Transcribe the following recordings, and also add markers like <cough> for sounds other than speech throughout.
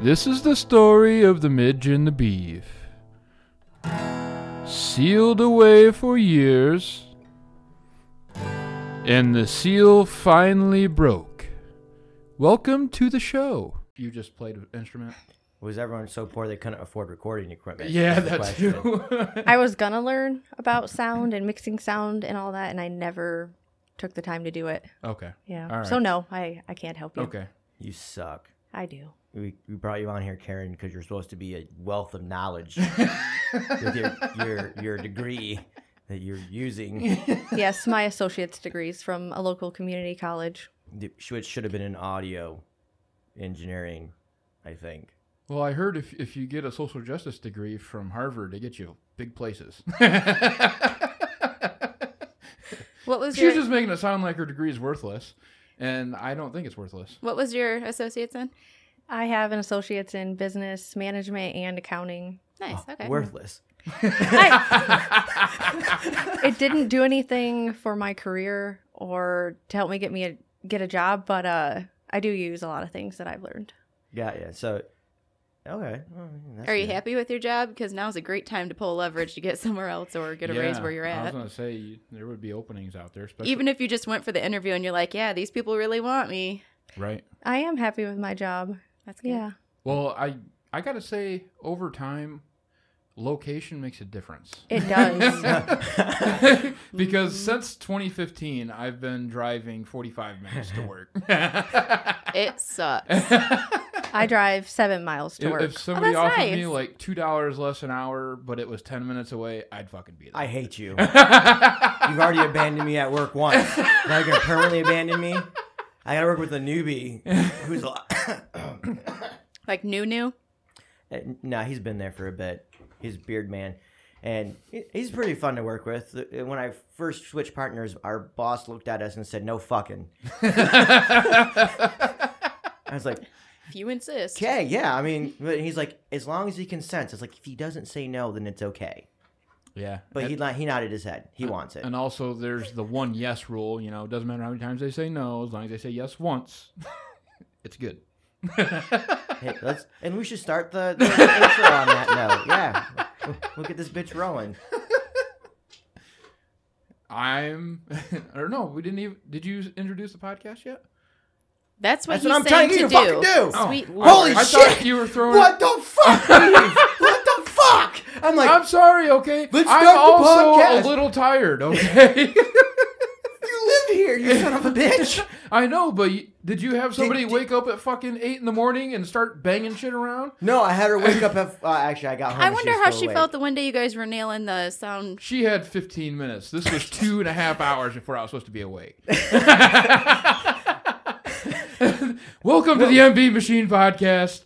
This is the story of the midge and the beef. Sealed away for years, and the seal finally broke. Welcome to the show. You just played an instrument? Was everyone so poor they couldn't afford recording equipment? Yeah, That's the that question. <laughs> too. I was gonna learn about sound and mixing sound and all that, and I never took the time to do it. okay. Yeah. All right. So no, I I can't help you. Okay. You suck. I do. We, we brought you on here, Karen, because you're supposed to be a wealth of knowledge with your, your your degree that you're using, <laughs> yes, my associate's degrees from a local community college. which should have been in audio engineering, I think. Well, I heard if, if you get a social justice degree from Harvard, they get you big <laughs> places. What was your She's just making it sound like her degree is worthless, and I don't think it's worthless. What was your associate's in? I have an associate's in business management and accounting. Nice. Oh, Okay. Worthless. <laughs> <laughs> It didn't do anything for my career or to help me get me a get a job, but uh, I do use a lot of things that I've learned. Yeah, yeah. So, okay. Well, that's Are you good. happy with your job? Because now's a great time to pull leverage to get <laughs> somewhere else or get a raise where you're I was at. gonna say you, there would be openings out there, especially Even if you just went for the interview and you're like, yeah, these people really want me. right. I am happy with my job. That's good. Yeah. Well, I I gotta say, over time, location makes a <laughs> difference. <laughs> It <laughs> does. because since 2015, I've been driving 45 minutes to <laughs> work. <laughs> It sucks. <laughs> I drive seven miles to If- work. If somebody Oh, that's offered me nice. like two dollars less an hour, but it was ten minutes away, I'd fucking be there. I hate you. You've already abandoned me at work once. Now you're gonna permanently abandon me. I gotta work with a newbie who's a lot. like new, new. Uh, No, he's been there for a bit. He's a beard man, and he- he's pretty fun to work with. The- When I first switched partners, our boss looked at us and said, "No fucking." I was like, If you insist. "Okay, yeah." I mean, but he's like, "As long as he consents." It's like if he doesn't say no, then it's okay. yeah, But And- he li- he nodded his head. Uh, He wants <laughs> it. And also, there's the one yes rule. You know, it doesn't matter how many times they say no, as long as they say yes once, <laughs> it's good. Hey, let's and we should start the, the intro on that note. Yeah, We'll- we'll get this bitch rolling. I'm, <laughs> or no, we didn't even. Did you introduce the podcast yet? That's what That's he's what I'm trying saying to, to, you to fucking do. Sweet Oh. lord. Holy I shit! thought you were throwing. What the fuck? Dave? what the fuck? I'm like, I'm sorry. Okay, Let's I'm start the also podcast. a little tired. Okay, <laughs> <laughs> you live here, you son of a bitch. I know, but you, did you have somebody did- wake up at fucking eight in the morning and start banging shit around? <laughs> No, I had her wake up. At, uh, actually, I got home. I and wonder was how still she awake. felt the one day you guys were nailing the sound. She had 15 minutes. This was two and a half hours before I was supposed to be awake. <laughs> Welcome to the MB Machine Podcast.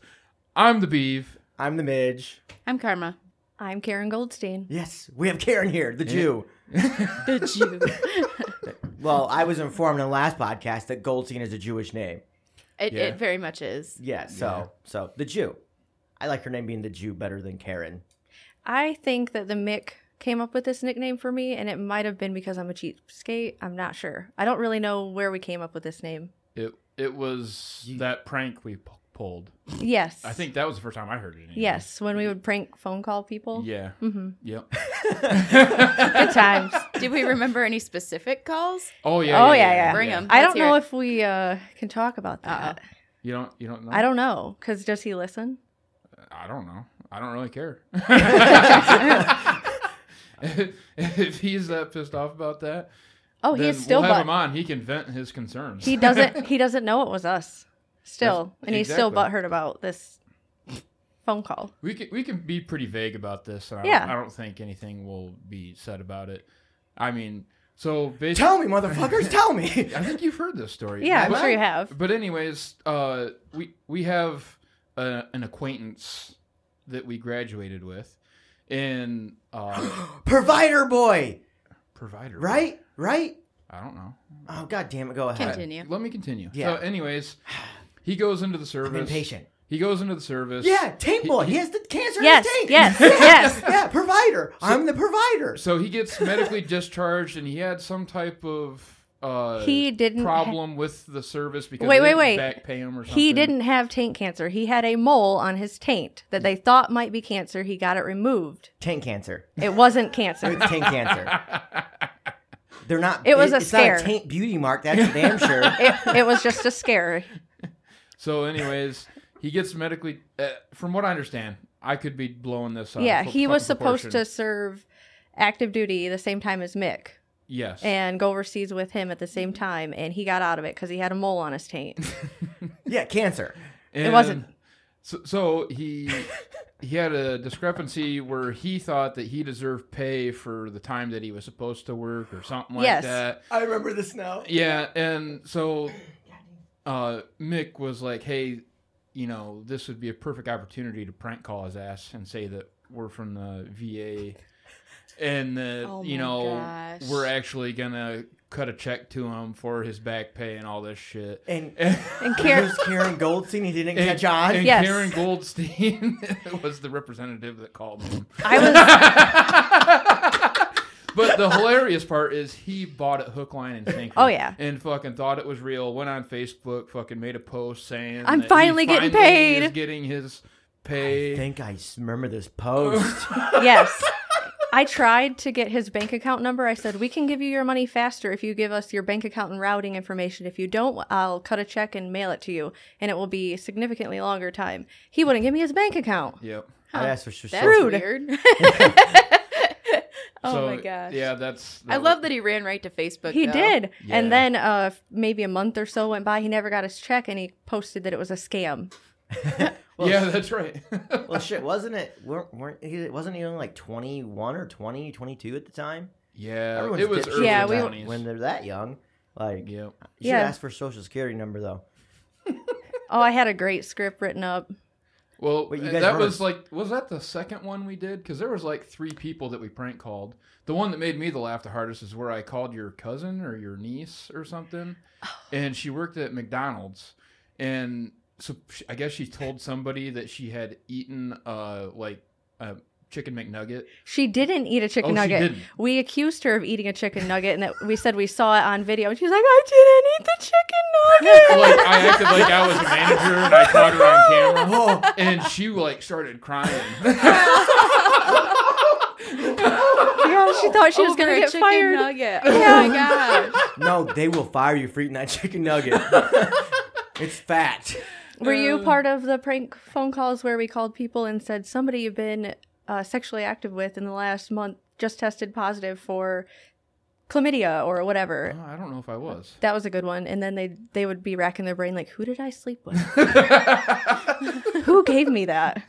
I'm the Beeve. I'm the midge. I'm Karma. I'm Karen Goldstein. Yes, we have Karen here, the Jew. The Jew. Well, I was informed in the last podcast that Goldstein is a Jewish name. it, Yeah. it very <laughs> much is. Yeah, so so the Jew. I like her name being the Jew better than Karen. I think that the Mick came up with this nickname for me, and it might have been because I'm a cheapskate. I'm not sure. I don't really know where we came up with this name. It it was that prank we p- pulled. Yes. I think that was the first time I heard it. anyway. Yes, when we would prank phone call people. Yeah. Mm-hmm. Yep. <laughs> Good times. Did we remember any specific calls? Oh yeah. Oh, yeah, yeah. Bring 'em. I Let's don't know hear it. if we uh, can talk about Uh-uh. that. You don't. You don't know. I don't know. Because does he listen? I don't know. I don't really <laughs> care. <laughs> if he's that pissed off about that, Oh, then he is still we'll have but him on. He can vent his concerns. he doesn't he doesn't know it was us still That's- and he's still exactly. butthurt about this phone call <laughs> We can we can be pretty vague about this. and I, Yeah. I don't think anything will be said about it. I mean, so basically, Tell me, motherfuckers, tell me. I think you've heard this story. yeah i'm but, sure you have But anyways, uh, we we have uh an acquaintance that we graduated with, in <gasps> uh, <laughs> Provider boy, provider. right? Right? I don't know. Oh god damn it, go ahead. Continue. Let me continue. Yeah. So, anyways, he goes into the I'm service. impatient. He goes into the service. Yeah, tank boy. He has the cancer yes in his tank. yes yes <laughs> Yeah, provider. I'm the provider. <laughs> So he gets medically discharged, and he had some type of uh, He didn't ha- problem with the service because Wait, they wait, didn't wait. back pay him or something. He didn't have taint cancer. He had a mole on his taint that they thought might be cancer. He got it removed. Tank cancer. It wasn't <laughs> cancer. It's tank cancer. <laughs> They're not. It was a it's scare. Not a taint beauty mark. That's for damn sure. <laughs> it, it was just a scare. So, anyways, he gets medically. Uh, from what I understand, I could be blowing this. Up yeah, he was supposed to serve active duty the same time as Mick Yes. and go overseas with him at the same time, and he got out of it because he had a mole on his taint. Yeah, cancer. And wasn't. So, so he he had a discrepancy where he thought that he deserved pay for the time that he was supposed to work or something like Yes. that. I remember this now. Yeah, and so uh, Mick was like, "Hey, you know, this would be a perfect opportunity to prank call his ass and say that we're from the VA, and that Oh you my know gosh. we're actually gonna cut a check to him for his back pay and all this shit." And And <laughs> Karen, here's Karen Goldstein. He didn't And- catch on. And Yes. Karen Goldstein <laughs> was the representative that called him. I was <laughs> But the hilarious part is he bought it hook, line, and sinker. Oh, yeah. and fucking thought it was real. Went on Facebook, fucking made a post saying, I'm that he finally getting finally paid. is getting his I pay. think I s- remember this <laughs> post. yes. I tried to get his bank account number. I said, "We can give you your money faster if you give us your bank account and routing information. If you don't, I'll cut a check and mail it to you, and it will be significantly longer time." He wouldn't give me his bank account. Yep. I asked for some That's sort- Rude. weird. <laughs> <laughs> oh So, my gosh. Yeah, that's. I love that he ran right to Facebook. He though. did. Yeah. And then uh, maybe a month or so went by. He never got his check and he posted that it was a scam. <laughs> yeah, that's right. <laughs> Well, shit, wasn't it? Weren't, weren't he, wasn't he only like 21 or 20, 22 at the time? yeah, Everyone's it was dipshits early Yeah, we- twenties. when they're that young. yep. Like, you Yeah. should ask for social security number though. Oh, I had a great script written up. Well, Wait, you uh, guys that remember- was like, was that the second one we did? Because there was like three people that we prank called. The one that made me the laugh the hardest is where I called your cousin or your niece or <sighs> something, and she worked at McDonald's, and so sh I guess she told somebody that she had eaten uh like a chicken McNugget. She didn't eat a chicken Oh, she nugget. didn't. We accused her of eating a chicken nugget and that we said we saw it on video. And she was like, I didn't eat the chicken <laughs> nugget. Like I acted like I was a manager and I caught her on <laughs> camera, and she like started crying. <laughs> yeah, she thought she was Over going a to get chicken fired. <laughs> Nugget. Oh my gosh. No, they will fire you for eating that chicken <laughs> nugget. it's fact. Were you part of the prank phone calls where we called people and said somebody you've been uh, sexually active with in the last month just tested positive for chlamydia or whatever? Uh-huh. I don't know if I <laughs> was. That was a good one. And then they they would be racking their brain like, who did I sleep with? <laughs> who gave me that?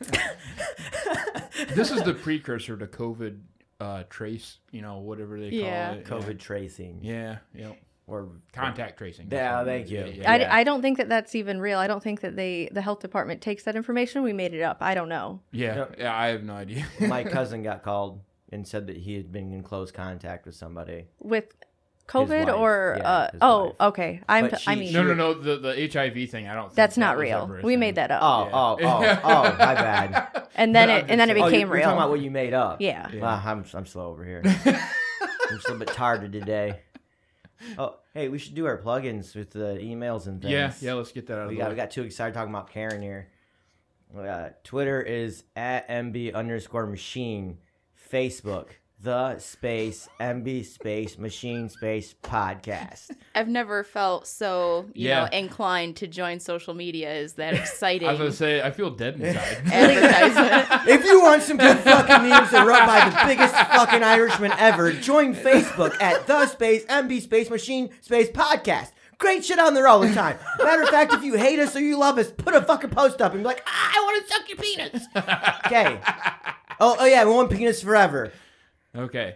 This is the precursor to COVID uh, trace, you know, whatever they call Yeah. it. COVID tracing Yeah, yeah. or Contact tracing. Yeah, That's what it thank is. you. Yeah, yeah. I, Yeah. I don't think that that's even real. I don't think that they the health department takes that information. We made it up. I don't know. Yeah, Yep. yeah, I have no idea. <laughs> My cousin got called and said that he had been in close contact with somebody. With COVID wife. or Yeah, uh, his oh, wife. okay. I'm But I she- mean no, no, no. The, the HIV thing, I don't think that's that not was real. ever a We thing. made that up. Oh, Yeah. oh, <laughs> oh, oh, my bad. and then I'm it and then it just saying- Oh, became you're, real. You're talking about what you made up. yeah. Yeah. Wow, I'm I'm slow <laughs> over here. I'm just a little bit tired today. Oh, hey, we should do our plugins with the emails and things. Yeah, yeah, let's get that out of We the got way. we got too excited talking about Karen here. Uh, Twitter is at mb underscore machine. Facebook the space mb space machine space podcast. I've never felt so, you Yeah. know, inclined to join social media Is that <laughs> exciting I was going to say, I feel <laughs> dead inside. advertisement. <laughs> If you want some good fucking memes that are up by the biggest fucking Irishman ever, join Facebook at the space MB space machine space podcast. Great shit on there all the time. Matter of fact, if you hate us or you love us, put a fucking post up and be like, ah, I want to suck your penis. Okay. Oh, oh yeah, we want penis forever. <laughs> okay.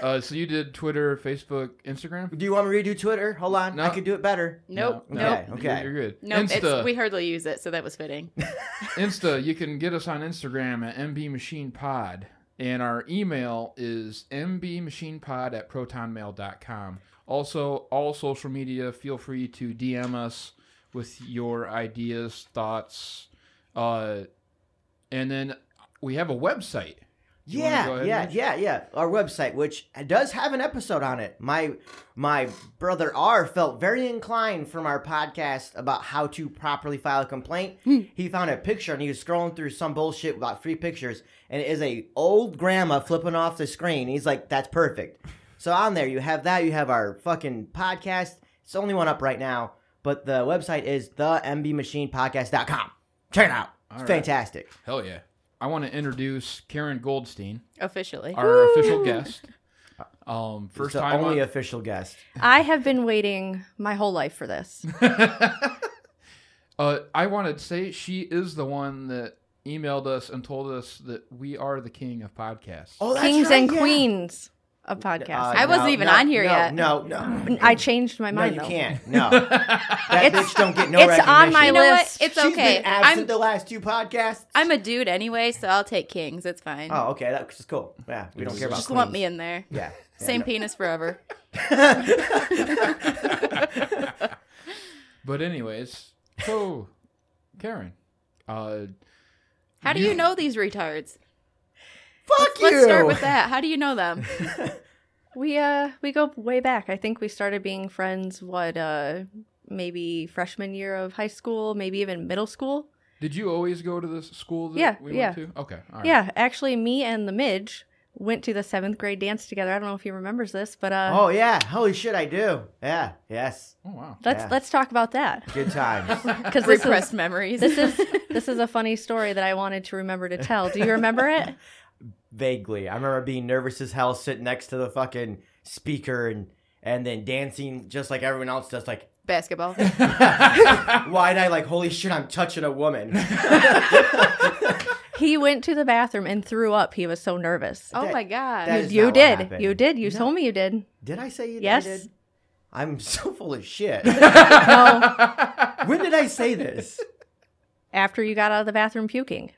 Uh, so you did Twitter, Facebook, Instagram? Do you want me to redo Twitter? Hold on, No. I could do it better. nope. No, Nope. Okay, okay. You're, you're good. Nope. Insta, It's, we hardly use it, so that was <laughs> fitting. Insta, you can get us on Instagram at mbmachinepod. And our email is mbmachinepod at protonmail.com. Also, all social media, feel free to DM us with your ideas, thoughts. Uh, and then we have a website. You wanna go yeah, ahead yeah, and- yeah, yeah. Our website, which does have an episode on it. My my brother R felt very inclined from our podcast about how to properly file a complaint. He found a picture and he was scrolling through some bullshit about three pictures, and it is a old grandma flipping off the screen. He's like, "That's perfect." So on there, you have that. You have our fucking podcast. It's the only one up right now, but the website is thembmachinepodcast.com. Check it out. It's All right. fantastic. Hell yeah. I want to introduce Karen Goldstein, Officially. our official guest. Um, first it's the time only on, official guest. I have been waiting my whole life for this. uh, I want to say she is the one that emailed us and told us that we are the king of podcasts. Oh, that's Kings right, and yeah. Uh, queens of podcasts. I wasn't even on here no, yet. No, no, I changed my no, mind you though. can't. <laughs> No, that It's- bitch don't get no it's recognition. on my You know what? list. It's She's okay. Been absent I'm the last two podcasts. I'm a dude anyway, so I'll take kings. It's fine. oh, okay, that's just cool. Yeah, we don't care about. Just lump me queens. in there. <laughs> Yeah. yeah, Same no. <laughs> penis forever. But anyways, so Karen, uh, How do You- you know these retards? Fuck you. Let's start with that. How do you know them? We uh we go way back. I think we started being friends what uh maybe freshman year of high school, maybe even middle school. did you always go to this school that Yeah, we yeah. went to? Okay, all right. Yeah, actually me and the Midge went to the 7th grade dance together. I don't know if he remembers this, but uh Oh yeah, holy shit, I do. Yeah, yes, Oh wow. let's yeah. let's talk <laughs> about that good times. <laughs> cuz <laughs> this Repressed is memories. this is this is a funny story that I wanted to remember to tell. Do you <laughs> remember it? Vaguely, I remember being nervous as hell sitting next to the fucking speaker and and then dancing just like everyone else does, <laughs> like <laughs> <laughs> basketball. wide eye, like holy shit, I'm touching a woman. He went to the bathroom and threw up. He was so nervous. Oh That- my god. that is you not what did. happened. You did. You No. told me you did. Did I say you Yes. dated? I'm <laughs> so full of shit. <laughs> No, when did I say <laughs> this? after you got out of the bathroom puking.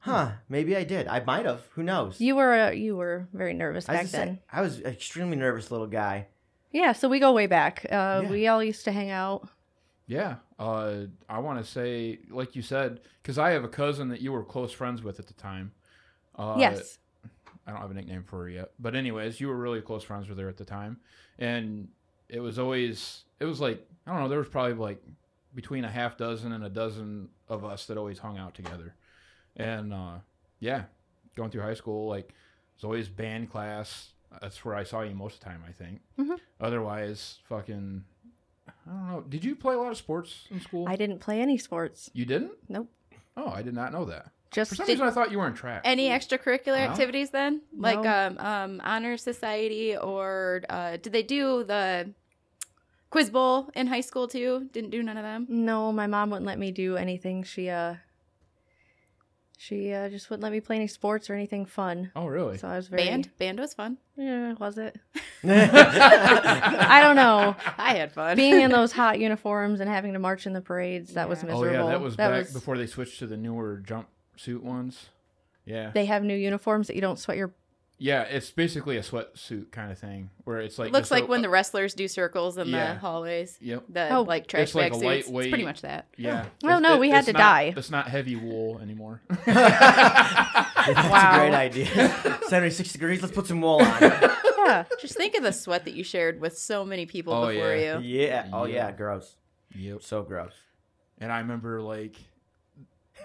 Huh? Maybe I did. I might have. Who knows? You were uh, you were very nervous I back was, just then. saying- I was an extremely nervous little <laughs> guy. <laughs> Yeah, so we go way back. Uh, Yeah. We all used to hang out. Yeah. Uh, I want to say, like you said, because I have a cousin that you were close friends with at the time. Uh, yes, I don't have a nickname for her yet. But anyways, you were really close friends with her at the time, and it was always it was like I don't know. There was probably like between a half dozen and a dozen of us that always hung out together, and uh, yeah, going through high school like it's always band class. That's where I saw you most of the time, I think. Mhm. Otherwise, fucking, I don't know. Did you play a lot of sports in school? I didn't play any sports. you didn't? Nope. Oh, I did not know that. For Just some Did- reason, I thought you were in track. Any extracurricular Huh? activities then? Like No. um, um honor society or uh did they do the quiz bowl in high school too? Didn't do none of them. no, my mom wouldn't let me do anything. She uh, she uh, just wouldn't let me play any sports or anything fun. oh, really? So I was very Band? Band was fun. Yeah, was it? yeah, <laughs> I don't <laughs> know. I had fun. Being <laughs> in those hot uniforms and having to march in the parades, that was Yeah. Oh miserable. yeah, that was back before they switched to the newer jumpsuit ones. Yeah, They have new uniforms that you don't sweat your. yeah, it's basically a sweatsuit kind of thing where it's like <laughs> It looks just a- like when the wrestlers do circles in Yeah. the hallways. yep The Oh. like trash It's like bag a suits. It's lightweight- pretty much <laughs> that. yeah. Oh, It's- no, we had it's to not- die. It's not heavy wool anymore. <laughs> that's Wow. a great <laughs> idea. 76 degrees. Let's put some wool on. Yeah, Just think of the sweat that you shared with so many people Oh, before yeah. you. yeah. Oh Yeah. yeah. Gross. yep. So gross. And I remember like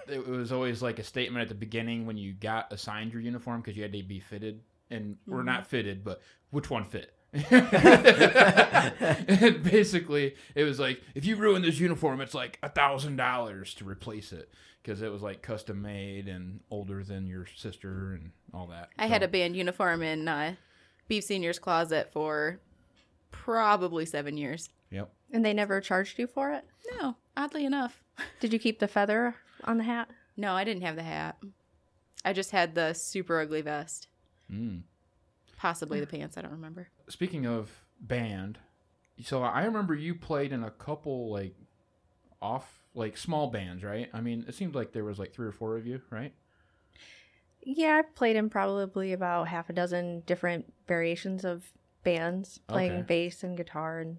it was always like a statement at the beginning when you got assigned your uniform because you had to be fitted, and we're not fitted, but which one fit? <laughs> and basically, it was like if you ruin this uniform, it's like a thousand dollars to replace it because it was like custom made and older than your sister and all that. I So- had a band uniform in uh, Beef Senior's closet for probably seven years. yep. and they never charged you for it. No, oddly enough. Did you keep the feather on the hat? No, I didn't have the hat. I just had the super ugly vest. Mm. Possibly the pants, I don't remember. Speaking of band, so I remember you played in a couple like off like small bands, right? I mean, it seemed like there was like three or four of you, right? Yeah, I played in probably about half a dozen different variations of bands, playing Okay. bass and guitar. And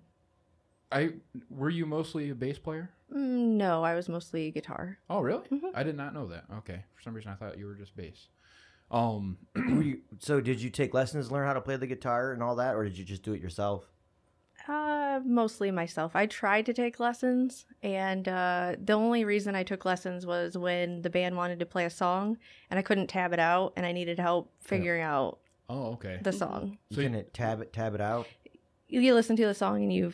I were you mostly a bass player? Mm, no, I was mostly guitar. Oh, really? Mhm. I did not know that. Okay, for some reason I thought you were just bass. Um, Were you- so did you take lessons, learn how to play the guitar and all that, or did you just do it yourself? Uh, mostly myself. I tried to take lessons, and uh, the only reason I took lessons was when the band wanted to play a song, and I couldn't tab it out, and I needed help figuring out oh, okay. the song. You So you- can it tab it tab it out. You, you listen to the song, and you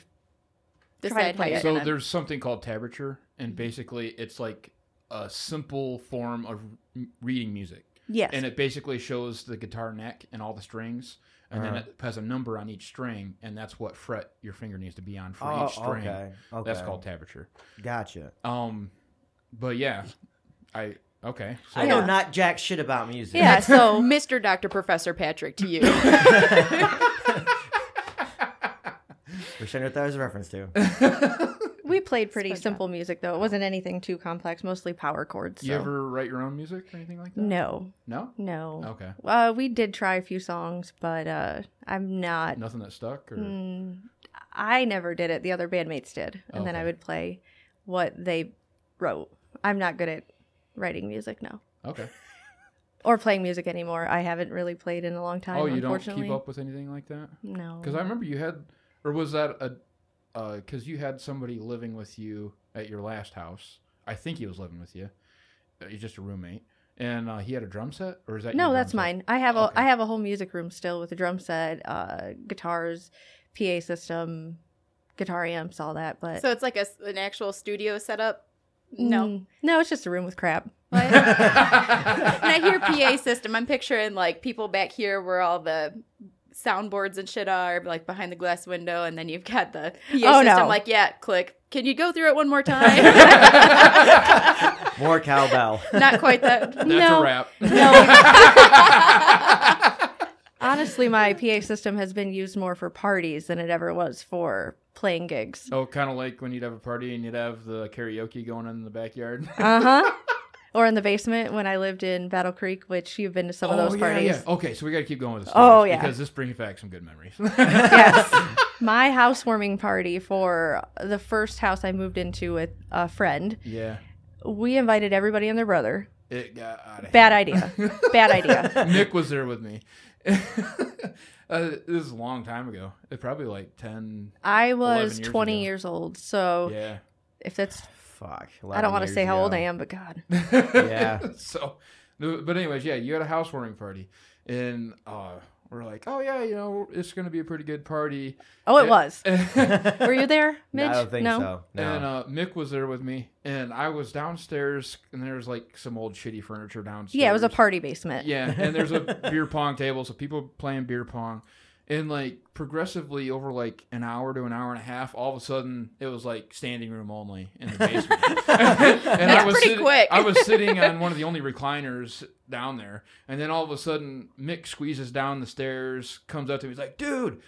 Try Decide to how play you're it. So gonna- there's something called tablature, and basically it's like a simple form of m- reading music, yes, and it basically shows the guitar neck and all the strings, and then Uh-huh. it has a number on each string, and that's what fret your finger needs to be on for each string. Oh, okay. Okay. That's called tablature. Gotcha. Um, but yeah, I okay. So I know Yeah. not jack shit about music. <laughs> <laughs> yeah. <laughs> So, So Mr. Dr. Professor Patrick, <laughs> to you. Wish I knew what that was a reference to. we played pretty Spread that. simple music though. It wasn't anything too complex. Mostly power chords. you so- ever write your own music or anything like that? No, No. no. Okay. Uh, we did try a few songs, but uh, I'm not. Nothing that stuck. Or Mm, I never did it. The other bandmates did, and then I Okay. would play what they wrote. I'm not good at writing music now okay. or playing music anymore. I haven't really played in a long time. oh, you don't unfortunately. keep up with anything like that? No. Because I remember you had, or was that a, because you had somebody living with you at your last house. I think he was living with you. Uh, You're just a roommate, and uh, he had a drum set, or is that your No, drum that's set? <laughs> mine. I have a I Okay. have a whole music room still with a drum set, uh, guitars, PA system, guitar amps, all that. But so it's like a s an actual studio setup? No. Mm, no, it's just a room with <laughs> crap. What? <laughs> when I hear PA system, I'm picturing like people back here where all the soundboards and shit are, like behind the glass window, and then you've got the PA Oh, system. no. Like, yeah, click. Can you go through it one <laughs> more time? More <laughs> cowbell. <laughs> Not quite <laughs> that. That's No. a wrap. Honestly, my PA system has been used more for parties than it ever was for playing gigs. oh, kind of like when you'd have a party and you'd have the karaoke going on in the <laughs> backyard. Uh Uh-huh. huh. or in the basement when I lived in Battle Creek, which you've been to some of those Oh, yeah, parties. yeah. <laughs> Okay, so we got to keep going with this. Oh, yeah. because this brings back some good memories. <laughs> yes. My housewarming party for the first house I moved into with a friend, yeah, we invited everybody and their brother. it got out of <laughs> Bad idea. Bad idea. Nick was there with me. <laughs> uh, this is a long time ago. It probably like ten. I 11 was years 20 ago. years old, so Yeah. if that's, Fuck. I 11 don't want to years say how old I ago. am, but God. <laughs> Yeah. so, no, but anyways, yeah, you had a housewarming party, and uh, we're like, oh yeah, you know, it's gonna be a pretty good party. Oh, it <laughs> was. and Were you there, Mitch? No, I don't think so. No. uh, Mick was there with me, and I was downstairs, and there was like some old shitty furniture downstairs. Yeah, it was a party basement. Yeah, and there's <laughs> a beer pong table, so people playing beer pong. And like progressively over like an hour to an hour and a half, all of a sudden it was like standing room only in the <laughs> basement. <laughs> and I That's was pretty sitting, quick. I was <laughs> sitting on one of the only recliners down there, and then all of a sudden Mick squeezes down the stairs, comes up to me, he's like, "Dude,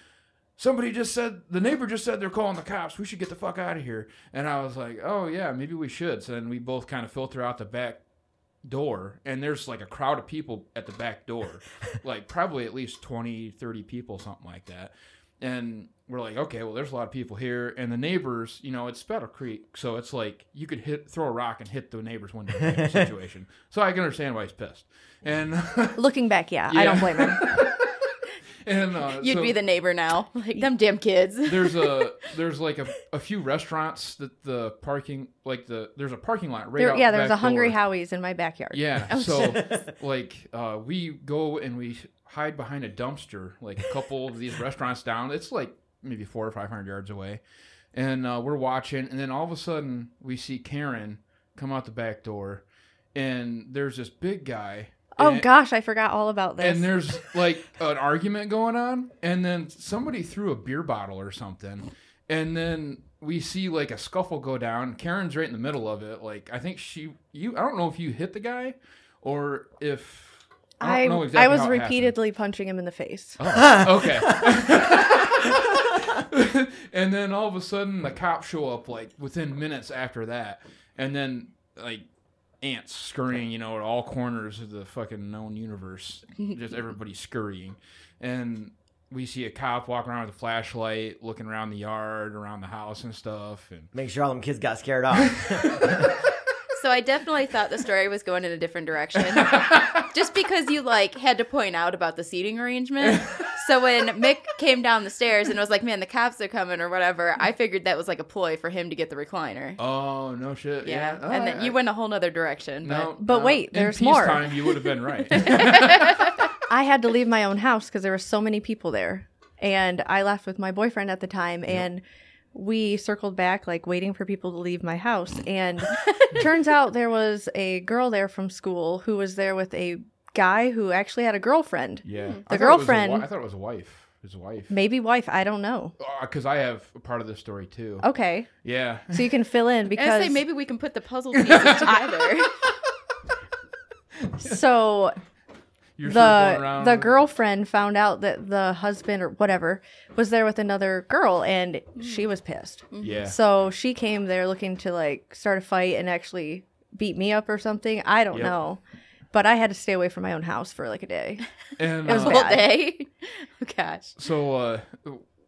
somebody just said the neighbor just said they're calling the cops. We should get the fuck out of here." And I was like, "Oh yeah, maybe we should." So then we both kind of filter out the back door and there's like a crowd of people at the back <laughs> door like probably at least 20 30 people something like that and we're like okay well there's a lot of people here and the neighbors you know it's battle creek so it's like you could hit throw a rock and hit the neighbor's window type <laughs> of situation so i can understand why he's pissed and <laughs> Looking back, yeah, I don't Yeah. blame him. <laughs> and uh, You'd so- <laughs> be the <laughs> neighbor now. Like, them damn kids. <laughs> there's a there's like a, a few restaurants that the parking like the there's a parking lot right There- out yeah, the there's back a Hungry door. Howie's in my backyard. <laughs> Yeah. So, like, uh, we go and we hide behind a dumpster, like a couple of these restaurants down. It's like maybe four or five hundred yards away, and uh, we're watching. And then all of a sudden, we see Karen come out the back door, and there's this big guy. Oh and- gosh, I forgot all about this. and there's like an argument going on, and then somebody threw a beer bottle or something, and then we see like a scuffle go down. Karen's right in the middle of it. Like I think she, you, I don't know if you hit the guy, or if I I don't know exactly I was how it happened. repeatedly punching him in the face. Okay. <laughs> and then all of a sudden the cops show up like within minutes after that. And then like ants scurrying, you know, at all corners of the fucking known universe. <laughs> Just everybody scurrying. And we see a cop walking around with a flashlight, looking around the yard, around the house and stuff. And <laughs> Make sure all them kids got scared off. So I definitely thought the story was going in a different <laughs> direction. Just because you like had to point out about the seating arrangement. So when Mick came down the stairs and was like, "Man, the cops are coming" or whatever, I figured that was like a ploy for him to get the recliner. Oh no shit. yeah. Yeah. and then you went a whole nother direction. No, But no. wait, In there's more. peacetime, you would have been <laughs> right. I had to leave my own house because there were so many people there. And I left with my boyfriend at the time and we circled back like waiting for people to leave my house and <laughs> turns out there was a girl there from school who was there with a guy who actually had a girlfriend. yeah. The I thought it was a wi- girlfriend- I thought it was a wife. His wife. Maybe wife, I don't know. Because Uh, I have a part of this story too. Okay. Yeah. So you can fill in But, and <laughs> I because say maybe we can put the puzzle <laughs> pieces together. <laughs> Oh, so You're sort of going the around the with it. girlfriend found out that the husband or whatever was there with another girl and she was pissed. Mm-hmm. Yeah. So she came there looking to like start a fight and actually beat me up or something. I don't Yep. know. But I had to stay away from my own house for like <laughs> a day. and it was uh, Whole bad. day. Oh, gosh. so uh,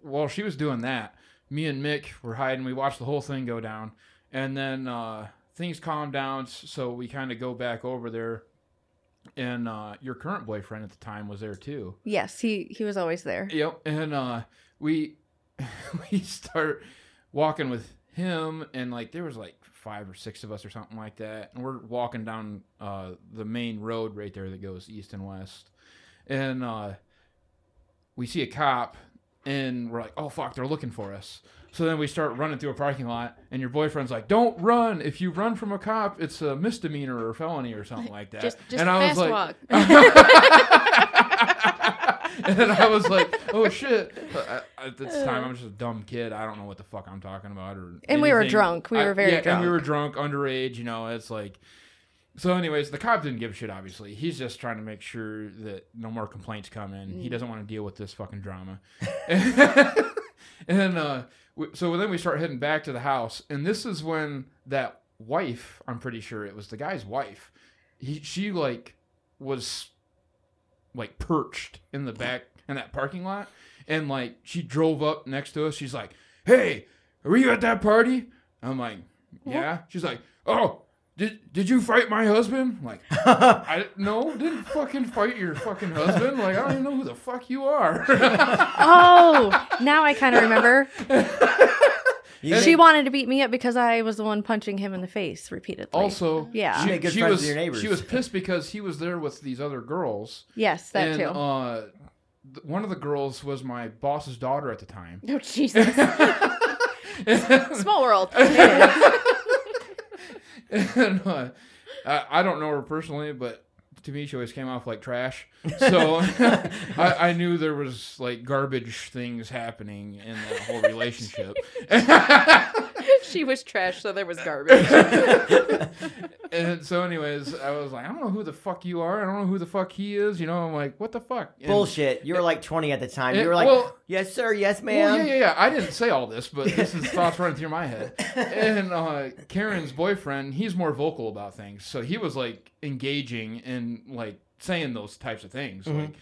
while she was doing that, me and Mick were hiding. We watched the whole thing go down, and then uh, things calmed down. s- So we kind of go back over there, and uh, your current boyfriend at the time was there too. Yes, he he was <laughs> always there. Yep, and uh, we <laughs> we start walking with him, and like there was like five or six of us or something like that, and we're walking down uh, the main road right there that goes east and west, and uh, we see a cop, and we're like, oh fuck, they're looking for us. So then we start running through a parking lot, and your boyfriend's like, "Don't run! If you run from a cop, it's a misdemeanor or felony or <laughs> something like that." Just just and I fast was like, walk. <laughs> and then I was like, "Oh shit!" Uh, I- At this time, I'm just a dumb kid. I don't know what the fuck I'm talking about, or And we were anything. drunk. We I- were very yeah, and we drunk. were drunk, underage. You know, it's like. So, anyways, the cop didn't give a shit. Obviously, he's just trying to make sure that no more complaints come in. Mm. He doesn't want to deal with this fucking drama. <laughs> and uh, w- so then we start heading back to the house, and this is when that wife, I'm pretty sure it was the guy's wife, he, she like was like perched in the back in that parking lot, and like she drove up next to us. She's like, "Hey, were you at that party?" I'm like, "Yeah." She's like, "Oh." Did, did you fight my husband? I'm <laughs> like, I no, didn't fucking fight your fucking husband. Like, I don't even know who the fuck you are. <laughs> Oh, now I kind of remember. <laughs> You She make- wanted to beat me up because I was the one punching him in the face repeatedly. Also, Yeah. You make good friends with was your neighbors. she was pissed because he was there with these other girls, yes, that and too. uh, th- one of the girls was my boss's daughter at the time. No, Oh, Jesus. <laughs> <laughs> Small world. and uh, I, I don't know her personally, but to me, she always came off like trash. So <laughs> I, I knew there was like garbage things happening in that whole relationship. <laughs> <laughs> she was trash, so there was <laughs> garbage. and so, anyways, I was like, I don't know who the fuck you are. I don't know who the fuck he is. You know, I'm like, what the fuck? And- Bullshit. You were like 20 at the time. It- You were like, well- yes, sir. Yes, ma'am. Well, yeah, yeah, yeah. I didn't say all this, but this is thoughts running through my head. And uh, Karen's boyfriend, he's more vocal about things, so he was like engaging and like saying those types of things, like.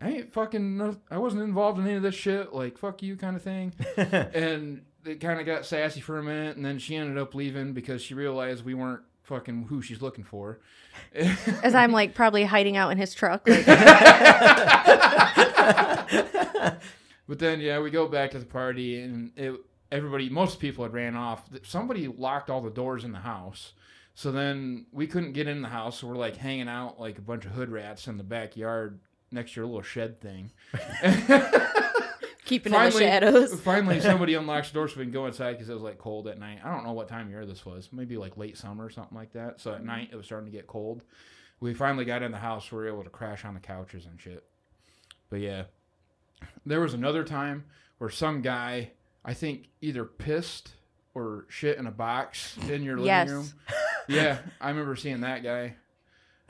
I ain't fucking. no- I wasn't involved in any of this shit. Like fuck you, kind of thing. and it kind of got sassy for a minute, and then she ended up leaving because she realized we weren't fucking who she's looking for. As I'm like probably hiding out in his truck. <laughs> Like, But then, yeah, we go back to the party, and it, everybody, most people had ran off. Somebody locked all the doors in the house. So then we couldn't get in the house, so we're like hanging out like a bunch of hood rats in the backyard next to your little shed thing. <laughs> Keeping in the shadows. <laughs> finally, somebody unlocks the door so we can go inside because it was like cold at night. I don't know what time of year this was, maybe like late summer or something like that. So Mm-hmm. at night, it was starting to get cold. We finally got in the house, we were able to crash on the couches and shit. But yeah, there was another time where some guy, I think, either pissed or shit in a box in your living Yes. room. Yeah, I remember seeing that <laughs> guy.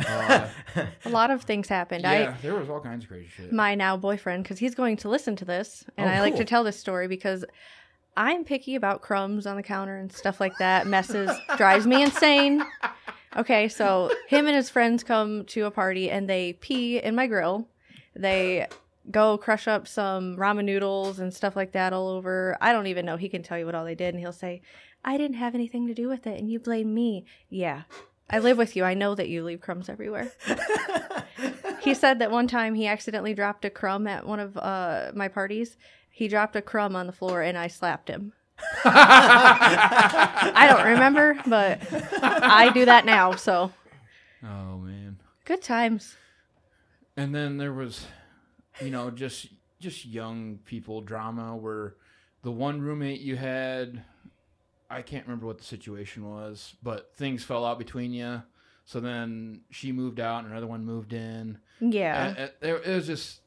Uh, a lot of things happened. I yeah, there was all kinds of crazy shit. <laughs> my <laughs> now boyfriend because he's going to listen to this and Oh, i like to cool. tell this story because i'm picky about crumbs on the counter and stuff like that messes drives me insane okay so him and his friends come to a party and they pee in my grill they go crush up some ramen noodles and stuff like that all over i don't even know he can tell you what all they did and he'll say I didn't have anything to do with it and you blame me. Yeah. I live with you. I know that you leave crumbs everywhere. He said that one time he accidentally dropped a crumb at one of uh, my parties. He dropped a crumb on the floor and I slapped him. I don't <laughs> remember, but I do that now. So oh man. good times. And then there was, you know, just just young people drama where the one roommate you had, I can't remember what the situation was, but things fell out between you. So then she moved out, and another one moved in. Yeah. And- and there- it was just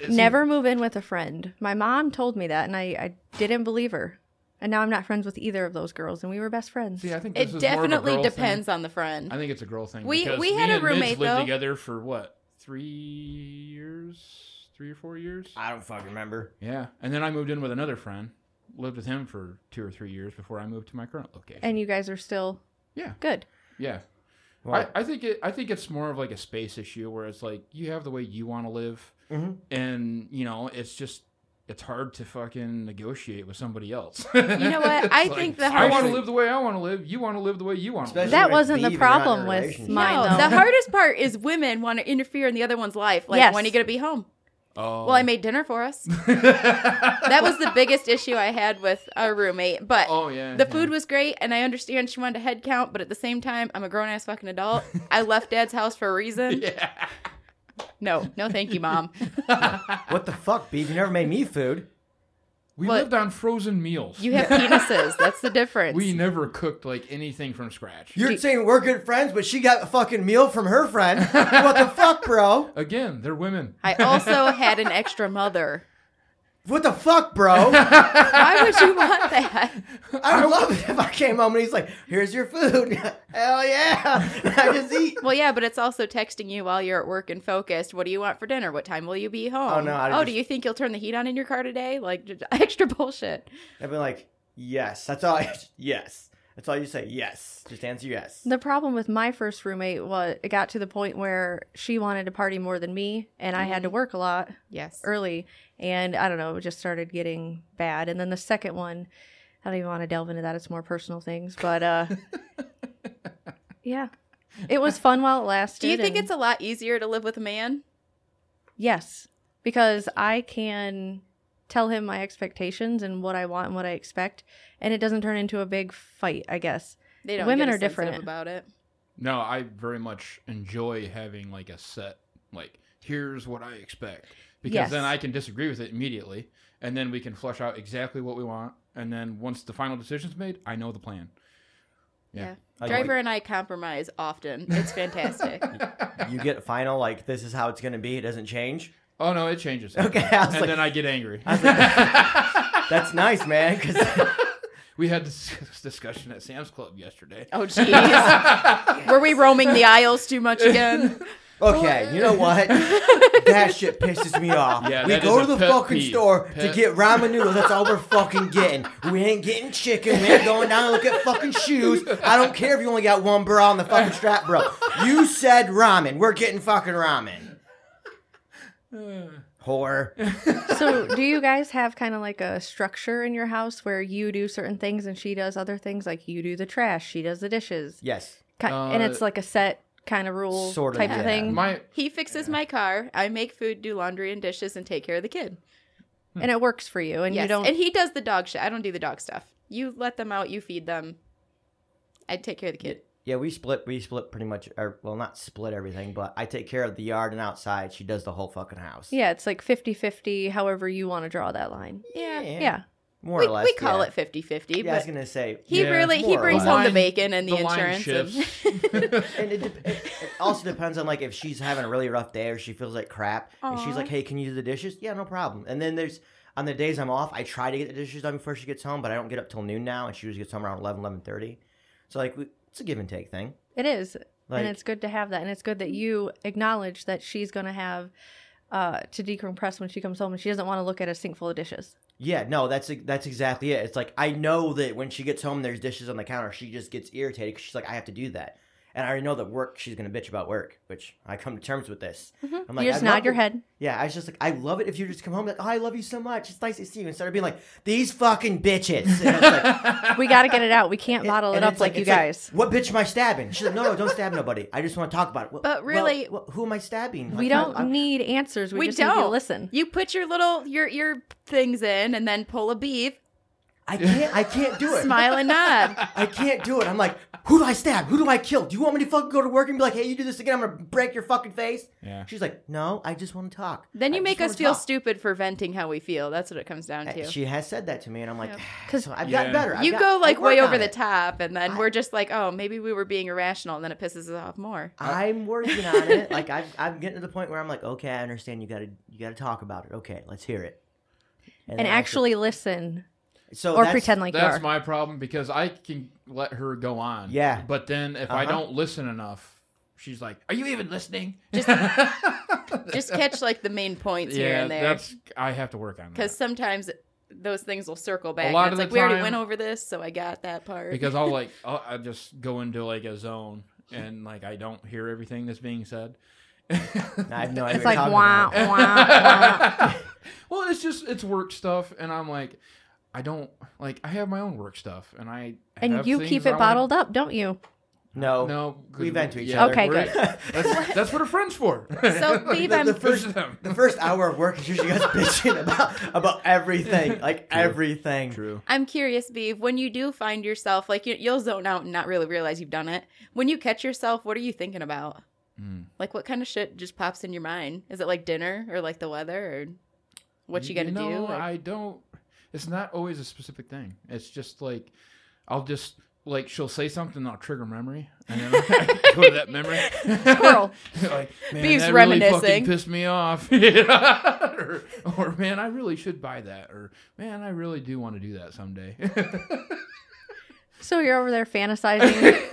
it Never move in with a friend. My mom told me that, and I, I didn't believe her. And now I'm not friends with either of those girls, and we were best friends. seemed- See, I think this It is more of a definitely girl thing. depends on the friend. I think it's a girl thing. We- because we me had a and Midge roommate, lived though. together for what three years, three or four years. <laughs> I don't fucking remember. Yeah, and then I moved in with another friend. Lived with him for two or three years before I moved to my current location. And you guys are still Yeah. good. yeah, I, Well, I think it. I think it's more of like a space issue where it's like you have the way you want to live, Mm-hmm. Mhm. and you know it's just it's hard to fucking negotiate with somebody else. You <laughs> know what? I It's think the I want to hardest- live the way I want to live. You want to live the way you want to live. Especially- That with wasn't the Beav, you're not in a problem with relationship. mine, no, though. <laughs> the hardest part is women want to interfere in the other one's life. Like, Yes. when are you going to be home? oh. Well, I made dinner for us. that was the biggest issue I had with our roommate. But <laughs> Oh yeah. the food was great, and I understand she wanted a head count, but at the same time, I'm a grown ass fucking adult. I left dad's house for a reason. <laughs> Yeah. No, no, thank you, mom. what the fuck, Beef? You never made me food. We What? lived on frozen meals. You have penises. That's the difference. we never cooked like anything from scratch. You're saying we're good friends, but she got a fucking meal from <laughs> her friend. what the fuck, bro? Again, they're women. I also had an extra mother. What the fuck, <laughs> bro? Why would you want that? I would love it if I came home and he's like, "Here's your food." <laughs> Hell yeah! <laughs> I just eat. Well, yeah, but it's also texting you while you're at work and focused. What do you want for dinner? What time will you be home? Oh, no, I oh, just- do you think you'll turn the heat on in your car today? Like j- <laughs> extra bullshit. I've been like, "Yes." That's all. I, yes. That's all you say. Yes. Just answer yes. The problem with my first roommate was it got to the point where she wanted to party more than me, and I Mm-hmm. had to work a lot Yes. early. And I don't know, it just started getting bad. And then the second one, I don't even want to delve into that. It's more personal things, but <laughs> uh, yeah, it was fun while it lasted. do you think and- it's a lot easier to live with a man? Yes, because I can tell him my expectations and what I want and what I expect, and it doesn't turn into a big fight, I guess. They don't. Women get are as sensitive different. about it. No, I very much enjoy having like a set, like here's what I expect, because Yes. then I can disagree with it immediately, and then we can flush out exactly what we want, and then once the final decision's made, I know the plan. Yeah. I like- Driver and I compromise often. <laughs> It's fantastic. you get final like this is how it's gonna be. It doesn't change. Oh no, it <laughs> changes. Okay, I was and like- then I get angry. That's nice, man. Because <laughs> we had this <laughs> this discussion at Sam's Club yesterday. oh <laughs> jeez. Were we roaming the aisles too much again? <laughs> okay, you know what? that shit pisses me off. Yeah, we that go is to a the pet fucking peeve. store to Pet- get ramen noodles. That's all we're fucking getting. We ain't getting chicken. We ain't going down and look at fucking shoes. I don't care if you only got one bra on the fucking strap, bro. You said ramen. We're getting fucking ramen. Whore. So, do you guys have kind of like a structure in your house where you do certain things and she does other things? Like you do the trash, she does the dishes, Yes. Ki- and Uh, it's like a set kind of rule Sort of, type yeah. of thing. My He fixes my car. I make food, do laundry and dishes, and take care of the kid. and it works for you, and Yes. you don't. And he does the dog shit. I don't do the dog stuff. You let them out. You feed them. I take care of the kid. Yeah, we split. We split pretty much. Or, well, not split everything, but I take care of the yard and outside. She does the whole fucking house. yeah, it's like 50 50, however you want to draw that line. Yeah. Yeah. More We, or less. we call yeah. it 50 50, Yeah, I was but gonna <laughs> say. he Yeah. really he More or brings less. home the Line- bacon and the, line insurance. and- shifts. <laughs> and it, dep- it, it also depends on like if she's having a really rough day or she feels like crap, and she's Aw. like, "Hey, can you do the dishes?" Yeah, no problem. And then there's on the days I'm off, I try to get the dishes done before she gets home, but I don't get up till noon now, and she usually gets home around 11, 11.30. So like, we, it's a give and take thing. It is. Like, and it's good to have that. And it's good that you acknowledge that she's going to have uh, to decompress when she comes home and she doesn't want to look at a sink full of dishes. yeah, no, that's that's exactly it. It's like I know that when she gets home, there's dishes on the counter. She just gets irritated because she's like, "I have to do that." and I already know that work. She's gonna bitch about work, which I come to terms with this. I'm like, Mm-hmm. you just I nod love your it. head. Yeah, I was just like, I love it if you just come home like, oh, I love you so much. It's nice to see you. Instead of being like, these fucking bitches. And it's <laughs> like, We got to get it out. <laughs> We can't and- bottle it and up it's like you it's guys. what bitch am I stabbing? She's like, no, no, don't stab nobody. I just want to talk about it. Well, But really- well, well, who am I stabbing? <laughs> We Like, no, don't I'm- need answers. We, <laughs> we just don't need you to listen. You put your little your your things in and then pull a beef, I can't. I can't <laughs> do it. smile and nod. <laughs> I can't do it. I'm like, who do I stab? Who do I kill? Do you want me to fucking go to work and be like, hey, you do this again, I'm gonna break your fucking face? Yeah. She's like, no, I just want to talk. Then I you just make wanna us feel talk. stupid for venting how we feel. That's what it comes down Uh, to. She has said that to me, and I'm like, Yeah. <sighs> 'Cause- so I've Yeah. gotten better. I've you got- go I like way work on over the it. top, and then I- we're just like, oh, maybe we were being irrational, and then it pisses us <laughs> off more. I'm working on it. <laughs> Like I've, I'm getting to the point where I'm like, okay, I understand. You gotta, you gotta talk about it. Okay, let's hear it. And then I have to- actually listen so or Oh, that's- pretend like you That's are. my problem because I can let her go on. Yeah. But then if I Uh-huh. don't listen enough, she's like, "Are you even listening?" <laughs> Just- Just catch like the main points here yeah, and there, that's I have to work on because that sometimes those things will circle back. lot and of it's the like we already time- went over this, so I got that part. because I'll like I'll, I'll just go into like a zone and like I don't hear everything that's being said. <laughs> I have no idea. It's what you're like talking wah, about. wah, wah. well, it's just it's work stuff, and I'm like, I don't like I have my own work stuff, and I And have you things keep I it wanna- bottled up, don't you? No, No, we vent to each yeah, other. Okay, we're- good. <laughs> <laughs> <laughs> That's, that's what a friend's for. <laughs> So, Beav, The, I'm- the Push first them. The first hour of work is usually us bitching about about everything, like True. everything. True. I'm curious, Beav, when you do find yourself like you, you'll zone out and not really realize you've done it. When you catch yourself, what are you thinking about? Mm. Like, what kind of shit just pops in your mind? Is it like dinner or like the weather or what you got to do? know, Like- I don't. It's not always a specific thing. It's just like I'll just like she'll say something, I'll trigger memory, and then I <laughs> go to that memory. Squirrel. <laughs> like man, Beef's that really fucking reminiscing. pissed me off. <laughs> or, or man, I really should buy that. Or man, I really do want to do that someday. <laughs> So you're over <laughs> there fantasizing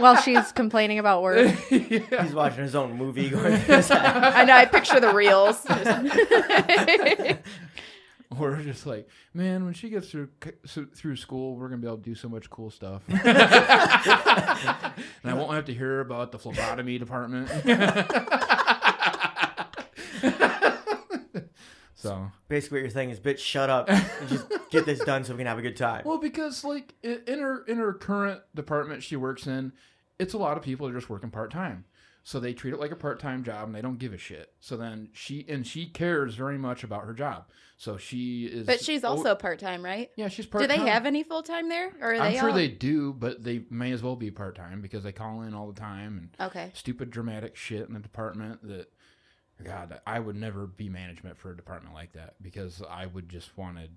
while she's complaining about work. <laughs> Yeah. He's watching his own <laughs> movie. Going through his head. <laughs> I know. I picture the reels. <laughs> <laughs> Or just like, man, when she gets through c- so- through school, we're gonna be able to do so much cool stuff, <laughs> and I won't have to hear about the phlebotomy department. <laughs> so, Basically, what you're saying is, bitch, shut up and just get this done so we can have a good time. well, because like i- in her in her current department she works in, it's a lot of people that are just working part time, so they treat it like a part time job and they don't give a shit. So then she and she cares very much about her job, so she is. but she's oh, also part time, right? yeah, she's part. Do they have any full time there, or are I'm they sure all... they do, but they may as well be part time because they call in all the time and Okay. stupid dramatic shit in the department that God, I would never be management for a department like that because I would just want to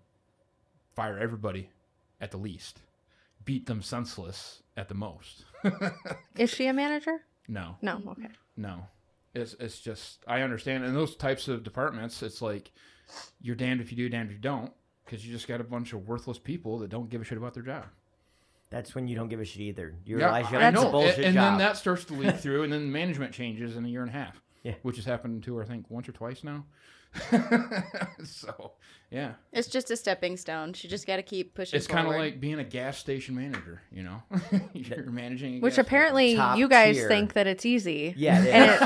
fire everybody at the least, beat them senseless at the most. <laughs> Is she a manager? no, No. Okay. no. It's it's just I understand in those types of departments, it's like you're damned if you do, damned if you don't, because you just got a bunch of worthless people that don't give a shit about their job. That's when you don't give a shit either. You Yeah, realize you're I like, know. it's a bullshit and, and job. then that starts to <laughs> leak through, and then management changes in a year and a half. Yeah. which has happened to her, I think once or twice now. <laughs> so yeah, It's just a stepping stone. She just got to keep pushing. it's kind of forward. like being a gas station manager. You know, <laughs> you're managing. a gas Which station. apparently Top you guys tier. think that it's easy. yeah, it <laughs> And is. it,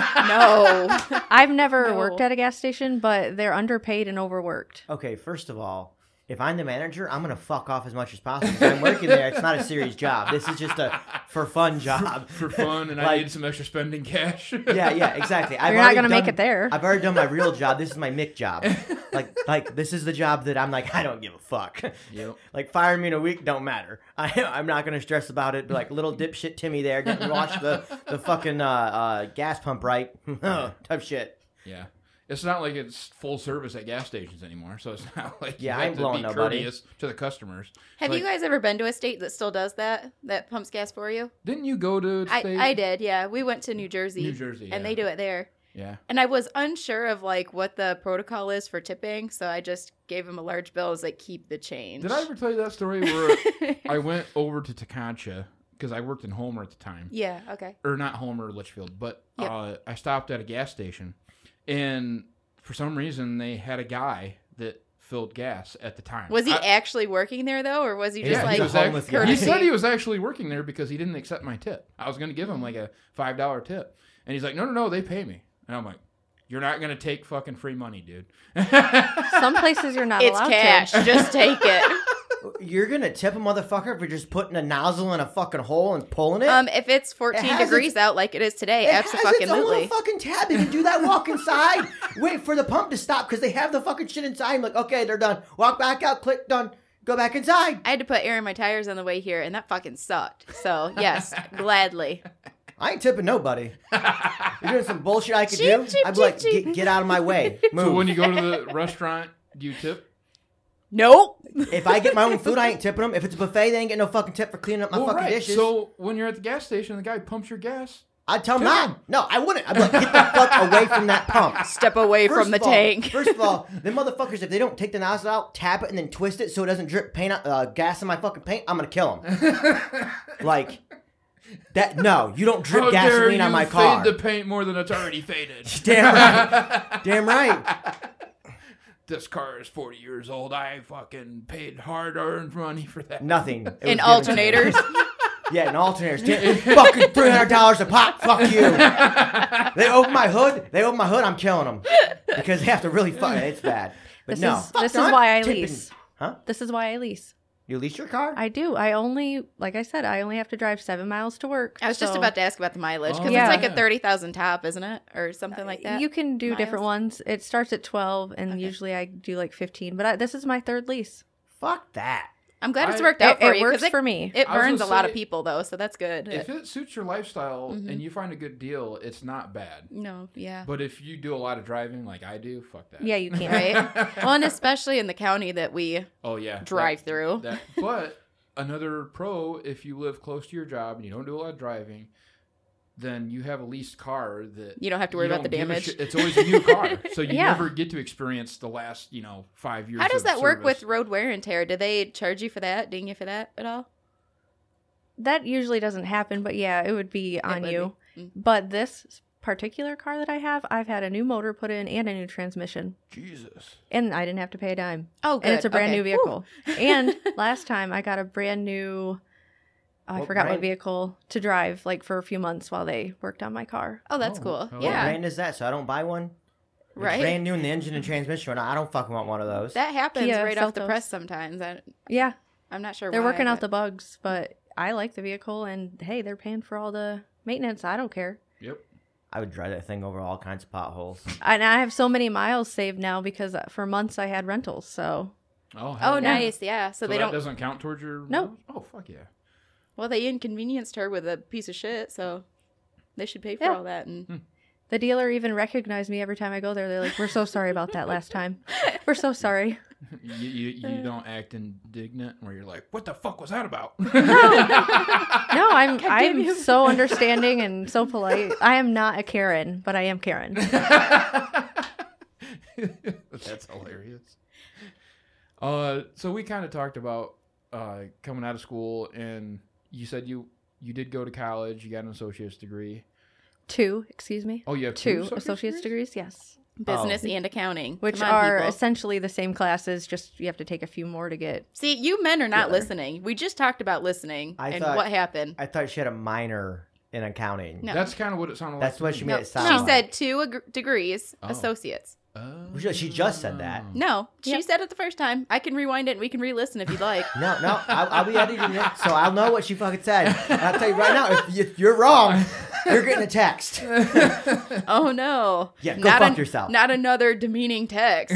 no. I've never No. worked at a gas station, but they're underpaid and overworked. okay. First of all, if I'm the manager, I'm gonna fuck off as much as possible. 'cause I'm working there. It's not a serious job. This is just a for fun <laughs> job. for fun, and I Like- need some extra spending cash. <laughs> yeah, yeah, exactly. I've You're not already gonna make done- it there. I've already done my real job. This is my Mick job. Like, like this is the job that I'm like, I don't give a fuck. <laughs> Yep. Like, fire me in a week, don't matter. <laughs> I, I'm not gonna stress about it. Be like little dipshit Timmy there <laughs> didn't wash the the fucking uh, uh, gas pump right. <laughs> Tough shit. Yeah. It's not like it's full service at gas stations anymore, so it's <laughs> not like Yeah, you I have ain't to blowing be nobody. courteous to the customers. Have Like- you guys ever been to a state that still does that? That pumps gas for you? Didn't you go to? I, state- I did. Yeah, we went to New Jersey. New Jersey, and yeah. they do it there. Yeah. And I was unsure of like what the protocol is for tipping, so I just gave him a large bill. I was like, keep the change. Did I ever tell you that story <laughs> where I went over to Tacancha because I worked in Homer at the time, <laughs> yeah. Okay. or not Homer Litchfield, but Yep. uh, I stopped at a gas station, and for some reason they had a guy that filled gas at the time. Was he I- actually working there though, or was he just Yeah, like he was a act- homeless guy. He said he was actually working there because he didn't accept my tip. I was going to give him like a five dollar tip, and he's like, "No, no, no, they pay me." And I'm like, "You're not going to take fucking free money, dude." <laughs> Some places you're not it's allowed cash, to. just take it? You're gonna tip a motherfucker for just putting a nozzle in a fucking hole and pulling it. Um, if it's 14 It has degrees its- out like it is today, it has its own little absolutely. fucking tab. You can do that. Walk <laughs> inside. Wait for the pump to stop because they have the fucking shit inside. I'm like, okay, they're done. Walk back out. Click done. Go back inside. I had to put air in my tires on the way here, and that fucking sucked. So yes, gladly. I ain't tipping nobody. You're doing some bullshit I could Cheep, do. cheep, I'd be like, cheep, cheep. get, get out of <laughs> my way. Move. so when you go to the restaurant, do you tip? Nope. if I get my own food, I ain't tipping them. If it's a buffet, they ain't get no fucking tip for cleaning up my well, fucking right. dishes. So when you're at the gas station, and the guy pumps your gas. I'd tell them, Tip nah, 'em. no, I wouldn't. I'd be like, get the fuck away from <laughs> that pump. Step away First from the of all- <laughs> tank. first of all, the motherfuckers, if they don't take the nozzle out, tap it, and then twist it so it doesn't drip paint out, uh, gas in my fucking paint, I'm gonna kill them. <laughs> like that. No, you don't drip How dare gasoline you on my car. <laughs> fade the paint more than it's already faded? <laughs> Damn right. Damn right. this car is 40 years old. I fucking paid hard-earned money for that. Nothing. It In was given to me. alternators, <laughs> Yeah, <laughs> an alternator. Ten- fucking three hundred dollars a pop. Fuck you. They open my hood. They open my hood. I'm killing them because they have to really fuck. It's bad. But This no, is Fuck this not. is why I Tipping- lease. Huh? This is why I lease. You lease your car? I do. I only, like I said, I only have to drive seven miles to work. <laughs> I was just so- about to ask about the mileage because Oh, Yeah. it's like yeah. a thirty thousand top, isn't it, or something like that? You can do different Miles? ones. It starts at 12, and usually I do like 15, but I, this is my third lease. Fuck that. I'm glad it's I- worked It, out for it you. 'cause works it, for me. It I was burns a gonna lot of say- people though, so that's good. If it suits your lifestyle and you find a good deal, it's not bad. no, <laughs> Mm-hmm. yeah. But if you do a lot of driving like I do, fuck that. <laughs> <laughs> yeah, you can't. Right. well, and especially in the county that we Oh yeah. drive through. That, that- but another pro, if you live close to your job and you don't do a lot of driving, then you have a leased car that You don't have to worry you about the don't give a damage. shit- It's always a new <laughs> car, so you Yeah. never get to experience the last you know five years. How does of that work service. with road wear and tear? Do they charge you for that? Ding you for that at all? That usually doesn't happen, but yeah, it would be on would you. be. Mm. But this particular car that I have, I've had a new motor put in and a new transmission, Jesus? and I didn't have to pay a dime. Oh, good. And it's a brand Okay. new Whew. <laughs> vehicle. and last time I got a brand new. oh, I What forgot brand? what vehicle to drive, like for a few months while they worked on my car. Oh, that's Oh, cool. hell What yeah. yeah. brand is that? So I don't buy one. It's Right. brand new in the engine and transmission. I don't fucking want one of those. That happens Kia right off the Seltos. press sometimes. I, Yeah, I'm not sure. they're why, working out the but- bugs, but I like the vehicle, and hey, they're paying for all the maintenance. I don't care. Yep. I would drive that thing over all kinds of potholes. And I have so many miles saved now because uh, for months I had rentals. So Oh, hell Oh, yeah. nice. Yeah. So, So, they that don't. doesn't count towards your Nope. Oh fuck yeah. <laughs> Well, they inconvenienced her with a piece of shit, so they should pay for Yeah. all that. And the dealer even recognized me every time I go there. They're like, "We're so sorry about that last time. We're so sorry." You, you Uh. you don't act indignant where you're like, what the fuck was that <laughs> about? No, I'm I'm so understanding and so polite. I am not a Karen, but I am Karen. <laughs> That's hilarious. Uh, so we kind of talked about uh, coming out of school, and you said you you did go to college. You got an associate's degree. Two, excuse me. Oh, you have two, Two associate's degrees, yes, business and accounting, which Come on, are people. essentially the same classes. Just you have to take a few more to get. See, you men are not Together. listening. We just talked about listening I and thought- what happened. I thought she had a minor in accounting. No. That's kind of what it sounded That's like. what to she me. made No, it she sound like. said two ag- degrees, Oh. associates. Oh. She just said that. No, <laughs> she Yep. said it the first time. I can rewind it and we can re-listen if you'd like. <laughs> No, no, I, I'll be editing it, so I'll know what she fucking said. And I'll tell you right now, if, you, if you're wrong, you're getting a text. oh no! Yeah, go Not fuck an- yourself. Not another <laughs> demeaning text.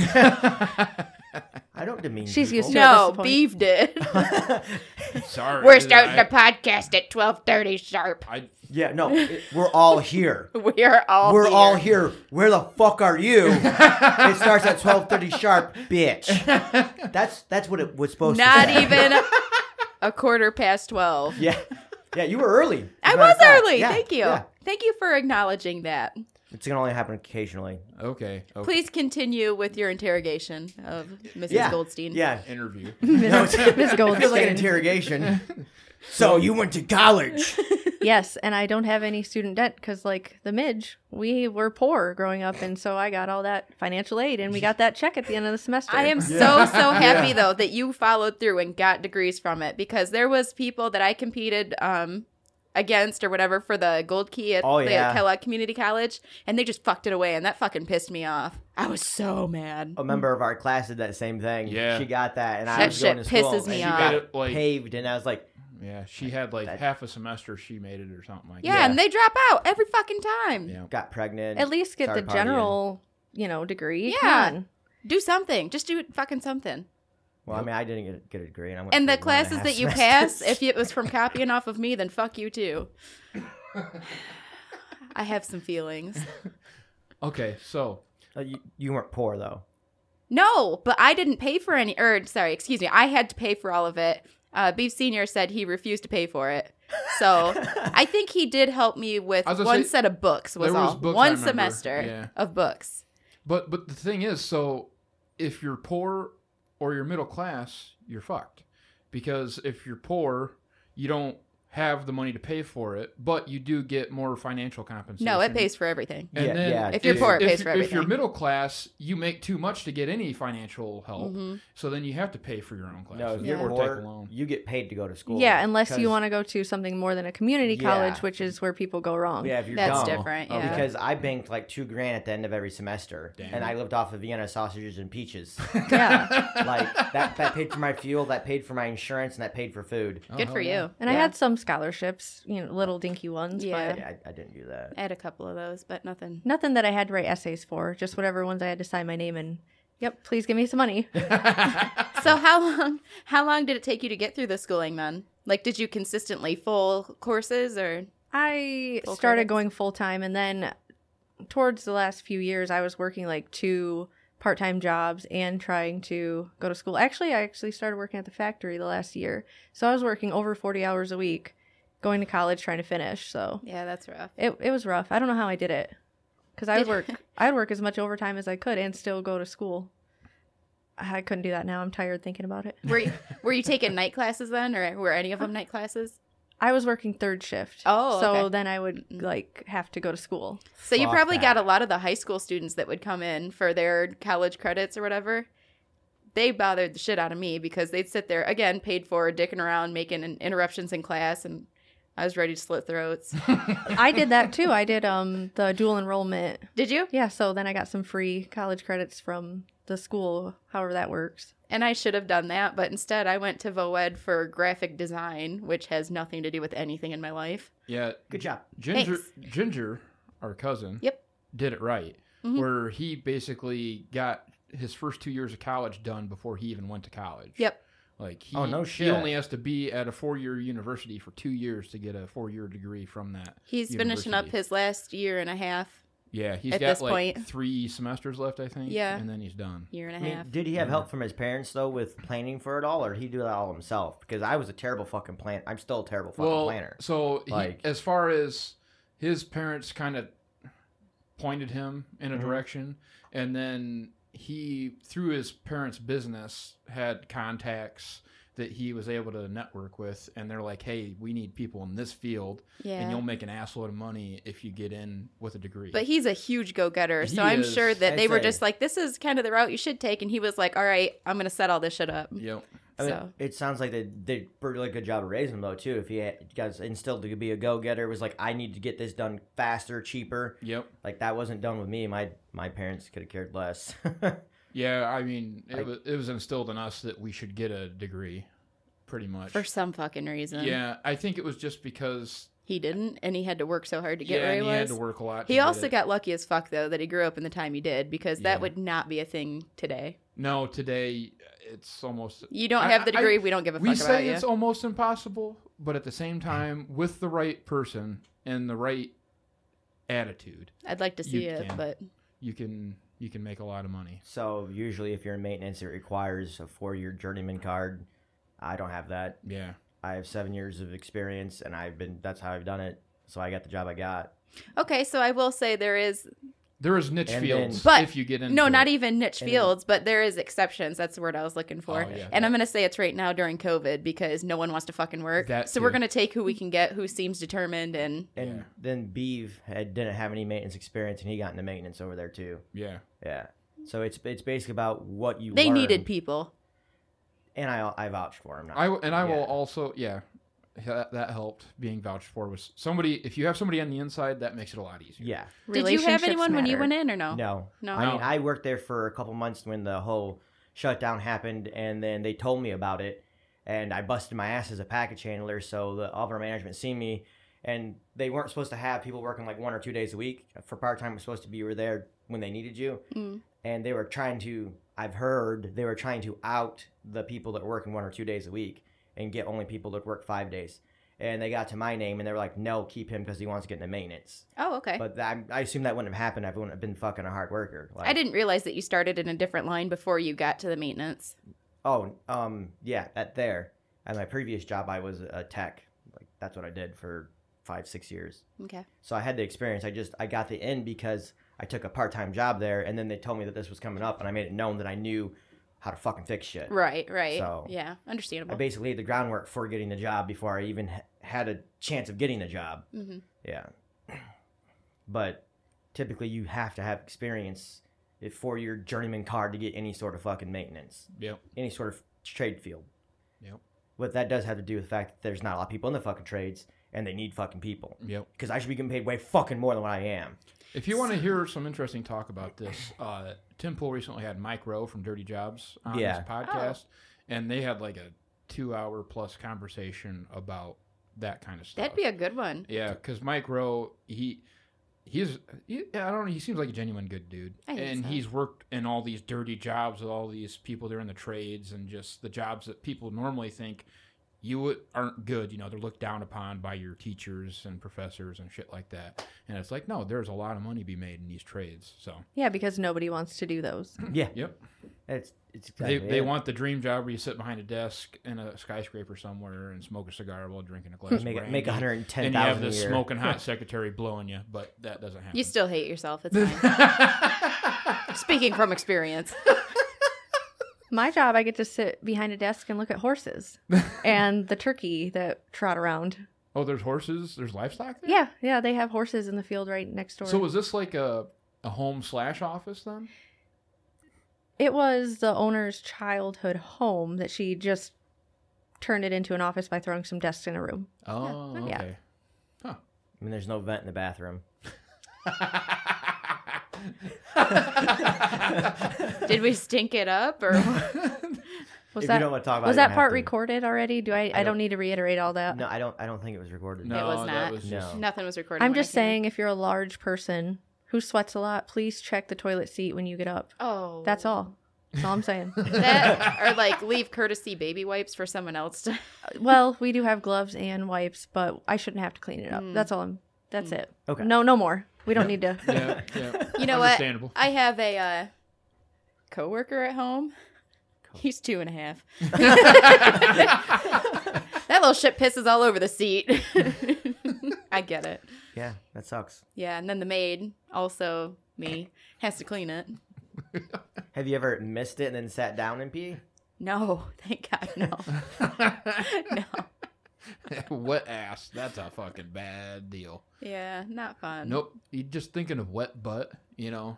I don't demean. She's used people. to at no, this point. Beef did. <laughs> Sorry. We're starting I, the podcast at twelve thirty sharp. I, Yeah, no, it- we're all here. <laughs> We are all. We're here. all here. Where the fuck are you? It starts at twelve thirty sharp, <laughs> bitch. That's that's what it was supposed Not to. say. even <laughs> a quarter past twelve. Yeah, yeah, you were early. as I a matter was of fact. early. Yeah, Thank you. yeah. Thank you for acknowledging that. It's gonna only happen occasionally. Okay. okay. Please continue with your interrogation of Mrs. Yeah. Goldstein. <laughs> Yeah. Interview. Miss, Miss It feels like an Goldstein. interrogation. <laughs> so you went to college. <laughs> yes, and I don't have any student debt because, like the Midge, we were poor growing up, and so I got all that financial aid, and we got that check at the end of the semester. I am Yeah. <laughs> so so happy though that you followed through and got degrees from it because there was people that I competed um against or whatever for the gold key at Oh, the yeah. Kellogg Community College and they just fucked it away and that fucking pissed me off. I was so mad. A member of our class did that same thing. Yeah. She got that, and I That was going to shit school. pisses and me she off. got Made it, like- paved, and I was like, Yeah, she had like That- half a semester. She made it or something like Yeah, that. and they drop out every fucking time. Yeah. got pregnant. At least get Sorry, the Party. general, you know, degree. Come Yeah. on. Do something. Just do fucking something. Well, I mean, I didn't get, get a degree, and I went And for one the a classes half that you semesters. <laughs> <laughs> pass, if it was from copying off of me, then fuck you too. I have some feelings. Okay, so Uh, you, you weren't poor though. <laughs> No, but I didn't pay for any. Or sorry, excuse me, I had to pay for all of it. Uh, Beef Senior said he refused to pay for it, so I think he did help me with I was gonna one say, set of books. Was there was all books, I one remember. semester Yeah. of books. But but the thing is, so if you're poor or you're middle class, you're fucked. Because if you're poor, you don't have the money to pay for it, but you do get more financial compensation. No, it pays for everything. And Yeah, then yeah, If you're poor, it if- pays for If you're everything. middle class, you make too much to get any financial help. Mhm. So then you have to pay for your own class No, if Yeah. you're or poor, take a loan. you get paid to go to school. Yeah, unless you 'Cause- want to go to something more than a community Yeah. college, which is where people go wrong. Yeah, if you're That's dumb. different. Oh, Yeah. Because I banked like two grand at the end of every semester, Damn. and I lived off of Vienna sausages and <laughs> peaches. Yeah. like that, that paid for my fuel, that paid for my insurance, and that paid for food. Oh, Good hell for yeah. you. And I Yeah. had some scholarships, you know, little dinky ones, Yeah. but Yeah, I, I didn't do that. I had a couple of those, but nothing. nothing that I had to write essays for, just whatever ones I had to sign my name in. Yep, please give me some money. So how long? How long did it take you to get through the schooling then? Like, did you consistently full courses or? I Full started credits? going full time, and then towards the last few years, I was working like two part time jobs and trying to go to school. Actually, I actually started working at the factory the last year, so I was working over forty hours a week, going to college trying to finish. So Yeah, that's rough. it it was rough. I don't know how I did it because I would work <laughs> I'd work as much overtime as I could and still go to school. I couldn't do that now. I'm tired thinking about it. Were you, were you taking night classes then, or were any of them night classes? I was working third shift. Oh, so okay. then I would like have to go to school. So you Fuck probably that. got a lot of the high school students that would come in for their college credits or whatever. They bothered the shit out of me because they'd sit there again, paid for, dicking around, making in- interruptions in class, and I was ready to slit throats. I did that too. I did um the dual enrollment. Did you? Yeah, so then I got some free college credits from the school, however that works. And I should have done that, but instead I went to VOED for graphic design, which has nothing to do with anything in my life. <laughs> yeah, Good job. Ginger, Ginger, our cousin, Yep. did it right. Mhm. Where he basically got his first two years of college done before he even went to college. Yep. Like he, Oh, no he shit. only has to be at a four-year university for two years to get a four-year degree from that. He's finishing up University. his last year and a half, Yeah, he's At got this like point. three semesters left, I think. Yeah. and then he's done. year and I a half. mean, did he have Mm-hmm. help from his parents though with planning for it all, or he do that all himself? Because I was a terrible fucking plan. I'm still a terrible fucking well, planner. so he- Like- as far as his parents kind of pointed him in a Mhm. direction, and then he, through his parents' business, had contacts that he was able to network with, and they're like, "Hey, we need people in this field, and Yeah. you'll make an assload of money if you get in with a degree." But he's a huge go getter. He So I'm is. sure that I'd they were say. just like, this is kind of the route you should take. And he was like, all right, I'm going to set all this shit up. yep. I mean, so. it sounds like they did a really good job of raising him though too. If he had, guys instilled to be a go getter, was like I need to get this done faster, cheaper. Yep. Like that wasn't done with me. My my parents could have cared less. <laughs> Yeah, I mean, it, I- was, it was instilled in us that we should get a degree, pretty much. For some fucking reason. yeah, I think it was just because He didn't, and he had to work so hard to get yeah, where he, and he was. had to work a lot. to He get also it. got lucky as fuck, though, that he grew up in the time he did, because Yeah. that would not be a thing today. No, today it's almost. You don't I- have the I- degree, we don't give a We fuck about say you. it's almost impossible, but at the same time, with the right person and the right attitude, I'd like to you see it, can. but you can you can make a lot of money. so usually, if you're in maintenance, it requires a four year journeyman card. I don't have that. Yeah, I have seven years of experience, and I've been. That's how I've done it. So I got the job I got. Okay, so I will say there is There is niche And fields then- But- if you get into No, it. not even niche And- fields, but there is exceptions. That's the word I was looking for. Oh, yeah. and I'm gonna say it's right now during COVID because no one wants to fucking work. That so too. we're gonna take who we can get, who seems determined, and And Yeah. then Beeve had didn't have any maintenance experience, and he got into maintenance over there too. e- Yeah. Yeah. So it's it's basically about what you. they learn, needed people. and I I vouched for him. Now. I and I Yeah. will also yeah. That, that helped being vouched for was somebody if you have somebody on the inside that makes it a lot easier. yeah. Did you have Relationships anyone when you matter. went in or no? No. No. I mean, No. I worked there for a couple months when the whole shutdown happened, and then they told me about it, and I busted my ass as a package handler. So the all of our management seen me, and they weren't supposed to have people working like one or two days a week for part time. Was supposed to be you were there when they needed you, Mm. and they were trying to. I've heard they were trying to out the people that were working one or two days a week and get only people that work five days. And they got to my name, and they were like, "No, keep him because he wants to get into maintenance." Oh, okay. But that, I assume that wouldn't have happened. if I wouldn't have been fucking a hard worker. Like, I didn't realize that you started in a different line before you got to the maintenance. Oh, um, yeah, at there. At my previous job, I was a tech. Like that's what I did for five, six years. Okay. So I had the experience. I just I got the in because I took a part time job there, and then they told me that this was coming up, and I made it known that I knew how to fucking fix shit. Right, right. So- yeah, I understandable. basically laid the groundwork for getting the job before I even h- had a chance of getting the job. hmm Yeah. <clears throat> But typically, you have to have experience if- for your journeyman card to get any sort of fucking maintenance, Yep. any sort of trade field. Yep. But that does have to do with the fact that there's not a lot of people in the fucking trades and they need fucking people. Yep. Because I should be getting paid way fucking more than what I <clears throat> am. If you want to hear some interesting talk about this, uh, Tim Pool recently had Mike Rowe from Dirty Jobs on Yeah. his podcast, and they had like a two-hour plus conversation about that kind of stuff. That'd be a good one. Yeah, because Mike Rowe, he he's he, I don't know, he seems like a genuine good dude, I think and so. he's worked in all these dirty jobs with all these people that are in the trades and just the jobs that people normally think you would- aren't good. You know, they're looked down upon by your teachers and professors and shit like that. And it's like, no, there's a lot of money to be made in these trades. So Yeah, because nobody wants to do those. Yeah. Yep. It's, it's they exactly they it. want the dream job where you sit behind a desk in a skyscraper somewhere and smoke a cigar while drinking a glass of make, brandy. make and you have 110000 a this year. smoking hot secretary blowing you, but that doesn't happen. You still hate yourself. <laughs> <laughs> It's fine. Oh, Speaking from experience. My job, I get to sit behind a desk and look at <laughs> horses and the turkey that trot around. oh, there's horses. There's livestock. There? Yeah, yeah, they have horses in the field right next door. So was this like a a home slash office then? it was the owner's childhood home that she just turned it into an office by throwing some desks in a room. Oh, Yeah. okay. I mean, there's no vent in the bathroom. <laughs> Did we stink it up or Was if that you don't want to talk about was it, you that don't part have to. recorded already? Do I? I, don't- don't need to reiterate all that. No, I don't. I don't think it was recorded. no, was That not. was No. just, nothing was recorded? I'm when I just came in? saying, if you're a large person who sweats a lot, please check the toilet seat when you get up. Oh, That's all. That's all <laughs> I'm saying. <laughs> That or like leave courtesy baby wipes for someone else to. <laughs> well, we do have gloves and wipes, but I shouldn't have to clean it up. Hmm. That's all. I'm. That's it. Okay. No, no more. We don't <laughs> need to. Yeah, yeah. You know what? <laughs> Understandable. <laughs> I have a uh, coworker at home. He's two and a half. that little shit pisses all over the seat. <laughs> I get it. Yeah, that sucks. Yeah, and then the maid, also me, has to clean it. Have you ever missed it and then sat down and pee? No, <laughs> thank God, <laughs> no, no. wet ass. That's a fucking bad deal. Yeah, not fun. Nope. You just thinking of wet butt. You know,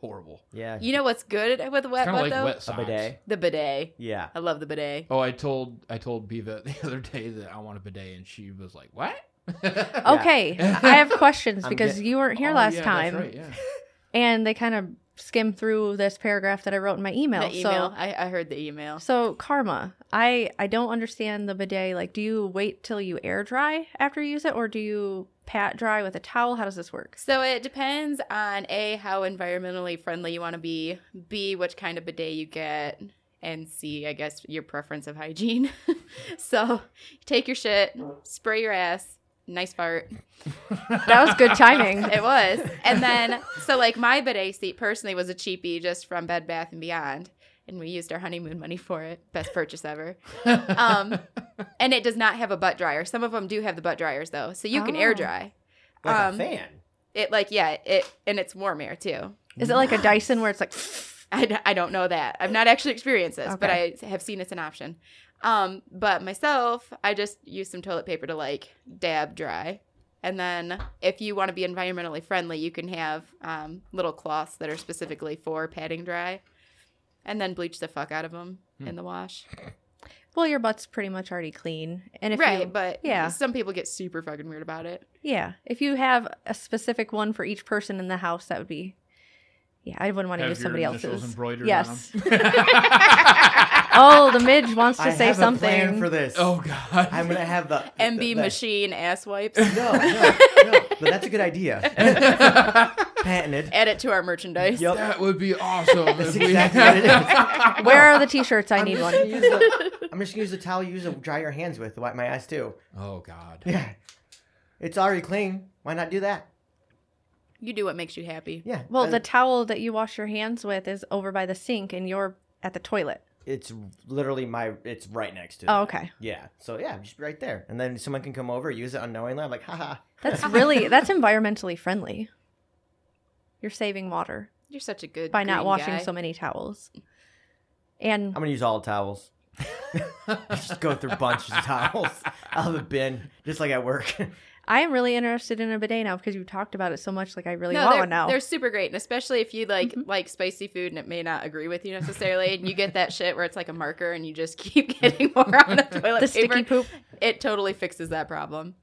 horrible. Yeah. You know what's good with wet Kind of butt like though? wet a socks. bidet. The bidet. Yeah. I love the bidet. Oh, I told I told Beva <laughs> the other day that I want a bidet, and she was like, "What?" Oh, <laughs> Okay, I have <laughs> questions I'm because get- you weren't here <laughs> Oh, last yeah, that's time, right, yeah. <laughs> and they kind of skimmed through this paragraph that I wrote in my email. The email. So, I, I heard the email. so karma. I I don't understand the bidet. Like, do you wait till you air dry after you use it, or do you pat dry with a towel? How does this work? So it depends on A, how environmentally friendly you want to be, B, which kind of bidet you get, and C, I guess your preference of hygiene. <laughs> so take your shit, spray your ass. Nice fart. That <laughs> was good <laughs> timing. It was. And then, so like my bidet seat personally was a cheapie just from Bed Bath and Beyond. And we used our honeymoon money for it. Best purchase ever. Um, and it does not have a butt dryer. Some of them do have the butt dryers though. So you can air Oh. dry. Like a Um, fan. It like yeah, it and it's warm air too. Is it like a Dyson where it's like <laughs> I, d- I don't know that. I've not actually experienced this, but I Okay. have seen it's an option. Um, but myself, I just use some toilet paper to like dab dry. And then if you want to be environmentally friendly, you can have um, little cloths that are specifically for padding dry. And then bleach the fuck out of them in the wash. well your butt's pretty much already clean and if right, you, but yeah. some people get super fucking weird about it. yeah if you have a specific one for each person in the house that would be yeah I wouldn't want to Have use your somebody initials else's embroidered yes <laughs> on 'em. oh the midge wants to I say have something a plan for this. <laughs> oh god. <laughs> I'm gonna have <laughs> the MB the- the- machine ass wipes. <laughs> No, no, no. But that's a good <laughs> idea. Patented. Add it to our merchandise. Yep. that would be awesome. That's if we exactly had- what it is. where are the t-shirts I need just one gonna use the- I'm just gonna use the towel you use to dry your hands with to wipe my ass too. <laughs> Oh <laughs> god. Yeah. It's already clean. Why not do that? You do what makes you happy. Yeah. well Uh, the towel that you wash your hands with is over by the sink and you're at the toilet it's literally my. It's right next to. oh that. okay Yeah. So yeah, just right there, and then someone can come over, use it unknowingly. I'm like, haha. that's really that's environmentally friendly you're saving water You're such a good by not green washing guy. so many towels. And I'm gonna use all the towels. just go through bunches of towels <laughs> out of the bin, just like at work. <laughs> I am really interested in a bidet now because you talked about it so much. Like I really want they're, one now. They're super great, and especially if you like like spicy food and it may not agree with you necessarily, and you get that shit where it's like a marker and you just <laughs> keep getting more on the <laughs> toilet The paper. sticky <laughs> poop. It totally fixes that problem.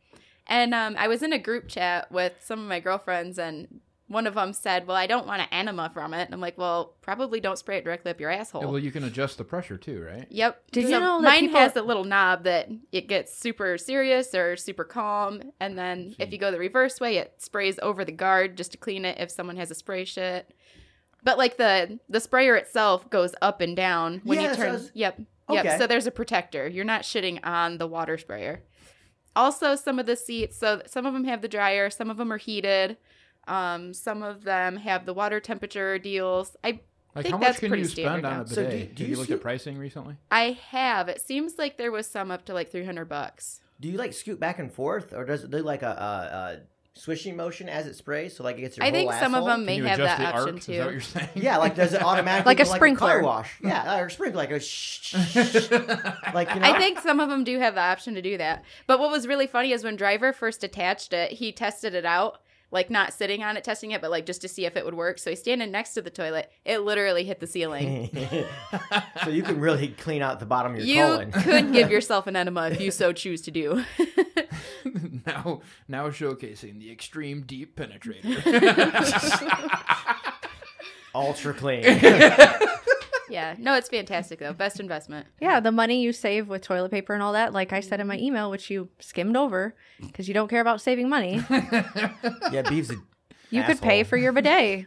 And um, I was in a group chat with some of my girlfriends, and one of them said, "Well, I don't want an enema from it." And I'm like, "Well, probably don't spray it directly up your asshole." Yeah, well, you can adjust the pressure too, right? Yep. Did you So know that mine people- has a little knob that it gets super serious or super calm, and then if you go the reverse way, it sprays over the guard just to clean it if someone has a spray shit. But like the the sprayer itself goes up and down when Yeah, you so turn. it's- Yep. Okay. Yep. So there's a protector. You're not shitting on the water sprayer. Also, some of the seats. So some of them have the dryer. Some of them are heated. Um, some of them have the water temperature deals. I Like think how much that's can pretty you spend standard on now. a bidet? So do- do Have you you looked see- at pricing recently? I have. It seems like there was some up to like 300 bucks. Do you like scoot back and forth, or does it do like a, a, a swishing motion as it sprays? So like it gets your I whole think some of asshole? them Can may you have adjust that the option arc? too. Is that what you're saying? Yeah, like does it automatically Like a go sprinkler. car wash? Yeah, or a sprinkler, like a shh, shh, <laughs> shh. <laughs> like you know. <laughs> I think some of them do have the option to do that. But what was really funny is when Driver first attached it, he tested it out, like not sitting on it, testing it, but like just to see if it would work. So he's standing next to the toilet. It literally hit <laughs> the ceiling. so you can really clean out the bottom of your You colon. <laughs> could give yourself an enema if you so choose to do. <laughs> now, now showcasing the extreme deep penetrator. Ultra <laughs> clean. yeah. No, it's fantastic though. Best investment. yeah, the money you save with toilet paper and all that, like I said in my Mm. email, which you skimmed over because you don't care about saving money, yeah, Beeves. A, you could pay Asshole. for your bidet.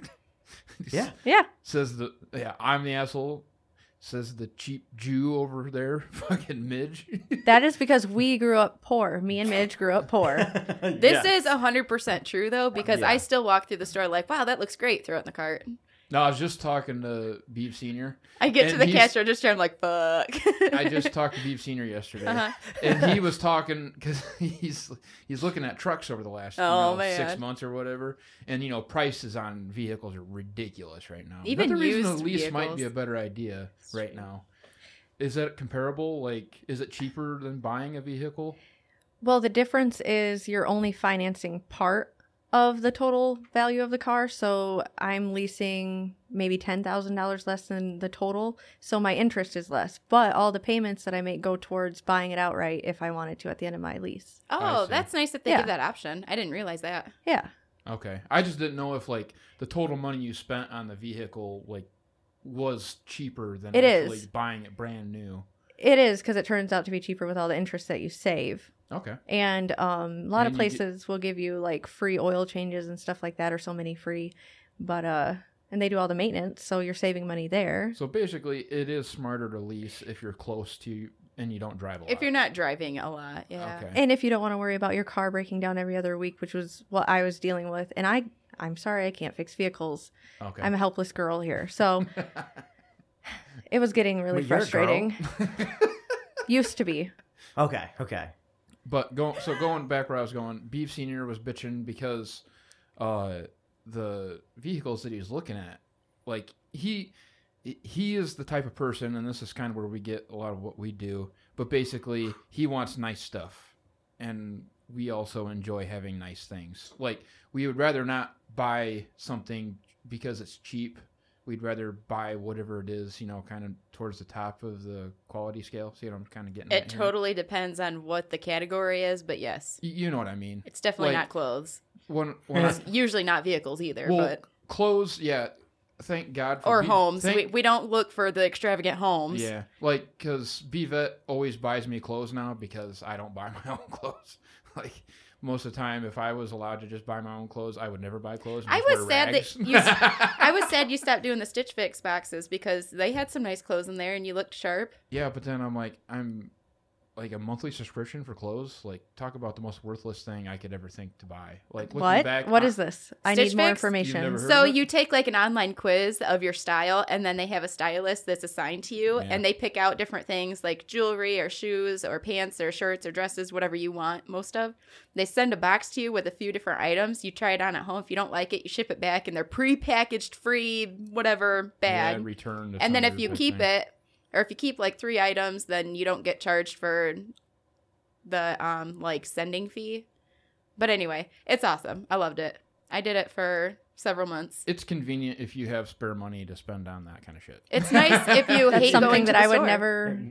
yeah, Yeah, Says the yeah, I'm the asshole. Says the cheap Jew over there, <laughs> fucking Midge. that is because we grew up poor. Me and Midge grew up poor. <laughs> This is is 100% true though, because Yeah. I still walk through the store like, wow, that looks great. Throw it in the cart. no, I was just talking to Beef Senior. I get to And the he's- cash register. I'm like, fuck. I just talked to Beef Senior yesterday, <laughs> Uh-huh. and <laughs> he was talking because <laughs> he's he's looking at trucks over the last you Oh, know, six man. months or whatever, and you know prices on vehicles are ridiculous right now. Even Another reason used a lease might vehicles. be a better idea right now. Is that comparable? Like, is it cheaper than buying a vehicle? Well, the difference is you're only financing part of the total value of the car. So I'm leasing maybe $10,000 less than the total. So my interest is less. But all the payments that I make go towards buying it outright if I wanted to at the end of my lease. I oh, see. that's nice that they Yeah. give that option. I didn't realize that. Yeah. Okay, I just didn't know if like the total money you spent on the vehicle like was cheaper than It actually is. buying it brand new. It is because it turns out to be cheaper with all the interest that you save. Okay, And um, a lot of And you get- places will give you like free oil changes and stuff like that, or so many free. But, uh, and they do all the maintenance. So you're saving money there. so basically, it is smarter to lease if you're close to and you don't drive a lot. If you're not driving a lot, yeah. Okay. and if you don't want to worry about your car breaking down every other week which was what i was dealing with and i i'm sorry i can't fix vehicles Okay. i'm a helpless girl here <laughs> so it was getting really Well, you're a girl. <laughs> frustrating used to be okay, okay. but go, so going back where I was going, Beef Senior was bitching because uh, the vehicles that he's looking at. Like he he is the type of person, and this is kind of where we get a lot of what we do. But basically, he wants nice stuff, and we also enjoy having nice things. Like we would rather not buy something because it's cheap. We'd rather buy whatever it is, you know, kind of towards the top of the quality scale. See what I'm kind of getting? It at here? totally depends on what the category is, but yes, Y- You know what I mean? it's definitely Like- not clothes. <laughs> When when I, It's usually not vehicles either, well, but clothes, yeah. Thank God for or Be- homes. thank- we, we don't look for the extravagant homes. Yeah, like because Bvet always buys me clothes now because I don't buy <laughs> my own clothes. Like most of the time, if I was allowed to just buy my own clothes, I would never buy clothes. and I just wear was sad rags. that you. s- <laughs> I was sad you stopped doing the Stitch Fix boxes because they had some nice clothes in there and you looked sharp. yeah, but then I'm like, I'm like a monthly subscription for clothes. Like, talk about the most worthless thing I could ever think to buy. Like, looking What? back, what I- is this? I Stitch need more Fix? You've information. never heard- So of it? you take like an online quiz of your style, and then they have a stylist that's assigned to you, Yeah. and they pick out different things like jewelry or shoes or pants or shirts or dresses, whatever you want most of. They send a box to you with a few different items. You try it on at home. If you don't like it, you ship it back in their prepackaged free whatever yeah, bag. return. to and then some if you weird keep thing. it, or if you keep like three items, then you don't get charged for the um like sending fee. But anyway, it's awesome. I loved it. I did it for several months. it's convenient if you have spare money to spend on that kind of shit. <laughs> It's nice if you That's hate something going that to the I would store. never.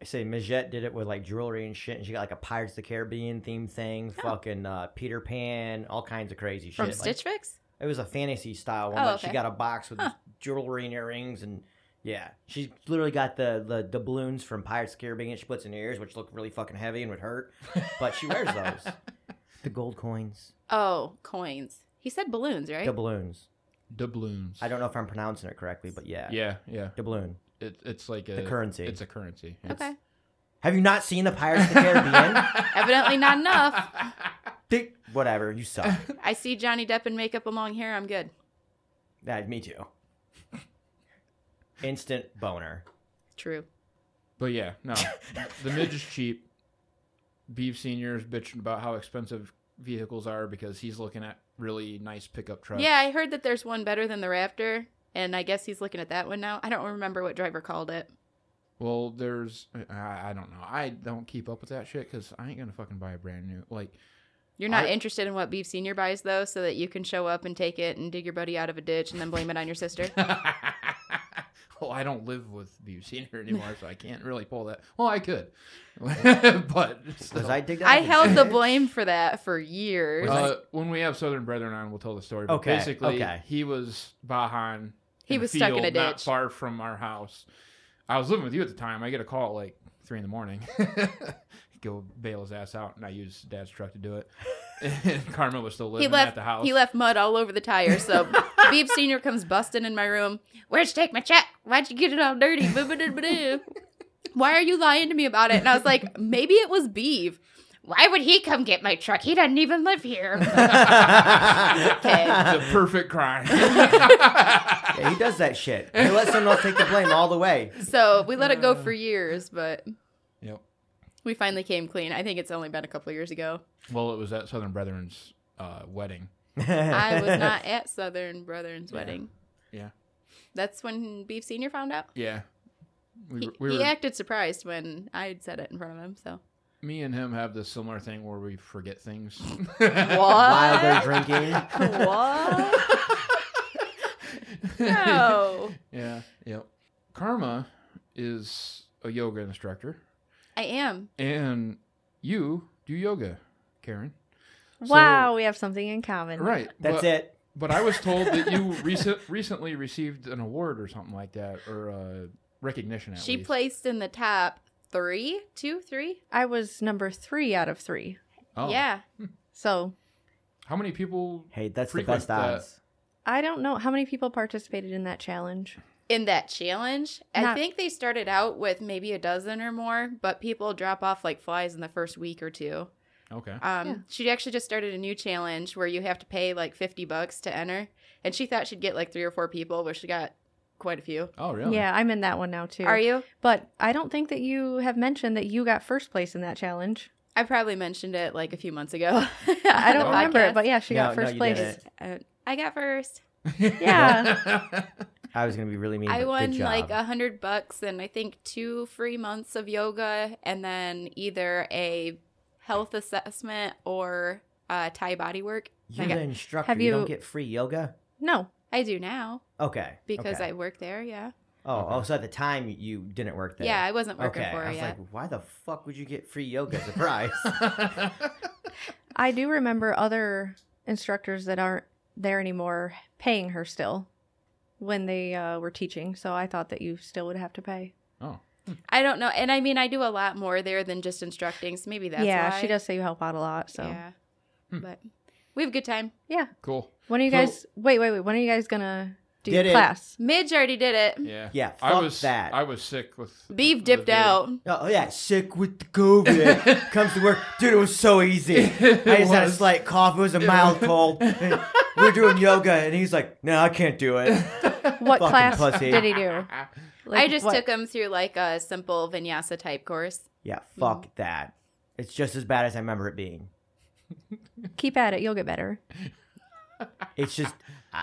I say Majette did it with like jewelry and shit, and she got like a Pirates of the Caribbean theme thing, fucking uh, Peter Pan, all kinds of crazy shit. from Like, Stitch Fix. it was a fantasy style one. Oh, like she okay. got a box with Huh. jewelry and earrings, and yeah, she literally got the the the balloons from Pirates of the Caribbean. She puts in her ears, which look really fucking heavy and would hurt, but she wears <laughs> those. the gold coins, Oh, coins. He said balloons, right? the balloons. Doubloons. I don't know if I'm pronouncing it correctly, but yeah, Yeah, yeah. the balloon, It, it's like a the currency. It's a currency. yeah. <laughs> okay. Have you not seen the Pirates of the Caribbean? <laughs> <laughs> Evidently not enough. Dick, whatever, you suck. <laughs> I see Johnny Depp in makeup and long hair. I'm good. Yeah, me too. Instant <laughs> boner. True. But yeah, no. the midge is cheap. Beef Senior's bitching about how expensive vehicles are because he's looking at really nice pickup trucks. Yeah, I heard that there's one better than the Raptor, and I guess he's looking at that one now. I don't remember what driver called it. Well, there's I, I don't know. I don't keep up with that shit because I ain't gonna fucking buy a brand new like. You're not I- interested in what Beef Senior buys though, so that you can show up and take it and dig your buddy out of a ditch and then blame it on your sister. <laughs> well, I don't live with Beef <laughs> Senior anymore, so I can't really pull that. Well, I could, <laughs> but still. Was I dig that? I up? held the <laughs> blame for that for years. Uh, when we have Southern Brethren on, we'll tell the story. But Okay, basically, okay. he was Bahan. He in a was stuck in field a Not ditch. far from our house. I was living with you at the time. I get a call at like three in the morning. <laughs> Go bail his ass out, and I used Dad's truck to do it. <laughs> And Carmen was still he living left at the house. He left <laughs> mud all over the tires. So Beef Senior comes busting in my room. Where'd you take my check? Why'd you get it all dirty? Boo, boo, doo, boo, doo. Why are you lying to me about it? And I was like, maybe it was Beef. Why would he come get my truck? He doesn't even live here. <laughs> <laughs> the Okay. perfect <laughs> crime. Yeah, he does that shit. He lets someone else take the blame all the way. so we let it go for years, but yep. we finally came clean. I think it's only been a couple years ago. Well, it was at Southern Brethren's uh, wedding. <laughs> I <laughs> was not at Southern Brethren's Yeah. wedding. Yeah. That's when Beef Senior found out. Yeah. We, He, were- we he were, acted surprised when I had said it in front of him. So me and him have this similar thing where we forget things. <laughs> While they're What? drinking. what? No. <laughs> Yeah. Yep. Karma is a yoga instructor, <laughs> I am. and you do yoga, Karen. So- Wow, we have something in common. Right. That's but, it. But I was told that you recent, recently received an award or something like that, or uh, recognition. At She least. placed in the top three, two, three. I was number three out of three. Oh. Yeah. So How many people? Hey, that's Frequent the best odds. I don't know how many people participated in that challenge. In that challenge, I Not- think they started out with maybe a dozen or more, but people drop off like flies in the first week or two. Okay. Um, Yeah. She actually just started a new challenge where you have to pay like 50 bucks to enter. And she thought she'd get like three or four people, but she got quite a few. Oh, really? <laughs> Yeah, I'm in that one now too. Are you? But I don't think that you have mentioned that you got first place in that challenge. I probably mentioned it like a few months ago. <laughs> I don't on the remember, podcast. but yeah, she No, got no, first you place. didn't. Uh, I got first. Yeah. I was gonna be really mean. I but won good job. like a hundred bucks and I think two free months of yoga and then either a health assessment or uh, Thai body work. You're I got- the instructor. Have you, don't you- get free yoga. No. I do now Okay. because okay. I work there. Yeah, Oh, Okay. oh, so at the time you didn't work there. yeah, I wasn't working okay. for I it was yet. like, why the fuck would you get free yoga? <laughs> Surprise. I do remember other instructors that aren't there anymore paying her still when they uh, were teaching. So I thought that you still would have to pay. <laughs> oh, I don't know, and I mean, I do a lot more there than just instructing, so maybe that's yeah, why. she does say you help out a lot. So Yeah, Hmm. but we have a good time. cool. when are you So- guys? wait, wait, wait. When are you guys gonna do Did it. <laughs> class? Midge already did it. Yeah. Mm-hmm. Yeah, fuck I was that. I was sick with Beef with dipped the- <laughs> out. oh yeah, sick with the COVID. Comes to work, dude. It was so <laughs> easy. I It just had a was. <laughs> slight cough. It was a mild <laughs> cold. And we were doing yoga, and he's like, "No, I can't do it." What Fucking class pussy. did he <laughs> do? I just what- took him through like a simple vinyasa type course. Yeah, fuck that. It's just as bad as I remember it being. Keep at it. You'll get better. It's just I,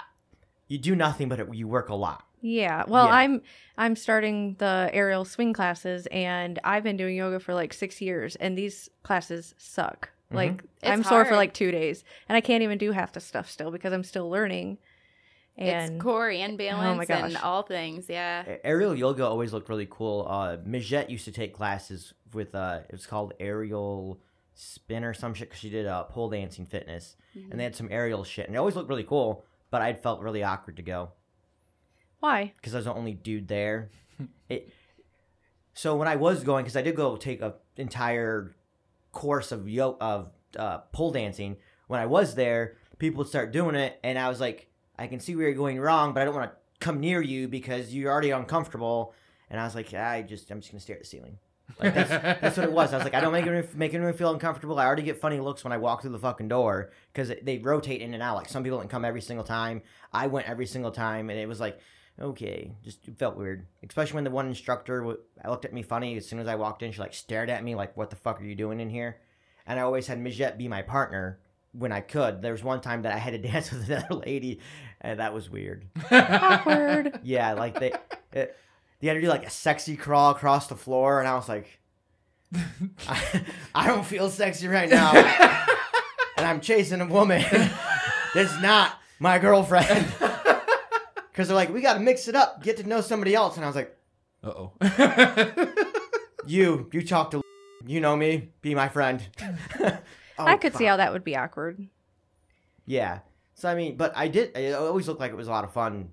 you do nothing, but it, you work a lot. Yeah. Well, Yeah. I'm I'm starting the aerial swing classes and I've been doing yoga for like 6 years and these classes suck. Mhm. Like It's I'm sore for hard. like 2 days and I can't even do half the stuff still because I'm still learning. And Oh it's core and balance and gosh. all things. Yeah. A- Aerial yoga always looked really cool. Uh, Mijette used to take classes with uh, it was called aerial spin or some shit because she did uh, pole dancing fitness, and they had some aerial shit, and it always looked really cool. But I felt really awkward to go <laughs> why? because I was the only dude there. it. So when I was going, because I did go take a entire course of yo of uh, pole dancing. When I was there, people would start doing it, and I was like, I can see where you're going wrong, but I don't want to come near you because you're already uncomfortable. And I was like, I just, I'm just gonna stare at the ceiling. Like that's, that's what it was. I was like, I don't make anyone, make anyone feel uncomfortable. I already get funny looks when I walk through the fucking door because they rotate in and out. Like some people didn't come every single time. I went every single time, and it was like, okay, just it felt weird. Especially when the one instructor w- looked at me funny as soon as I walked in. She like stared at me like, "What the fuck are you doing in here?" And I always had Mijette be my partner when I could. There was one time that I had to <laughs> dance with another lady, and that was weird. Oh, Awkward. Yeah, like they, it, they had to do like a sexy crawl across the floor, and I was like, I, I don't feel sexy right now, and I'm chasing a woman <laughs> that's not my girlfriend. Because they're like, we got to mix it up, get to know somebody else, and I was like, Uh <laughs> oh. you, you talk to, you know me, be my friend. <laughs> Oh, I could see fuck. how that would be awkward. Yeah. So I mean, but I did. It always looked like it was a lot of fun,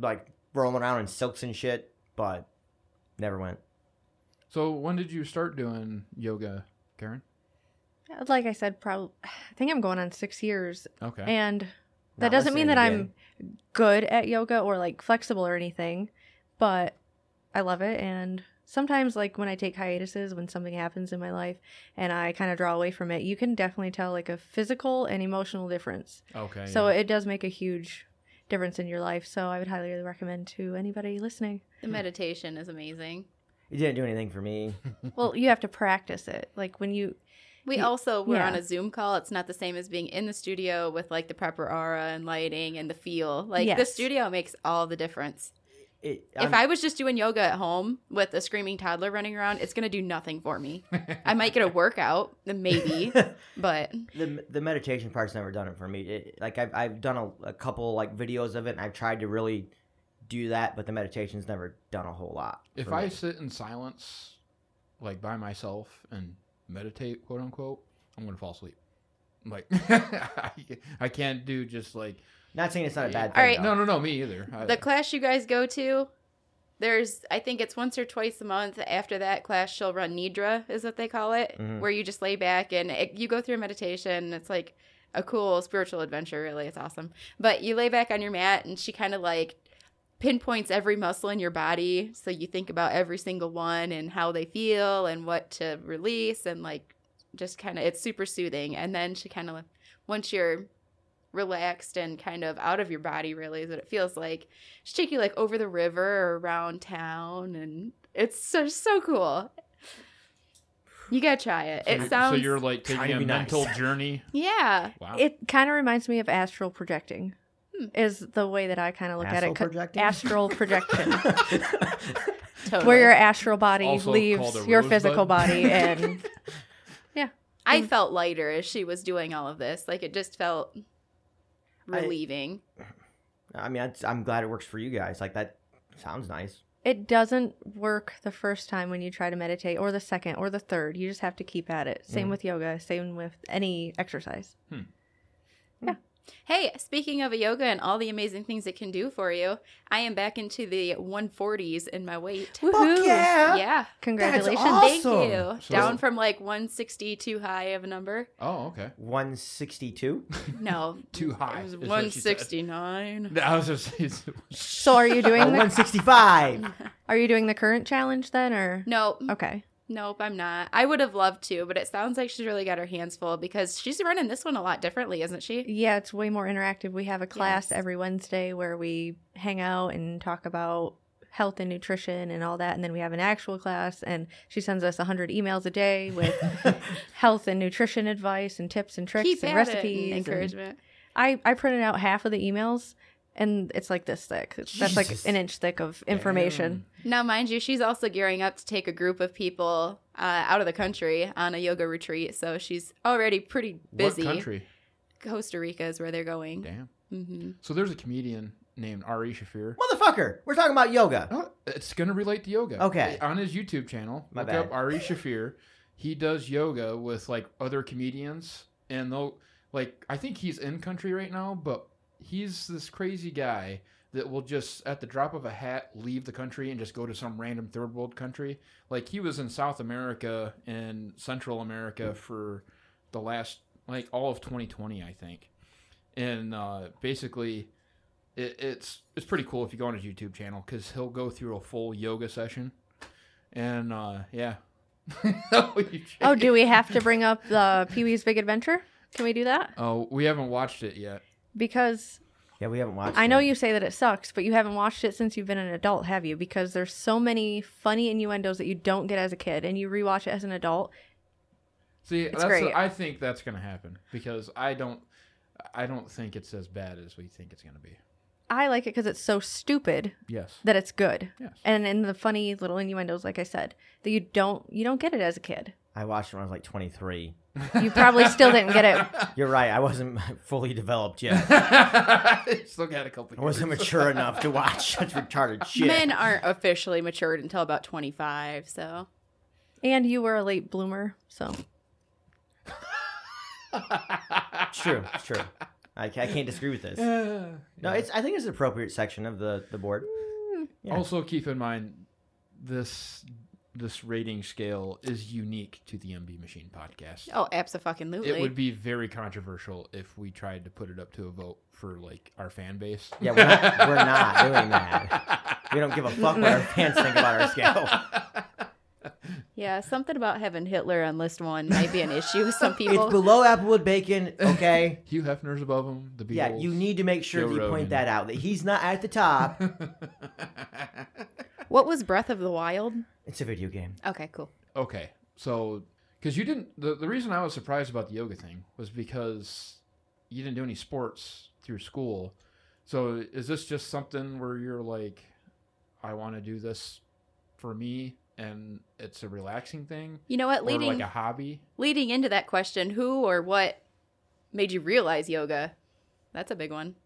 like rolling around in silks and shit. But never went. so when did you start doing yoga, Karen? Like I said, probably <sighs> I think I'm going on 6 years Okay. and that Not doesn't mean that listening I'm good at yoga or like flexible or anything, but I love it. And sometimes, like when I take hiatuses, when something happens in my life and I kind of draw away from it, you can definitely tell like a physical and emotional difference. okay. So yeah. it does make a huge difference in your life. So I would highly recommend to anybody listening. <laughs> The <laughs> meditation is amazing. It didn't do anything for <laughs> me. Well, you have to practice it. Like when you, We Y- also were yeah. on a Zoom call. It's not the same as being in the studio with like the proper aura and lighting and the feel. Like the Yes. studio makes all the difference. It, if I'm- I was just doing yoga at home with a screaming toddler running around, it's going to do nothing for me. <laughs> I might get a workout, then maybe, but the the meditation part's never done it for me. It, like I've I've done a, a couple like videos of it, and I've tried to really do that, but the meditation's never done a whole lot. if for I me. sit in silence, like by myself and meditate, quote unquote, I'm gonna fall asleep. I'm Like <laughs> I, I can't do just like not saying it's not a bad thing. All right. though. no no no me either. I- the class you guys go to there's i think it's once or twice a month after that class she'll run nidra is what they call it Mhm. where you just lay back and it, you go through a meditation it's like a cool spiritual adventure really it's awesome but you lay back on your mat and she kind of like pinpoints every muscle in your body so you think about every single one and how they feel and what to release and like just kind of it's super soothing and then she kind of once you're relaxed and kind of out of your body really is what it feels like she take you like over the river or around town and it's so so cool You gotta try it. So It you're- sounds. So you're like taking Kinda a be nice. mental journey. yeah. Wow. It kind of reminds me of astral projecting. Is the way that I kind of look at Astral it. 'cause- projecting? <laughs> Astral projection, <laughs> Totally. where your astral body Also called leaves a your rosebud. physical <laughs> body, and I felt lighter as she was doing all of this. Like it just felt relieving. I mean, I'd- I'm glad it works for you guys. Like that sounds nice. it doesn't work the first time when you try to meditate, or the second, or the third. You just have to keep at it. Same Mm. with yoga. Same with any exercise. hey, speaking of yoga and all the amazing things it can do for you, I am back into the 140s in my weight. Woohoo. Fuck yeah! Yeah. Congratulations! awesome. Thank you. So- Down from like 160 too high of a number. Oh, okay. 162. No. Too high. <laughs> It was is what she said. <laughs> 169. I was just it's- <laughs> So are you Or <laughs> doing the, <laughs> 165. are you doing the current challenge then, or No, okay? nope, I'm not. I would have loved to, but it sounds like she's really got her hands full because she's running this one a lot differently, isn't she? Yeah, it's way more interactive. We have a class Yes. every Wednesday where we hang out and talk about health and nutrition and all that. And then we have an actual class, and she sends us 100 emails a day with health and nutrition advice and tips and tricks Keep and at it and recipes. and- encouragement. I, I printed out half of the emails, and it's like this thick. It's- That's Jesus. like an inch thick of information. Now, mind you, she's also gearing up to take a group of people uh, out of the country on a yoga retreat, so she's already pretty busy. What country? Costa Rica is where they're going. Damn. hmm So there's a comedian named Ari Shafir. Motherfucker, we're talking about yoga. No, it's gonna relate to yoga. Okay. On his YouTube channel, My look bad. up Ari Shafir. He does yoga with like other comedians, and they'll like I think he's in country right now, but he's this crazy guy that will just at the drop of a hat leave the country and just go to some random third world country. Like he was in South America and Central America for the last like all of 2020, I think, and uh, basically it, it's it's pretty cool if you go on his YouTube channel because he'll go through a full yoga session, and uh, yeah. <laughs> oh, you Oh, do we have to bring up the Pee Wee's Big Adventure? Can we do that? <laughs> Oh, we haven't watched it yet. Because Yeah, we haven't watched. I know it. you say that it sucks, but you haven't watched it since you've been an adult, have you? Because there's so many funny innuendos that you don't get as a kid, and you rewatch it as an adult. See, that's great. what- I think that's gonna happen because I don't, I don't think it's as bad as we think it's gonna be. I like it because it's so stupid Yes. that it's good, Yes. and in the funny little innuendos, like I said, that you don't you don't get it as a kid. I watched it when I was like 23. You probably still didn't <laughs> get it. You're right. I wasn't <laughs> fully developed yet. <laughs> Still got a couple. I wasn't years. mature <laughs> enough to watch such retarded shit. Men aren't officially matured until about 25, so. And you were a late bloomer, so It's true. It's true. I, ca- I can't disagree with <sighs> this. Yeah. No, it's. I think it's an appropriate section of the the board. Yeah. Also, keep in mind this this rating scale is unique to the MB Machine podcast. Oh, absolutely. It would be very controversial if we tried to put it up to a vote for like our fan base. Yeah, we're not, we're not doing that. We don't give a fuck what our fans think about our <laughs> scale. Yeah, something about having Hitler on list one might be an issue <laughs> with some people. It's below Applewood Bacon, okay? Hugh Hefner's above him. The Beatles. Yeah, you need to make sure Joe that you Rogan. point that out that he's not at the top. what was Breath of the Wild? It's a video game. Okay, cool. Okay, so because you didn't, the, the reason I was surprised about the yoga thing was because you didn't do any sports through school. So is this just something where you're like, I want to do this for me, and it's a relaxing thing, You know what? Leading or like a hobby? leading into that question, who or what made you realize yoga? That's a big one.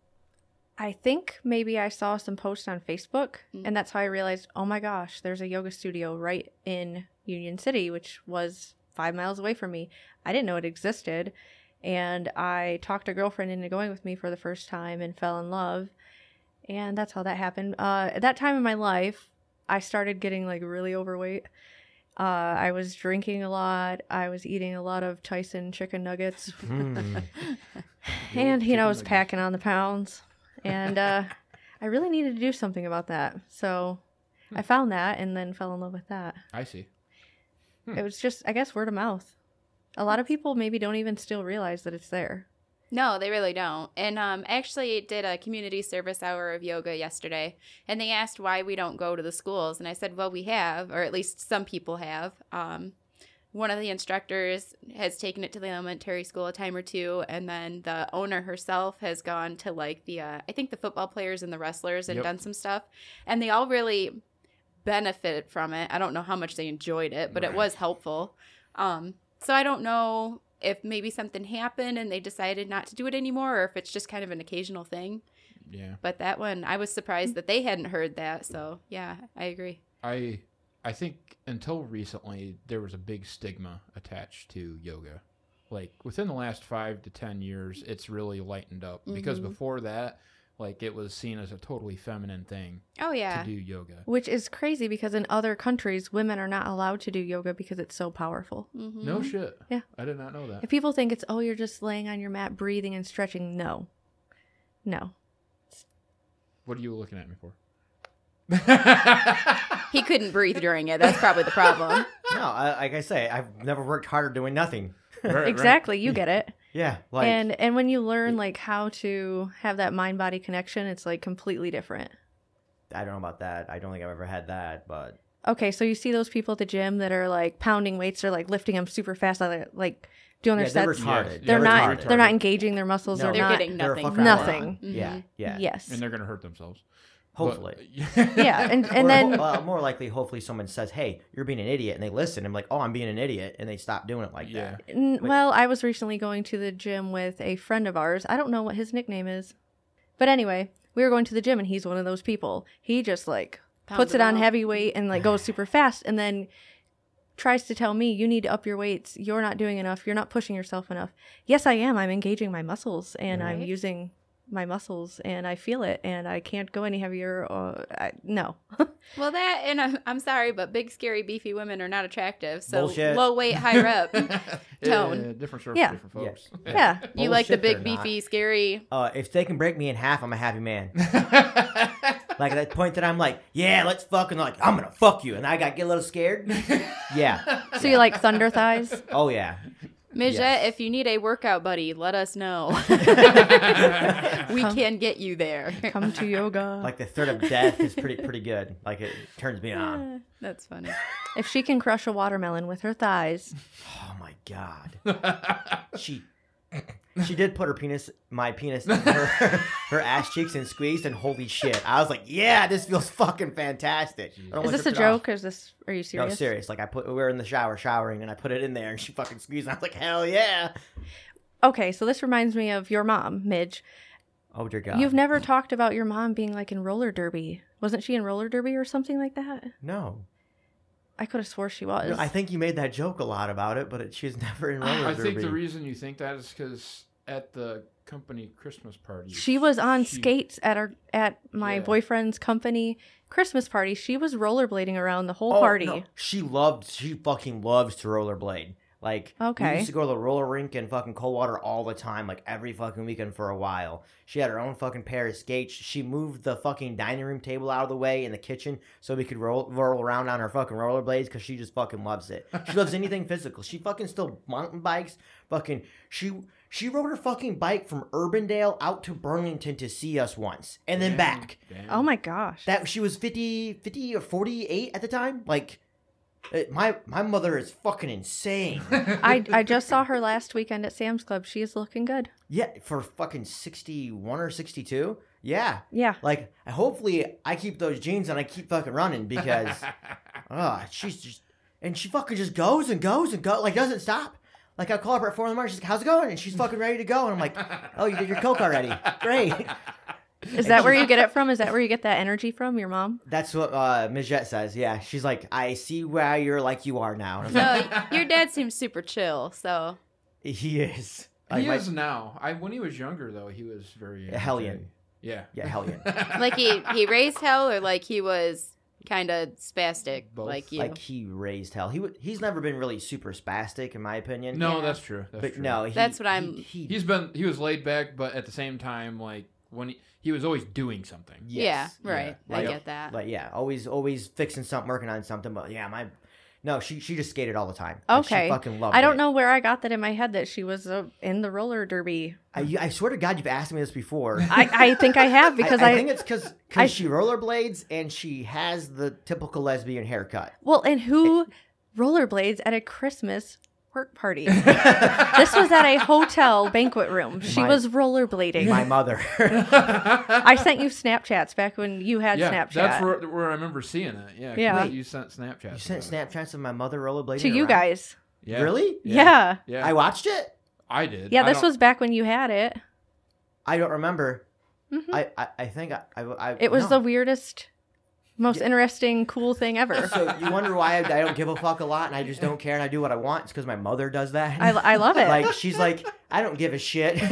I think maybe I saw some posts on Facebook, and that's how I realized, oh my gosh, there's a yoga studio right in Union City, which was five miles away from me. I didn't know it existed. And I talked a girlfriend into going with me for the first time and fell in love. And that's how that happened. Uh, at that time in my life, I started getting like really overweight. Uh, I was drinking a lot. I was eating a lot of Tyson chicken nuggets, <laughs> and you know, I was packing on the pounds, and uh, I really needed to do something about that. So I found that, and then fell in love with that. I see. It was just, I guess, word of mouth. A lot of people maybe don't even still realize that it's there. No, they really don't. And um, I actually did a community service hour of yoga yesterday, and they asked why we don't go to the schools, and I said, well, we have, or at least some people have. Um, one of the instructors has taken it to the elementary school a time or two, and then the owner herself has gone to like the uh, I think the football players and the wrestlers and Yep. done some stuff, and they all really benefited from it. I don't know how much they enjoyed it, but Right. it was helpful. Um, so I don't know if maybe something happened and they decided not to do it anymore, or if it's just kind of an occasional thing. Yeah. But that one, I was surprised that they hadn't heard that. So yeah, I agree. I I think until recently there was a big stigma attached to yoga. Like within the last 5 to 10 years it's really lightened up because Mhm. Mm-hmm. before that like it was seen as a totally feminine thing Oh yeah, to do yoga. Which is crazy because in other countries, women are not allowed to do yoga because it's so powerful. mm-hmm. No shit. Yeah. I did not know that. If people think it's, oh, you're just laying on your mat, breathing and stretching, no. No. What are you looking at me <laughs> for? he couldn't breathe during it. That's probably the problem. No, I, like I say, I've never worked harder doing nothing. Right, right. Exactly. You get it. Yeah, like and and when you learn like how to have that mind body connection, it's like completely different. I don't know about that. I don't think I've ever had that, but Okay, so you see those people at the gym that are like pounding weights or like lifting them super fast, like- like doing their yeah, they're sets. Yes. retarded. they're They're not. retarded. They're not engaging their muscles. No, they're, They're not. getting They're a nothing. fucking Nothing. moron. Yeah, yeah. Yes. And they're going to hurt themselves. But- Hopefully. <laughs> yeah. And and Or then ho- well, more likely, hopefully, someone says, "Hey, you're being an idiot," and they listen. I'm like, "Oh, I'm being an idiot," and they stop doing it like yeah. that. N- well, I was recently going to the gym with a friend of ours. I don't know what his nickname is. But anyway, we were going to the gym and he's one of those people. He just like Pounds puts it it on out. heavy weight and like goes super fast and then tries to tell me you need to up your weights. You're not doing enough. You're not pushing yourself enough. Yes, I am. I'm engaging my muscles and I'm Right. using my muscles and I feel it and I can't go any heavier. Or I, no. Well, that and I'm, I'm sorry, but big, scary, beefy women are not attractive. So Bullshit. low weight, high <laughs> rep. Tone. Yeah, different strokes, Yeah. different folks. Yeah. you like the Bullshit, big, they're not. beefy, scary. Uh, if they can break me in half, I'm a happy man. Like at that point that I'm like, "Yeah, let's fuck," and they're like, "I'm gonna fuck you," and I got get a little <laughs> scared. yeah. So you like thunder thighs? <laughs> Oh yeah. Midget, Yes. if you need a workout buddy, let <laughs> us know. <laughs> <laughs> <laughs> we can get you there. <laughs> Come to <laughs> yoga. Like the threat of death is pretty pretty good. Like it turns me on. That's funny. If she can crush a watermelon with her thighs, Oh my god. <laughs> she she did put her penis my penis in her, <laughs> her ass cheeks and squeezed and holy shit. I was like, yeah, this feels fucking fantastic. I don't is wanna this a rip it off. joke? Or is this? Are you serious? No, serious. Like I put we were in the shower showering and I put it in there and she fucking squeezed and I was like, hell yeah. Okay, so this reminds me of your mom, Midge. Oh dear god. You've never talked about your mom being like in roller derby. Wasn't she in roller derby or something like that? no. I could have swore she was. No, I think you made that joke a lot about it, but it, she's <laughs> never in roller I derby. think the reason you think that is because at the company Christmas party, she was on she- skates at our at my Yeah. boyfriend's company Christmas party. She was rollerblading around the whole Oh, party. no. She loved. She fucking loves to rollerblade. Like, we Okay. used to go to the roller rink and fucking cold water all the time, like every fucking weekend for a while. She had her own fucking pair of skates. She moved the fucking dining room table out of the way in the kitchen so we could roll, roll around on her fucking rollerblades because she just fucking loves it. She loves <laughs> anything physical. She fucking still mountain bikes. Fucking she she rode her fucking bike from Urbandale out to Burlington to see us once and then Damn, back damn. Oh my gosh. that she was 50 50 or 48 at the time like uh, my my mother is <laughs> fucking insane I <laughs> I just saw her last weekend at Sam's Club. She is looking good. yeah for fucking 61 or 62 yeah Yeah. like hopefully i keep those jeans and i keep fucking <laughs> running because ah she's just and she fucking just goes and goes and go like doesn't stop like I call her at four in the morning. She's like, "How's it going?" And she's fucking ready to go. And I'm like, "Oh, you did your coke already? <laughs> Great." Is that where <laughs> you get it from? Is that where you get that energy from? Your mom? That's what uh, Mijette says. Yeah, she's like, "I see why you're like you are now." <laughs> And I was like, <laughs> So your dad seems super chill. So he is. Like, he my- is now. I when he was younger though, he was very A hellion. energetic. Yeah, hell <laughs> yeah. <laughs> Yeah, like he he raised hell, or like he was kind of spastic, Both. like you. Like he raised hell. He wa- he's never been really super spastic, in my opinion. no, Yeah. that's true. That's but true. no, he, That's what I'm- He, he- he's been he was laid back, but at the same time, like when he, he was always doing something. <laughs> yes, yeah, right. yeah. I Like- get that. Like yeah, always always fixing something, working on something. But yeah, my no, she she just skated all the time. Like, she Okay. fucking loved. I don't it. know where I got that in my head that she was uh, in the roller derby. I, you- I swear to God, you've asked me this <laughs> before. I, I think <laughs> I have because I, think it's because <laughs> I- she rollerblades and she has the typical lesbian haircut. well, and who rollerblades at a Christmas work <laughs> party. this was at a <laughs> hotel banquet room. She My- was rollerblading. My mother. <laughs> I sent you Snapchats back when you had yeah, Snapchat. that's where, where I remember seeing it. Yeah, 'cause Yeah. you sent Snapchat. you sent Snapchats of my mother rollerblading to you around? guys. Yeah. Really? Yeah. Yeah, Yeah, I watched it. I, did. I this don't- was back when you had it. I don't remember. Mhm. I, I I think I I, I- It was no. the weirdest, most interesting, cool thing ever. <laughs> So you wonder why I, I don't give a fuck a lot and I just don't care and I do what I want. It's because my mother does that. I, I love it. like she's like I don't give a shit. <laughs>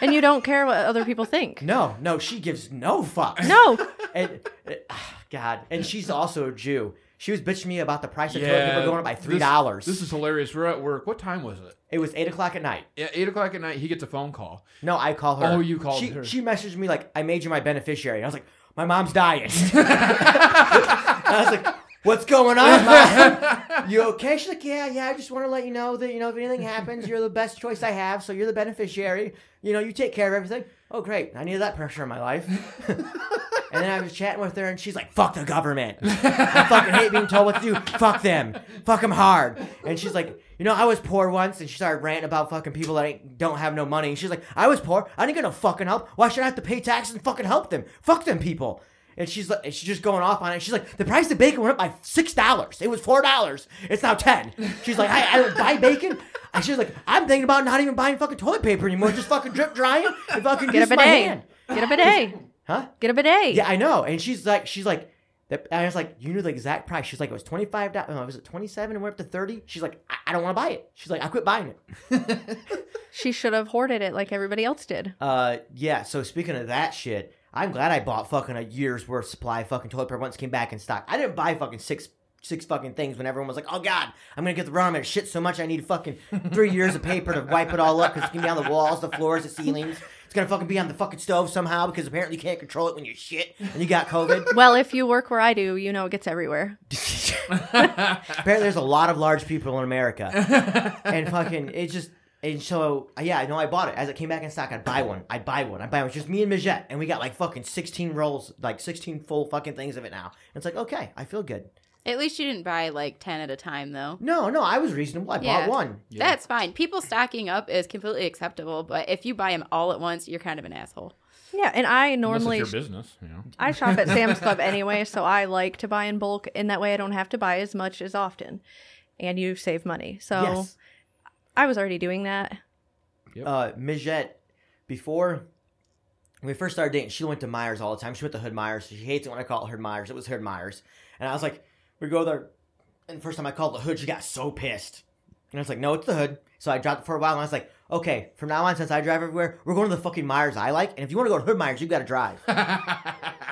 and you don't care what other people think. no, no, she gives no fucks. <laughs> No. and ah, God, and she's also a Jew. She was bitching me about the price of toilet Yeah, paper going up by this- three dollars. This, is hilarious. We're at work. What time was it? It was eight o'clock at night. Yeah, eight o'clock at night. He gets a phone call. No, I call her. Oh, you called she, her. She messaged me like, "I made you my beneficiary." I was like, "My mom's <laughs> dying." I was like, "What's going <laughs> on, mom? You okay?" She's like, "Yeah, yeah. I just want to let you know that you know if anything happens, you're the best choice I have. So you're the beneficiary. You know, you take care of everything." Oh, great. I needed that pressure in my life. and then I was chatting with her, and she's like, "Fuck the government. I fucking hate being told what to do. Fuck them. Fuck them hard." And she's like. You know, I was poor once, and she started ranting about fucking people that ain't, don't have no money. And she's like, "I was poor. I didn't get no fucking help. Why should I have to pay taxes and fucking help them? Fuck them people." And she's like, and she's just going off on it. She's like, the price of bacon went up by six dollars. It was four dollars. It's now ten. She's like, I, I don't buy bacon. And she's like, I'm thinking about not even buying fucking toilet paper anymore. Just fucking drip drying and fucking Get a use my hand. bidet. Get a bidet. Huh? Get a bidet. Yeah, I know. And she's like, she's like, that- and I was like, you knew the exact price. She's like, it was twenty five dollars. Was it twenty seven? And went up to thirty. She's like, I, I don't want to buy it. She's like, I quit buying it. She should have hoarded it like everybody else did. Uh, yeah. So speaking of that shit, I'm glad I bought fucking a year's worth supply of fucking toilet paper once it came back in stock. I didn't buy fucking six six fucking things when everyone was like, oh god, I'm gonna get the run. I'm gonna shit so much I need fucking three years of paper to wipe it all up because it's gonna be on the walls, the floors, the ceilings. It's gonna fucking be on the fucking stove somehow because apparently you can't control it when you shit and you got COVID. Well, if you work where I do, you know it gets everywhere. Apparently, there's a lot of large people in America, and fucking it just and so uh, yeah, I know I bought it as it came back in stock. I'd buy one, I'd buy one, I'd buy one. It's just me and Majette, and we got like fucking sixteen rolls, like sixteen full fucking things of it now. And it's like okay, I feel good. At least you didn't buy like 10 at a time, though. No, no, I was reasonable. I Yeah. bought one. Yeah. That's fine. People stocking up is completely acceptable, but if you buy them all at once, you're kind of an asshole. Yeah, and I Unless normally it's your business. You know. <laughs> I shop at Sam's Club anyway, so I like to buy in bulk, and that way I don't have to buy as much as often, and you save money. So Yes, I was already doing that. uh, Majette, before. When we first started dating, she went to Myers all the time. She went to Hood Myers. She hates it when I call it Hood Myers. It was Hood Myers. And I was like, we go there. And the first time I called the hood, she got so pissed. And I was like, no, it's the hood. So I dropped it for a while and I was like, okay, from now on, since I drive everywhere, we're going to the fucking Myers I like. And if you want to go to Hood Myers, you got to drive.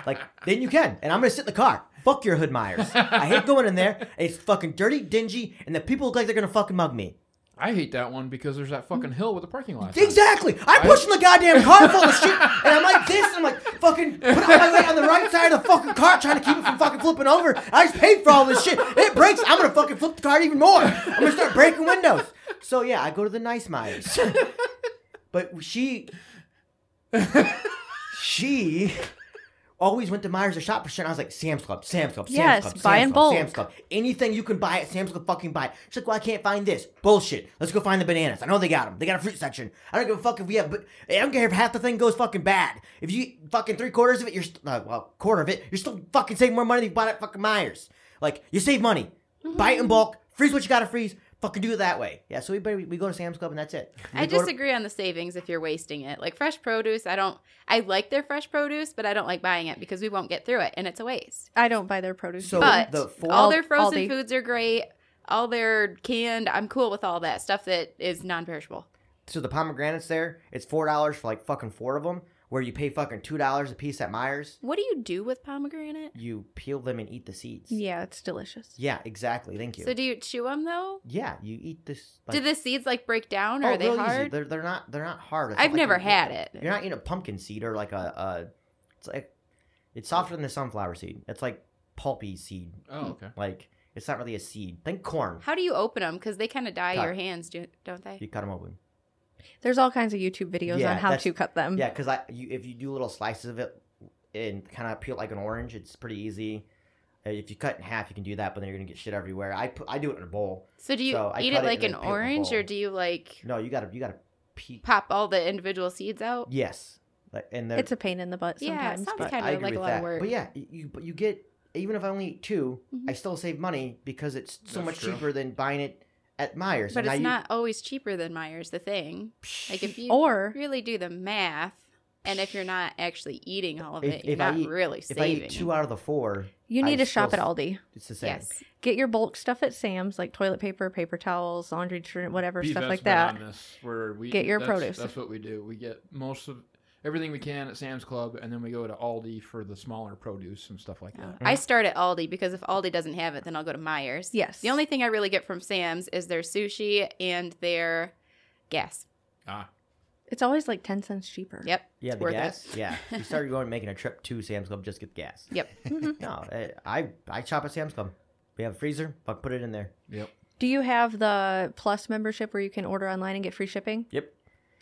like, <laughs> then you can. And I'm going to sit in the car. Fuck your Hood Myers. I hate going in there. It's fucking dirty, dingy, and the people look like they're going to fucking mug me. I hate that one because there's that fucking hill with a parking lot. on it. Exactly. I'm pushing the goddamn car full of <laughs> shit, and I'm like this. And I'm like fucking put all my weight on the right side of the fucking car, trying to keep it from fucking flipping over. I just paid for all this shit. It breaks. I'm gonna fucking flip the car even more. I'm gonna start breaking windows. So yeah, I go to the nice Myers, but she, she. Always went to Myers to shop for shit. And I was like, Sam's Club, Sam's Club, Sam's Yes, Club, Sam's buy in Club, bulk. Sam's Club. Anything you can buy at Sam's Club, fucking buy it. She's like, well, I can't find this. Bullshit. Let's go find the bananas. I know they got them. They got a fruit section. I don't give a fuck if we have, but I don't care if half the thing goes fucking bad. If you eat fucking three quarters of it, you're, st- uh, well, quarter of it, you're still fucking saving more money than you bought at fucking Myers. Like, you save money. Mm-hmm. Buy it in bulk. Freeze what you gotta freeze. Fucking do it that way. Yeah, so we, better, we go to Sam's Club and that's it. We I go to- disagree on the savings if you're wasting it. Like fresh produce, I don't, I like their fresh produce, but I don't like buying it because we won't get through it and it's a waste. I don't buy their produce. So- either. But the four- all their frozen Aldi. foods are great. All their canned, I'm cool with all that stuff that is non perishable. So the pomegranates there, it's four dollars for like fucking four of them, where you pay fucking two dollars a piece at Myers. What do you do with pomegranate? You peel them and eat the seeds. yeah, it's delicious. Yeah, exactly. Thank you. So do you chew them though? yeah, you eat this. do the seeds like break down or oh, are they real easy. hard? They're they're not they're not hard. It's I've not like never you're- had it. You're not eating a pumpkin seed or like a, a it's like it's softer than the sunflower seed. It's like pulpy seed. Oh, okay. Like it's not really a seed. Think corn. How do you open them? Because they kind of dye Cut. your hands, do, don't they? You cut them open. There's all kinds of YouTube videos Yeah, on how that's- to cut Mm. them. Yeah, because I you, if you do little slices of it and kind of peel it like an orange, it's pretty easy. Uh, If you cut in half, you can do that, but then you're gonna get shit everywhere. I put, I do it in a bowl. So do you So I eat cut it it like and an then peel the orange, or bulb. do you like No, you gotta you gotta peek. pop all the individual seeds out? Yes, like and they're It's a pain in the butt Yeah, it sometimes. sounds but kinda I agree like a with lot of that. work. But yeah, y- you but you get even if I only eat 2 Mhm. I still save money because it's so That's much true. cheaper than buying it at Myers. But And now it's you- not always cheaper than Myers. The thing, like if you or really do the math, and if you're not actually eating all of If- it, you're if I not eat- really if saving. I eat two out of the four, you I need to shop at still- Aldi. it's the same. yes, Get your bulk stuff at Sam's, like toilet paper, paper towels, laundry detergent, whatever Bee stuff Vet's like been that. On this, where we Get your that's- produce. That's what we do. We get most of everything we can at Sam's Club, and then we go to Aldi for the smaller produce and stuff like Uh, that. I start at Aldi because if Aldi doesn't have it, then I'll go to Myers. Yes. The only thing I really get from Sam's is their sushi and their gas. Ah, It's always like ten cents cheaper. Yep. Yeah, it's the worth it. gas. Yeah, <laughs> you started going making a trip to Sam's Club just to get the gas. Yep. Mm-hmm. no, I- I I shop at Sam's Club. We have a freezer. Fuck, put it in there. yep. Do you have the plus membership where you can order online and get free shipping? Yep.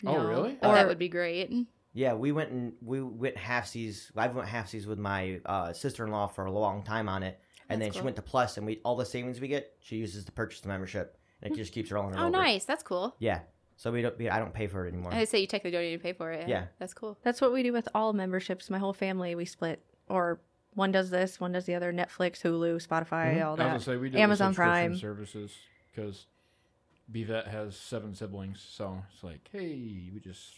Oh, really? Oh, that Or- would be great. Yeah, we went and we went halfsies. I went halfsies with my uh, sister in law for a long time on it, and That's then she cool. went to Plus, and we all the savings we get, she uses to purchase the membership, and it just keeps rolling. Oh, over. nice. That's cool. Yeah, so we don't. We, I don't pay for it anymore. <laughs> I say you technically don't need to pay for it. Yeah. That's cool. That's what we do with all memberships. My whole family we split, or one does this, one does the other. Netflix, Hulu, Spotify, Mhm. all I was that. gonna say we do Amazon Amazon Prime Prime. services because Bvet has seven siblings, so it's like, hey, we just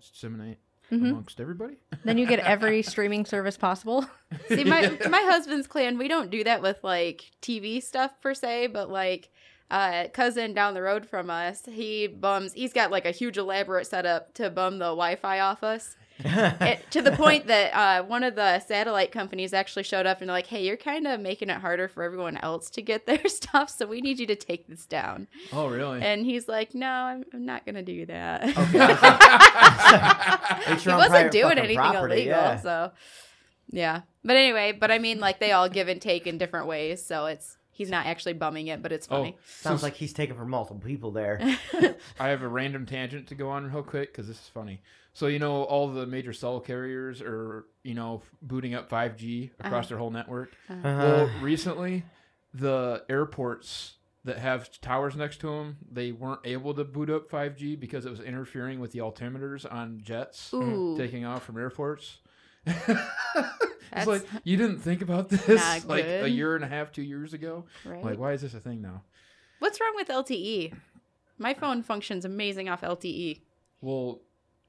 disseminate Mm-hmm. Mhm. amongst everybody. then <laughs> you get every streaming service possible. See, my my husband's clan, we don't do that with like TV stuff per se, but like uh cousin down the road from us, he bums. He's got like a huge elaborate setup to bum the Wi-Fi off us. it, to the point that uh, one of the satellite companies actually showed up and they're like, "Hey, you're kind of making it harder for everyone else to get their <laughs> stuff, so we need you to take this down." oh, really? And he's like, "No, I'm, I'm not gonna do that." <laughs> <laughs> It's he your own wasn't private doing fucking anything property, illegal, yeah. so yeah. But anyway, but I mean, like they all give and take in different ways, so it's he's not actually bumming it, but it's <laughs> oh, funny. Sounds like he's taken from multiple people <laughs> there. I have a random tangent to go on real quick because this is funny. So you know, all the major cell carriers are you know f- booting up 5G across Uh-huh. their whole network. Uh, Well, recently, the airports that have towers next to them, they weren't able to boot up 5G because it was interfering with the altimeters on jets Ooh, taking off from airports. that's it's like you didn't think about <laughs> not this like a good. year and a half, two years ago. right. Like, why is this a thing now? What's wrong with LTE? My phone functions amazing off E. LTE. Well,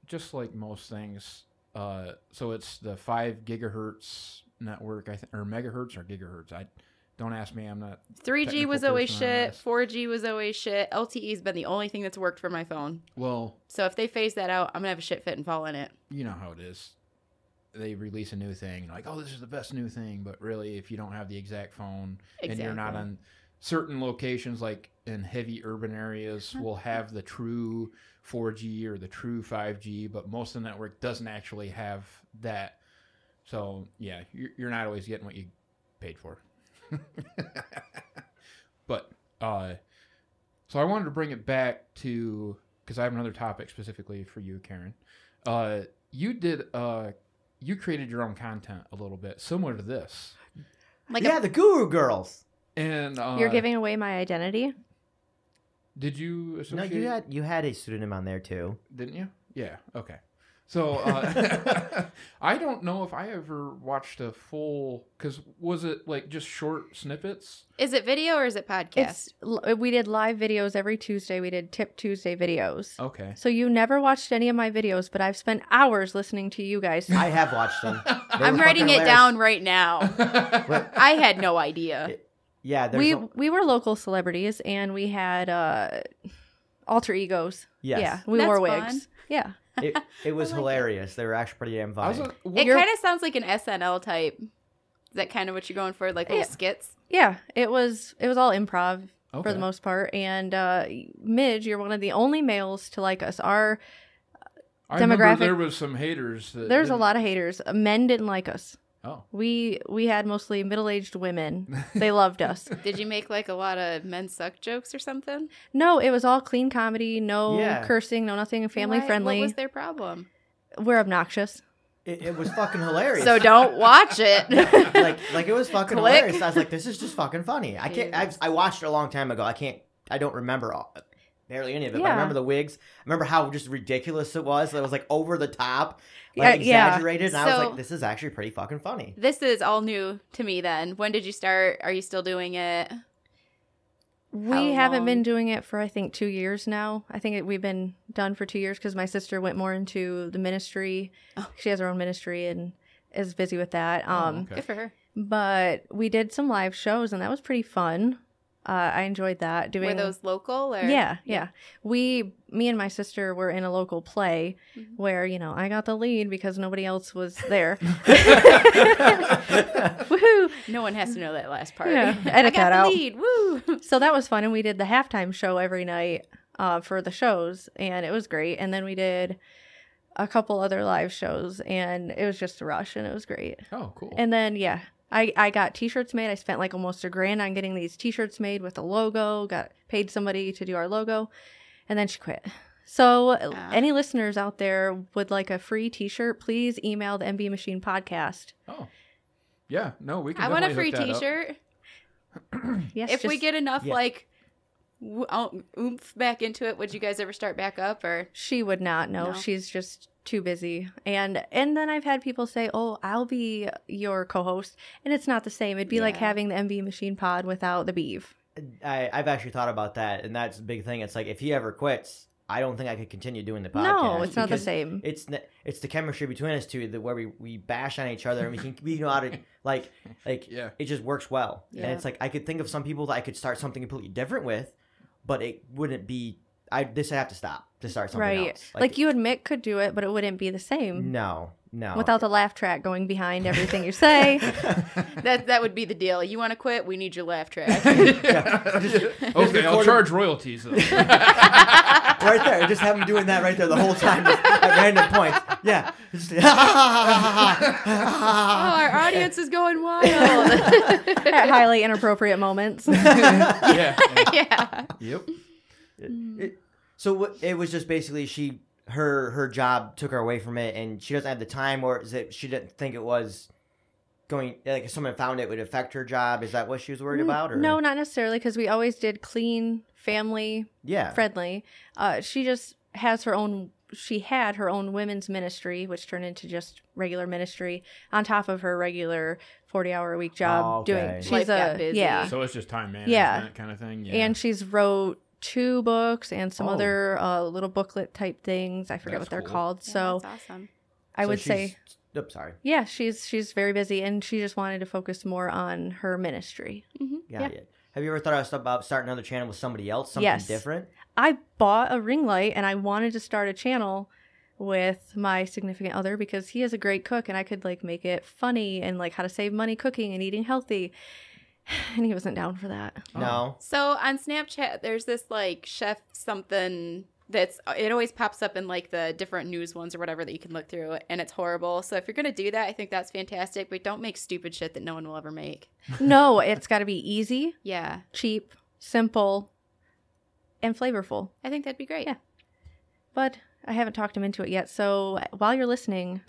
just like most things, uh, so it's the five gigahertz network, I think, or megahertz or gigahertz. I don't ask me. I'm not. 3G technical was always person on shit. this. 4G was always shit. LTE's been the only thing that's worked for my phone. Well, So if they phase that out, I'm gonna have a shit fit and fall in it. you know how it is. They release a new thing, like, oh, this is the best new thing. But really, if you don't have the exact phone and you're not on certain locations, like in heavy urban areas, will have the true 4G or the true 5G, but most of the network doesn't actually have that. So, yeah, you're, you're not always getting what you paid for. <laughs> but, uh, so I wanted to bring it back to because I have another topic specifically for you, Karen. Uh, you did, uh, you created your own content a little bit similar to this, Like yeah, a, the Guru Girls. and uh, You're giving away my identity. Did you No, associate? you had you had a pseudonym on there too. Didn't you? Yeah. Okay. So uh, <laughs> I don't know if I ever watched a full. Cause was it like just short snippets? is it video or is it podcast? It's l- we did live videos every Tuesday. We did Tip Tuesday videos. Okay. So you never watched any of my videos, but I've spent hours listening to you guys. I have watched <laughs> them. They <laughs> were I'm fucking writing it hilarious. down <laughs> right now. But- I had no idea. yeah, there's <laughs> we a- we were local celebrities and we had uh alter egos. yes. Yeah, we That's wore fun. wigs. Yeah. it, it was <laughs> I like it. hilarious. They were actually pretty damn I was funny. like, It what- You're- kind of sounds like an SNL type. Is that kind of what you're going for? Like little Yeah. skits? Yeah, it was it was all improv for Okay. the most part. And uh Midge, you're one of the only males to like us. Our I remember demographic- There was some haters. That there's a didn't- lot of haters. Men didn't like us. Oh. We we had mostly middle aged women. <laughs> They loved us. Did you make like a lot of men suck jokes or something? No, it was all clean comedy, no Yeah. cursing, no nothing, family Why- friendly. What was their problem? We're obnoxious. It, it was fucking hilarious. So don't <laughs> watch it. <laughs> like like it was fucking Click. hilarious. I was like, this is just fucking funny. I can't. Yeah. I've, I watched it a long time ago. I can't. I don't remember all, barely any of it. But I Yeah. remember the wigs. I remember how just ridiculous it was. It was like over the top, Yeah, like Uh, yeah. exaggerated. And I was So- like, this is actually pretty fucking funny. <laughs> this is all new to me then. When did you start? Are you still doing it? We How haven't long? been doing it for I think two years now. I think it, we've been done for two years because my sister went more into the ministry. Oh. She has her own ministry and is busy with that. Oh, Um, okay. Good for her. but we did some live shows and that was pretty fun. Uh, I enjoyed that doing Were those local or Yeah, yeah. We, me and my sister were in a local play Mhm. where you know I got the lead because nobody else was there. <laughs> Woohoo! No one has to know that last part. <laughs> Yeah, I edit got that the out. lead. Woo. So that was fun, and we did the halftime show every night uh, for the shows, and it was great. And then we did a couple other live shows, and it was just a rush, and it was great. Oh, cool. And then yeah, I I got t-shirts made. I spent like almost a grand on getting these t-shirts made with a logo. Got paid somebody to do our logo, and then she quit. So Ah. any listeners out there would like a free t-shirt, please email the MB Machine podcast. oh, yeah. No, we can. I want a free definitely hook that up. T-shirt. Yes, if we just- get enough Yeah. like w- um, oomph back into it, would you guys ever start back up or? she would not know. No. She's just too busy. And and then I've had people say, "Oh, I'll be your co-host." And it's not the same. It'd be like Yeah. having the MB Machine pod without the beef. I, I've actually thought about that, and that's a big thing. It's like if he ever quits, I don't think I could continue doing the podcast. no, it's not the because same. It's n- it's the chemistry between us two, the where we, we bash on each other, and we can we know how <laughs> to like like <laughs> Yeah. <laughs> it just works well. Yeah. And it's like I could think of some people that I could start something completely different with, but it wouldn't be. I this I have to stop to start something right. else. Like, you and Mick could do it, but it wouldn't be the same No, no. without the laugh track going behind everything you say. That that would be the deal. You want to quit? We need your laugh track. Oh, Okay, I'll record- charge royalties <laughs> though. <laughs> right there, just have him doing that right there the whole time just at random points. Yeah. Just- <laughs> oh, our audience is going wild. <laughs> <laughs> at highly inappropriate moments. yeah. yeah. Yep. It- so what, it was just basically she her her job took her away from it, and she doesn't have the time, or is it she didn't think it was going like if someone found it would affect her job? Is that what she was worried about? Or Mm, No, not necessarily, because we always did clean, family Yeah. friendly. Uh, she just has her own. She had her own women's ministry, which turned into just regular ministry on top of her regular forty-hour a week job. Oh, okay. Doing she's Life a got busy. yeah, So it's just time management Yeah. kind of thing. Yeah. and she's wrote two books and some Oh. other uh, little booklet type things. I forget That's what they're cool. called. So that's awesome. I So would she's- say. Oops, sorry. Yeah, she's she's very busy, and she just wanted to focus more on her ministry. Mm-hmm. Yeah. yeah. Have you ever thought about starting another channel with somebody else, something Yes. different? I bought a ring light and I wanted to start a channel with my significant other because he is a great cook and I could like make it funny and like how to save money cooking and eating healthy. <sighs> And he wasn't down for that. Oh. <laughs> No. So on Snapchat, there's this like chef something that's uh, it always pops up in like the different news ones or whatever that you can look through, and it's horrible. So if you're gonna do that, I think that's fantastic, but don't make stupid shit that no one will ever make. No, it's got to be easy, Yeah, cheap, simple, and flavorful. I think that'd be great. Yeah. But I haven't talked him into it yet. So while you're listening,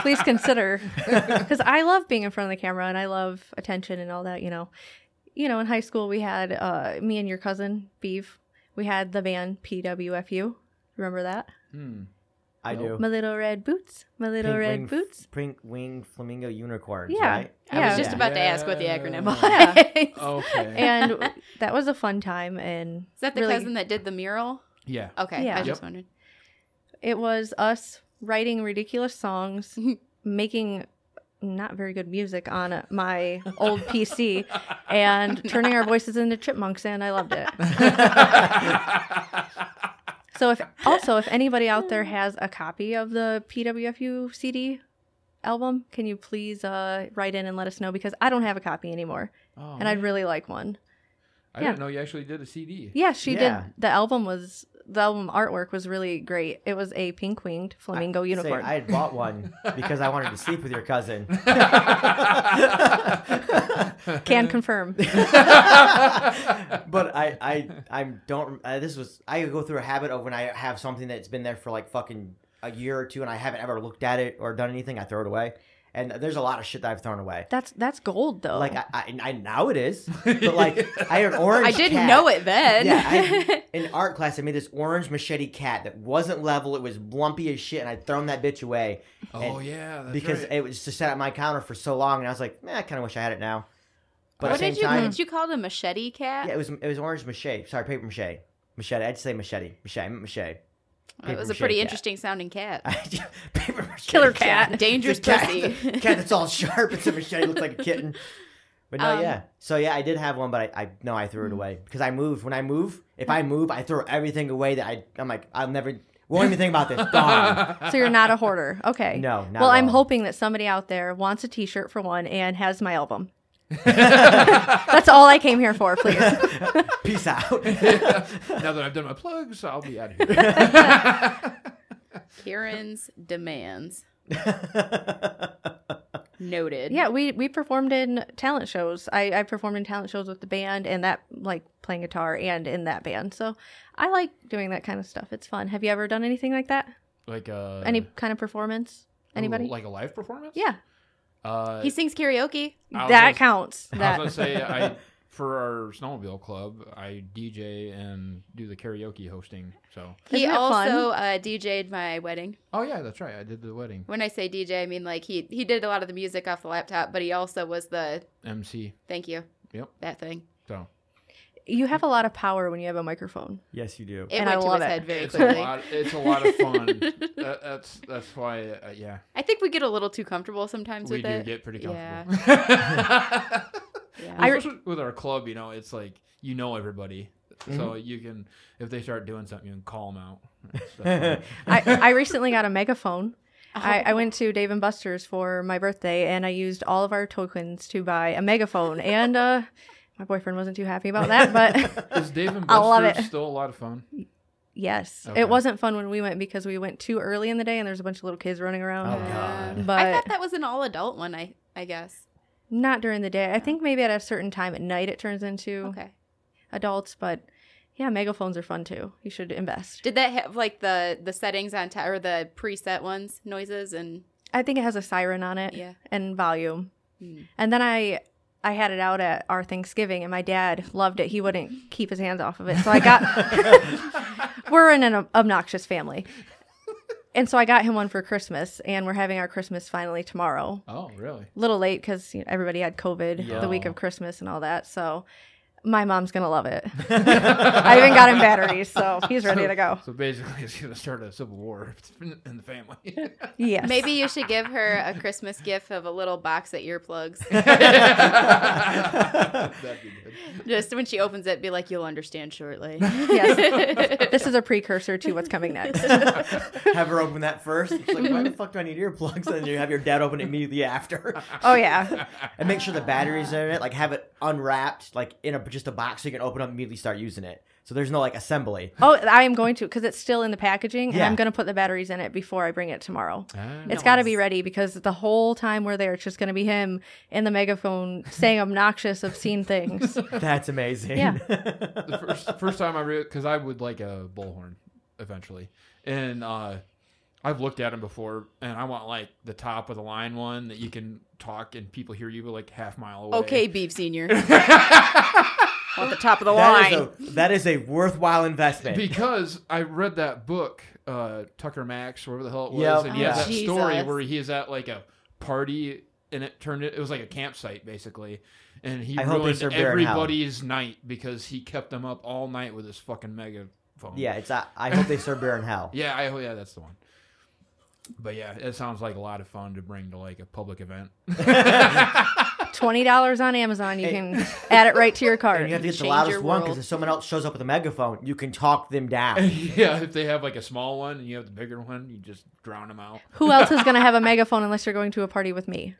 please consider because I love being in front of the camera and I love attention and all that. You know, you know, in high school we had uh, me and your cousin Beef. We had the band PWFU. Remember that? Hmm. I Nope. do. My little red boots. My little Pink red wing f- boots. Pink wing flamingo unicorns. Yeah. Right? I was just Yeah. about to ask what the acronym was. <laughs> Yeah. Okay. and that was a fun time. And Is that the really- cousin that did the mural? yeah. Okay, Yeah. I just Yep. wondered. It was us writing ridiculous songs, making not very good music on uh, my old PC, and turning our voices into chipmunks, and I loved it. <laughs> So if also if anybody out there has a copy of the PWFU CD album, can you please uh, write in and let us know because I don't have a copy anymore, <laughs> Oh, and I'd really like one. I yeah. didn't know you actually did a CD. Yeah, she Yeah. did. The album was the album artwork was really great. It was a pink winged flamingo Say, unicorn. I had bought one because I wanted to sleep with your cousin. <laughs> Can confirm. but I, I, I don't. Uh, this was. I go through a habit of when I have something that's been there for like fucking a year or two and I haven't ever looked at it or done anything, I throw it away. And there's a lot of shit that I've thrown away. That's that's gold though. Like I, I, I now it is, but like I had an orange. Oh. I didn't cat. know it then. Yeah, <laughs> <laughs> I, in art class, I made this orange machete cat that wasn't level. It was lumpy as shit, and I'd thrown that bitch away <laughs> Oh yeah, that's because right. it was just sat at my counter for so long. And I was like, man, I kind of wish I had it now. But what at the did same you time, did you call it a machete cat? yeah, it was it was orange mache. Sorry, paper mache, machete. I'd say machete, machete, I meant mache. <laughs> it was a paper-mache pretty cat. interesting sounding cat. <laughs> paper mache Killer cat. Dangerous Just cat, pussy. cat that's all sharp. It's a machete. Looks like a kitten. But no, Um, <laughs> Hmm. yeah. So yeah, I did have one, but I, I no, I threw it away because I moved. When I move, if I move, I throw everything away that I. I'm like, I'll never. Won't even think about this. <laughs> Gone. so you're not <laughs> a hoarder. Okay. No, not Well, at I'm all. hoping that somebody out there wants a t-shirt for one and has <laughs> my album. <laughs> that's all I came here for, please. Peace out. <laughs> now that I've done my plugs, I'll be out of here. <laughs> Kieran's demands. Noted. Yeah, we we performed in talent shows. I, I performed in talent shows with the band and that like playing guitar and in that band. So I like doing that kind of stuff. It's fun. Have you ever done anything like that? like uh, oh, Any kind of performance? Anybody? like a live performance? yeah, Uh, He sings karaoke. I was that gonna- counts. I was That gonna say <laughs> I for our snowmobile club, I DJ and do the karaoke hosting. So He Isn't it fun? also uh, DJ'd my wedding. oh yeah, that's right. I did the wedding When I say DJ, I mean like he he did a lot of the music off the laptop, but he also was the MC. thank you. Yep. That thing. So you have a lot of power when you have a microphone. yes, you do. It And went I to love his it. head very it's a quickly. lot. It's a lot of fun. that, that's that's why uh, yeah I think we get a little too comfortable sometimes we with do it. get Oh. pretty Yeah. comfortable. Yeah. I- <laughs> Especially with our club, you know, it's like you know everybody. So you can, if they start doing something, you can call them out. That's- that's fun. <laughs> I, I recently got a megaphone. I, I went to Dave and Buster's for my birthday and I used all of our tokens to buy a megaphone. And uh, my boyfriend wasn't too happy about that, but <laughs> Is Dave and <laughs> I love Buster's it. still a lot of fun? yes, Okay. it wasn't fun when we went because we went too early in the day and there's a bunch of little kids running around. Oh, God. Um, But- I thought that was an all adult one, I I guess. Not during the day. I think maybe at a certain time at night it turns into Okay. adults, but yeah, megaphones are fun too. You should invest. Did that have like the the settings on top or the preset ones, noises and I think it has a siren on it. yeah. and volume. Mm. And then I I had it out at our Thanksgiving and my dad loved it. He wouldn't keep his hands off of it. So <laughs> I got <laughs> We're in an obnoxious family. And so I got him one for Christmas and we're having our Christmas finally tomorrow. Oh, really? Little late cuz you know, everybody had COVID Yeah. the week of Christmas and all that. So my mom's going to love it. I even got him batteries, so he's ready to go. <laughs> So basically, it's going to start a civil war <laughs> in the family. Yes. Maybe you should give her a Christmas gift of a little box of earplugs. <laughs> That'd be good. Just when she opens it, be like, "You'll understand shortly." <laughs> Yes. this is a precursor to what's <laughs> coming <laughs> next. have her open that first. It's like, why the fuck do I need earplugs? And you have your dad open it immediately after, Oh yeah. and make sure the batteries are in it. Like have it unwrapped, like in a just a box, so you can open up and immediately start using it. So there's no like assembly. Oh, I am going to because it's still in the packaging, and Yeah. Mm. I'm going to put the batteries in it before I bring it tomorrow. Ah. It's got to be ready because the whole time we're there, it's just going to be him in the megaphone saying obnoxious, obscene <laughs> things. That's amazing. Yeah. <laughs> the first first time I read because I would like a bullhorn eventually, and uh, I've looked at them before, and I want like the top of the line one that you can talk and people hear you but like half mile away. okay, Beef Senior. On the top of the That is line. a- that is a worthwhile investment. Because I read that book, uh, Tucker Max, whatever the hell it was, Yep. and he Oh, has that story Jesus. where he is at like a party and it turned it it was like a campsite basically. And he I hope they ruined serve beer in hell. everybody's night because he kept them up all night with his fucking megaphone. yeah, it's. I, I hope they serve beer in hell. Yeah, I, oh, yeah, that's the one. But yeah, it sounds like a lot of fun to bring to like a public event. <laughs> Twenty dollars on Amazon, you can add it right to your And cart. you have to get the Change loudest your one because world. if someone else shows up with a megaphone, you can talk them <laughs> down. yeah, if they have like a small one and you have the bigger one, you just drown them out. Who else is going to have a megaphone unless you're going to a party with <laughs> me?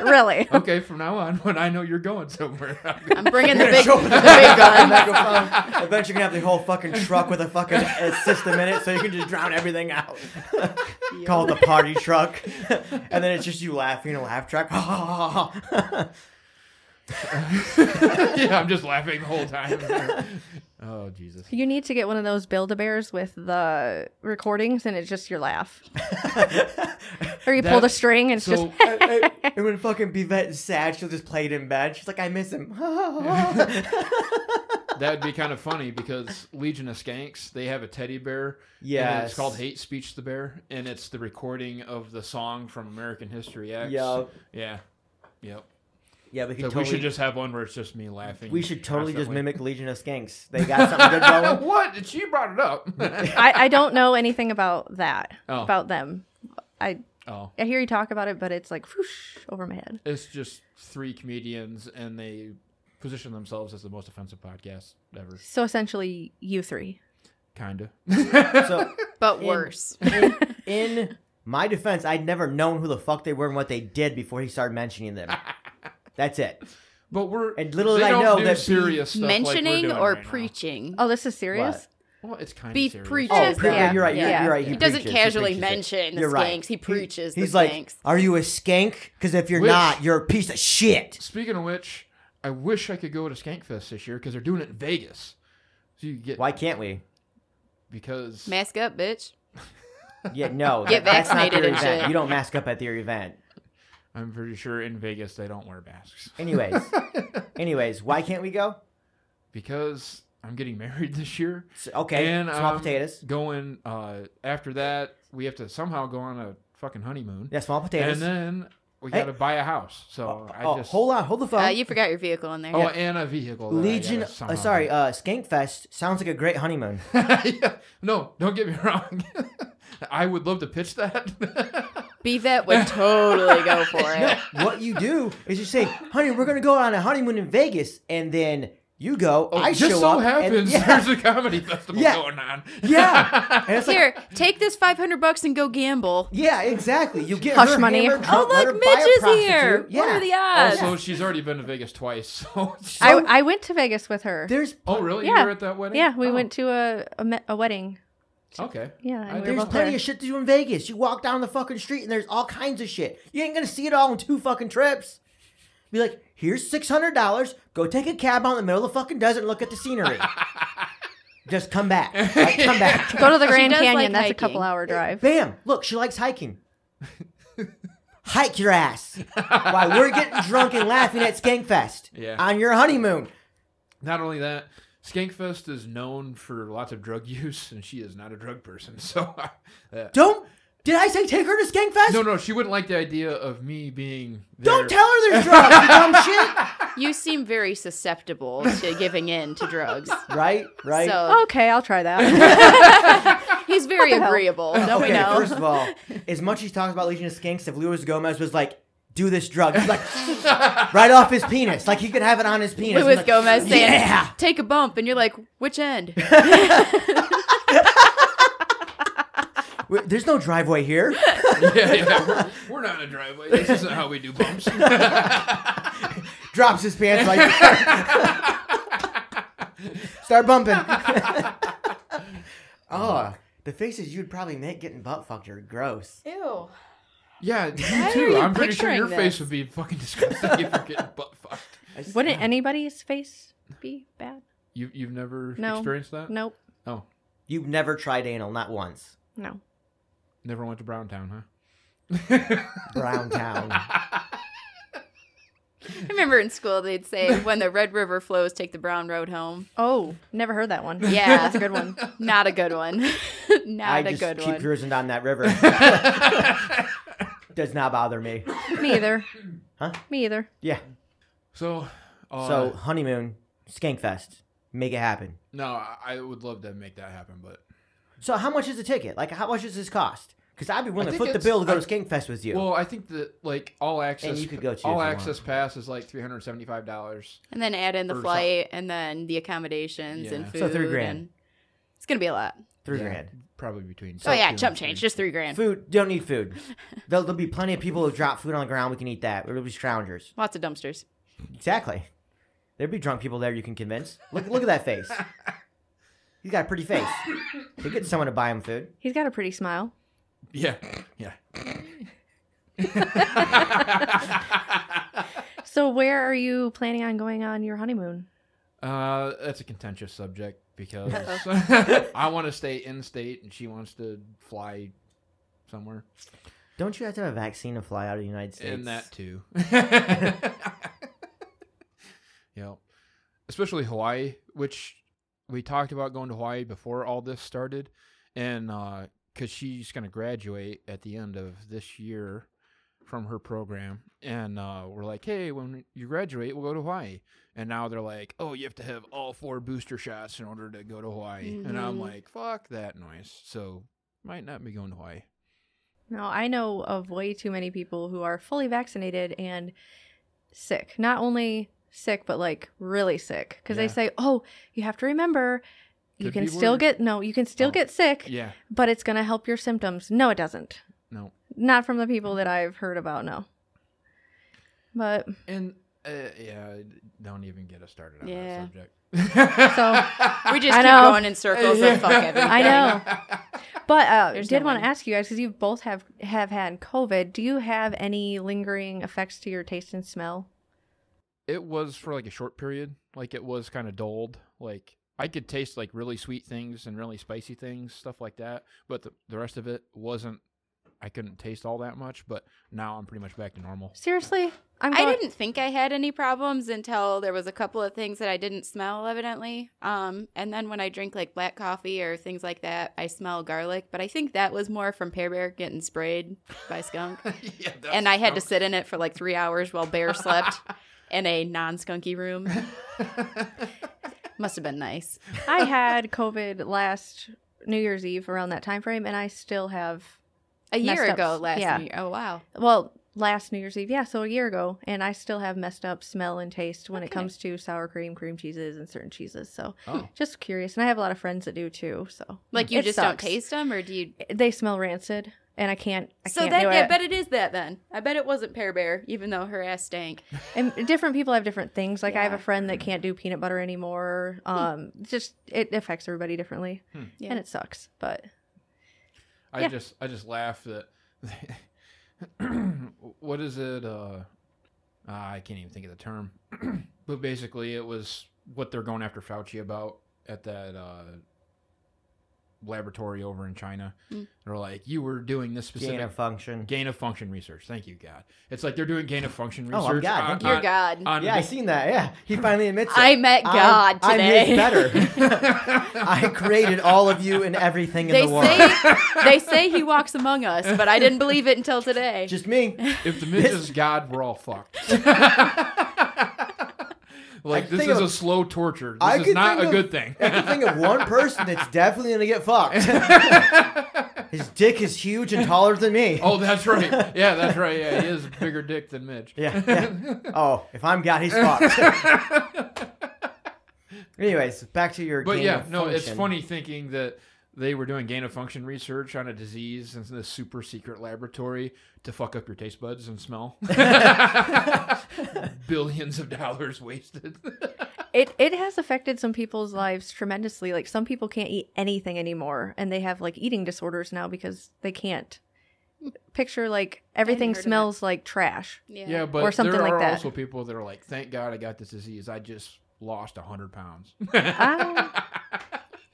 really? Okay, from now on, <laughs> when I know you're going somewhere, <laughs> I'm gonna- I'm <laughs> bringing the big, Show the up with a big fucking <laughs> gun. megaphone. I bet you're gonna have the whole fucking truck with a fucking uh, system in it, so you can just drown everything out. Call it the <laughs> party truck, and then it's just you laughing a laugh track. yeah, I'm just laughing the whole time. oh Jesus. You need to get one of those Build-A-Bears with the recordings, and it's just your laugh. or you pull That- the string, and it's just So I- I- and when fucking Bivette is sad, she'll just play it in bed. She's like, I miss him. <laughs> <laughs> that'd be kind of funny because Legion of Skanks, they have a teddy bear. And yeah. it's called Hate Speech the Bear, and it's the recording of the song from American History X. Yeah. Yeah. Yep. Yeah, we could So totally, we should just have one where it's just me laughing. we should totally just constantly. mimic Legion of Skanks. They got something good going. what? She brought it <laughs> up. <laughs> I, I don't know anything about that Oh. about them. I oh. I hear you talk about it, but it's like whoosh over my head. It's just three comedians, and they position themselves as the most offensive podcast ever. So essentially, you three. Kinda. <laughs> So but In- worse. in, in my defense, I'd never known who the fuck they were and what they did before he started mentioning them. That's it. But we're And little they did I don't know do that serious stuff like we're Mentioning doing or right now. preaching. Oh, this is serious. What? Well, it's kind Be of serious. preached. Oh, Yes, pre- yeah, you're right. You're, yeah. you're right. He, He, doesn't preaches, he casually preaches it. mention the You're right. skanks. He He- preaches he's the like, skanks. "Are you a skank? Because if you're Which- not, you're a piece of shit." Speaking of which, I wish I could go to Skankfest this year because they're doing it in Vegas. So you get Why can't we? because Mask up, bitch. Yeah, no. <laughs> Get that's not vaccinated their and event. shit. You don't mask up at their event. I'm pretty sure in Vegas they don't wear masks Anyways, <laughs> anyways, why can't we go? because I'm getting <laughs> married this year. S- Okay, And, small um, potatoes. Going uh, after that, we have to somehow go on a fucking honeymoon, Yeah, small and potatoes. then we Hey. got to buy a house. So oh, I just hold on, hold the phone. Uh, you forgot your vehicle in there. oh and a vehicle. that I Legion. gotta somehow Uh, sorry, buy. uh, Skankfest sounds like a great honeymoon. <laughs> Yeah. No, don't get me wrong. <laughs> I would love to pitch that. Bevette would totally go for it. what you do is you say, "Honey, we're gonna go on a honeymoon in Vegas," and then you go. Oh, <laughs> I just show so up, happens and, <laughs> yeah, there's a comedy festival Yeah. going on. yeah, and it's like, Here, take this 500 bucks and go gamble. yeah, exactly. You get Hush her money. hammered, Oh, drunk, let her look, buy Mitch a is prostitute. here. Yeah. What are the odds? Also, she's already been to Vegas twice. <laughs> So, So- I I went to Vegas with her. There's oh really? Yeah. You were at that wedding? Yeah, we Oh, went to a a, me- a wedding. Okay. Yeah, I and we were did There's both plenty there. of shit to do in Vegas. You walk down the fucking street and there's all kinds of shit. You ain't gonna see it all in two fucking trips. Be like, here's six hundred dollars. Go take a cab out in the middle of the fucking desert and look at the scenery. Just come back. Like, come back. Go to the Grand does Canyon. like that's a hiking. couple hour drive. Bam. Look, she likes hiking. Hike your ass while we're getting drunk and laughing at Skankfest Yeah. on your honeymoon. Not only that, Skankfest is known for lots of drug <laughs> use, and she is not a drug person. So, uh, Don't. Did I say take her to Skankfest? no, no, she wouldn't like the idea of me being. There. Don't tell her there's drugs. You dumb shit. You seem very susceptible to giving in to drugs. Right. <laughs> Right. So Okay, I'll try <laughs> that. Oh, he's very agreeable, don't we okay, know? <laughs> first of all, as much as he talks about Legion of Skanks, if Luis Gomez was like, do this drug, he's like, right off his penis. Like, he could have it on his penis. I'm Luis like, Gomez saying, Yeah! take a bump. And you're like, <laughs> which end? Wait, There's no driveway <laughs> <laughs> here. yeah, yeah, we're, we're not in a driveway. This isn't how we do <laughs> bumps. Drops his pants like, start bumping. <laughs> oh, the faces you'd probably make getting butt fucked are gross. Ew. yeah, you are too. you I'm pretty sure your picturing face this? would be fucking disgusting if you're getting butt fucked. Wouldn't anybody's face be bad? You, you've never No. experienced that? Nope. Oh, You've never tried anal, not once. No. never went to Browntown, huh? Brown <laughs> town. I remember in school they'd <laughs> say, when the Red River flows, take the brown road home. Oh, never heard that one. Yeah. that's a good one. Not a good one. <laughs> I Not a just good keep one. cruising down that river. <laughs> Does not bother me. Me either. Huh? Me either. Yeah. <laughs> So, uh, So honeymoon, skankfest, make it happen. no, I- I would love to make that happen, but So how much is the ticket? Like how much does this cost? Because I'd be willing I think to foot the it's- bill to go I- to skankfest with you. Well, I think that like all access you could go too if you all want. access pass is like three hundred seventy five dollars. And then add in the Or some- flight and then the accommodations and food. Yeah. So three grand. and- It's going to be a lot. Three yeah. grand. Probably between. oh, yeah, two chump and change. three. Just three grand. Food? Don't need <laughs> food. There'll, there'll be plenty of people who drop food on the ground. We can eat that. We'll be scroungers. Lots of dumpsters. Exactly. There'd be drunk people there you can convince. Look look at <laughs> that face. He's got a pretty face. They get someone to buy him food. He's got a pretty smile. <laughs> Yeah, yeah. So where are you planning on going on your honeymoon? Uh, that's a contentious subject <laughs> because <laughs> Uh-oh. I want to stay in state and she wants to fly somewhere. Don't you have to have a vaccine to fly out of the United States? And that <laughs> too. yeah. Especially Hawaii, which we talked about going to Hawaii before all this started. And because she's going to graduate at the end of this year from her program. And uh, we're like, hey, when you graduate, we'll go to Hawaii. And now they're like, oh, you have to have all four booster shots in order to go to Hawaii. And I'm Mhm. like, fuck that noise. So might not be going to Hawaii. No, I know of way too many people who are fully vaccinated and sick. Not only sick, but like really sick. Because Yeah. they say, oh, you have to remember, you Could can be still worse. get, no, you can still Oh. get sick, Yeah. but it's going to help your symptoms. No, it doesn't. No. Not from the people that I've heard about, no. <laughs> But And uh, yeah, don't even get us started on Yeah. that subject. So, <laughs> We just I keep know. going in circles and <laughs> fuck everything. I know. But uh, There's did no want to one. ask you guys because you both have have had COVID. Do you have any lingering effects to your taste and smell? it was for like a short period. Like it was kind of dulled. Like I could taste like really sweet things and really spicy things, stuff like that. But the, the rest of it wasn't. I couldn't taste all that much. But now I'm pretty much back to normal. Seriously, I'm. I going- didn't think I had any problems until there was a couple of things that I didn't smell, evidently. Um, and then when I drink like black coffee or things like that, I smell garlic. But I think that was more from Pear Bear getting sprayed <laughs> by skunk. yeah, and I had to sit in it for like three hours while <laughs> Bear slept in a non-skunky room. Must have been nice. <laughs> I had COVID last New Year's Eve around that time frame, and I still have. A year Messed up. ago, last Yeah. year. Oh wow. Well, last New Year's Eve, yeah, so a year ago, and I still have messed up smell and taste when it Okay. comes to sour cream, cream cheeses, and certain cheeses. So Oh, just curious, and I have a lot of friends that do too. So Mm, Like you It just sucks. don't taste them, or do you? they smell rancid, and I can't. I so can't that do I it. bet it is that then. I bet it wasn't Pear Bear, even though her ass stank. and different people have different things. Like I have a Yeah. Hmm. friend that can't do peanut butter anymore. Um, just it affects everybody differently, Yeah. and it sucks. But I Yeah. just I just laugh that. <laughs> what is it? Uh, I can't even think of the term. <clears throat> but basically, it was what they're going after Fauci about at that uh, laboratory over in China. Mm. They're like, you were doing this specific Gain of function. gain of function research. Thank you, God. It's like they're doing gain of function Oh, I'm research. God. on- Thank You're on- God. on- <laughs> Yeah, I seen that. Yeah, he finally admits it. I met God I'm, today. I'm his <laughs> better. <laughs> I created all of you and everything in they the world. say they say he walks among us, but I didn't believe it until today. <laughs> Just me. if the Mitch is God, we're all <laughs> fucked. I like this think is of- a slow torture. I This is could not think a of- good thing. I can think of one person that's definitely gonna get <laughs> fucked. His dick is huge and taller than me. Oh, that's right. Yeah, that's right. Yeah, he is a bigger dick than Mitch. Yeah, yeah. Oh, if I'm God, he's fucked. <laughs> Anyways, back to your. But gain yeah, of no, it's function. funny thinking that they were doing gain of function research on a disease in this super secret laboratory to fuck up your taste buds and <laughs> smell. Billions of dollars wasted. it it has affected some people's lives tremendously. Like some people can't eat anything anymore, and they have like eating disorders now because they can't picture like everything heard of smells like <laughs> trash. yeah, but Or something there like are that. also people that are like, "Thank God I got this disease. I just lost hundred <laughs> pounds." Ah.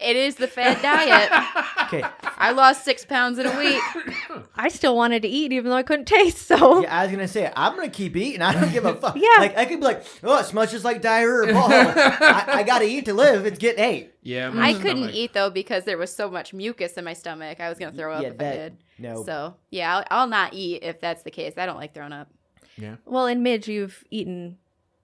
It is the fat diet. <laughs> <laughs> Okay, I lost six pounds in a week. Mm-hmm. I still wanted to eat even though I couldn't <laughs> taste. Oh. So yeah, I was gonna say I'm gonna keep eating. I don't give a <laughs> fuck. Yeah. like I could be like, oh, it smells just like diarrhea or ball. <laughs> I, I gotta eat to live. It's getting eight. yeah, my I couldn't stomach- <laughs> eat though because there was so much mucus in my stomach. I was gonna throw up yeah, if that- I did. No. So yeah, I'll, I'll not eat if that's the case. I don't like throwing up. well, in Midge, you've eaten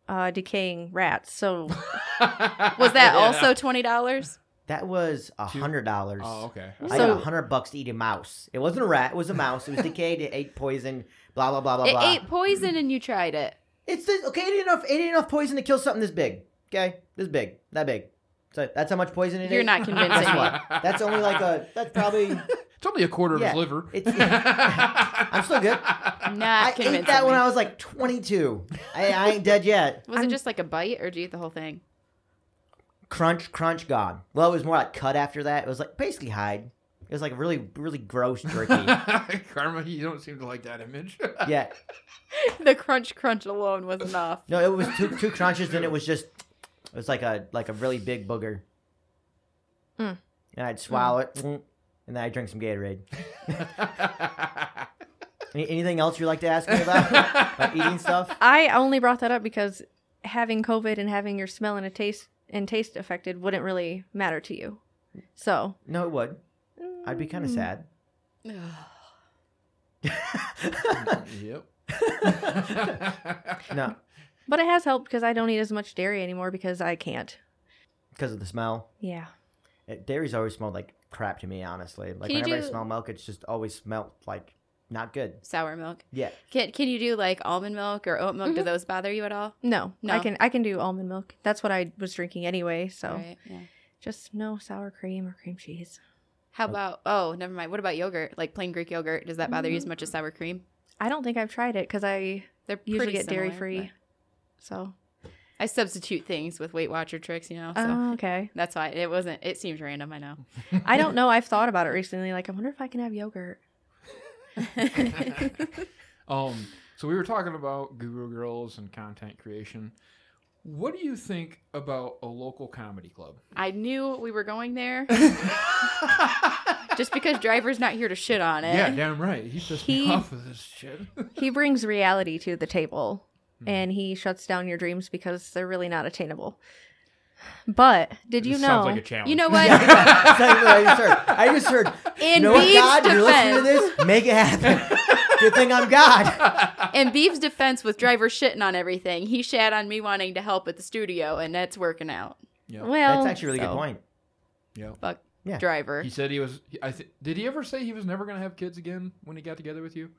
uh, decaying rats, so Was that Yeah. also twenty dollars? That was a Two- hundred dollars. Oh, okay. <laughs> <laughs> I So- got a hundred bucks to eat a mouse. It wasn't a rat. It was a mouse. It was decayed. It ate poison. Blah blah blah blah It blah. ate poison and you tried it. It's the, okay. It ate enough. It ate enough poison to kill something this big. Okay, this big, that big. So that's how much poison it You're ate. not convincing Guess me. what? That's only like a. That's probably. It's only a quarter of Yeah, his liver. <laughs> it's- I'm still good. <laughs> Not I convincing. ate that me. when I was like 22. I, I ain't dead yet. was I'm- it just like a bite or did you eat the <laughs> whole thing? Crunch, crunch, gone. Well, it was more like cut after that. It was like basically hide. It was like really, really gross jerky. <laughs> Karma, you don't seem to like that image. <laughs> yeah. the crunch crunch alone was enough. No, it was two two crunches, and it was just it was like a like a really big booger. Hmm. Mm. And I'd swallow it, and then I'd drink some Gatorade. Any, anything else you'd like to ask me about? <laughs> about eating stuff? I only brought that up because having COVID and having your smell and a taste and taste affected wouldn't really matter to you. So No, it would. I'd be Hmm. kind of sad. <laughs> yep. <laughs> No, mm, But it has helped because I don't eat as much dairy anymore because I can't. because of the smell. Yeah. It, dairy's always smelled like crap to me, honestly. Like Can you whenever I do- smell milk, it's just always smelled like not good. <sighs> Sour milk. Yeah. Can can you do like almond milk or oat milk? Do those bother you at all? No, No. I can I can do almond milk. That's what I was drinking anyway. So Right, yeah. just no sour cream or cream cheese. How about oh, never mind. What about yogurt? Like plain Greek yogurt? Does that bother you as much as sour cream? I don't think I've tried it because I They're usually pretty get dairy similar, free. but So I substitute things with Weight Watcher tricks, you know. So Oh, <laughs> okay. that's why it wasn't. It seems random. I know. I don't know. I've thought about it recently. Like I wonder if I can have yogurt. <laughs> Um, so we were talking about Guru Girls and content creation. What do you think about a local comedy club? I knew we were going there just because driver's not here to shit on it. Yeah, damn right. He pissed He- me off with this shit. <laughs> He brings reality to the table, Hmm. and he shuts down your dreams because they're really not attainable. But did you This know? Sounds like a challenge. You know <laughs> what? That's not even what I just heard. I just heard. In you know what, Beeb's God, you're listening to defense- this. Make it happen. Good thing I'm God. <laughs> In Beef's defense, with driver shitting on everything, he shat on me wanting to help at the studio, and that's working out. Yeah. well, That's actually a really so- good point. yeah. Fuck Yeah. <laughs> driver. He said he was. he- I th- did he ever say he was never going to have kids again when he got together with you?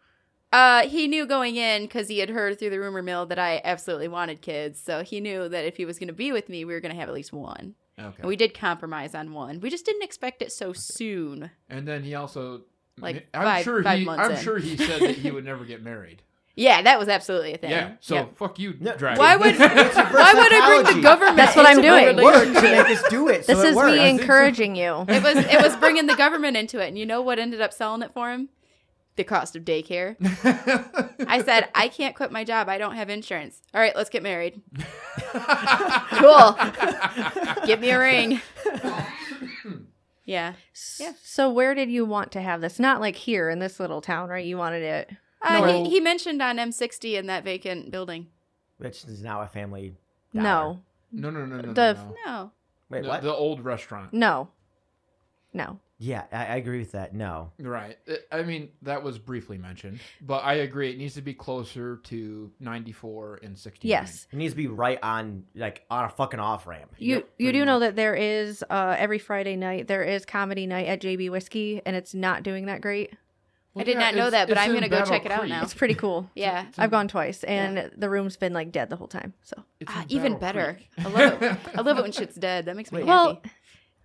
Uh, he knew going in because he had heard through the rumor mill that I absolutely wanted kids, so he knew that if he was going to be with me, we were going to have at least one. Okay. And we did compromise on one. We just didn't expect it so soon. And then he also, Like I'm five- sure five he, months I'm in. sure he said that he <laughs> would never get married. Yeah, that was absolutely a thing. Yeah. So Yep. fuck you, No, driver. <laughs> why would It's reverse <laughs> why would I bring psychology. the government? That's what I'm into doing. a It relationship? worked to make us do <laughs> it. So this it is worked. me think so. <laughs> encouraging you. It was it was bringing the government into it, and you know what ended up selling it for him? The cost of daycare. I said I can't quit my job. I don't have insurance. All right, let's get married. cool. Get me a <laughs> ring. yeah. Yeah. So where did you want to have this? Not like here in this little town, right? You wanted it. Uh, No. he, he mentioned on M60 in that vacant building. Which is now a family. dollar. No, <laughs> No, no, no, no, The- no. no. No. Wait, The- what? The old restaurant. no, no. Yeah, I, I agree with that. No. Right. It- I mean, that was briefly mentioned, but I agree. It needs to be closer to 94 and 69. Yes, It needs to be right on, like, on a fucking off ramp. you Yep, <laughs> you pretty do know that there is uh, every Friday night there is comedy night at JB Whiskey, and it's not doing that great. Well, I did not know it's- that, but it's I'm in gonna go Battle check it out Creek. now. It's, It's pretty cool. Yeah. I've gone twice, and the room's been like dead the whole time. So it's Ah, in even Battle better. Creek. I love it. I love it when shit's dead. That makes me well. happy.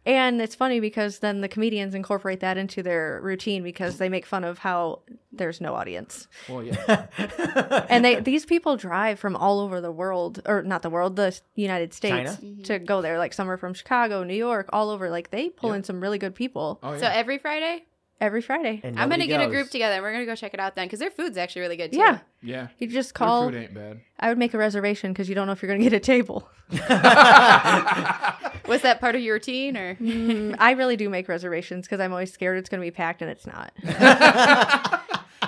And it's funny because then the comedians incorporate that into their routine because they make fun of how there's no audience. <laughs> Well, yeah. and they these people drive from all over the world or not the world the united states China? to go there like some are from chicago new york all over like they pull in Yep. some really good people Oh, yeah. So every Friday, every friday And I'm gonna nobody get a goes. group together and we're gonna go check it out then because their food's actually really good too. yeah yeah. you just Their call food ain't <laughs> bad. <laughs> i would make a reservation because you don't know if you're gonna get a table Was that part of your routine or? Mm, i really do make reservations because i'm always scared it's gonna be packed and it's not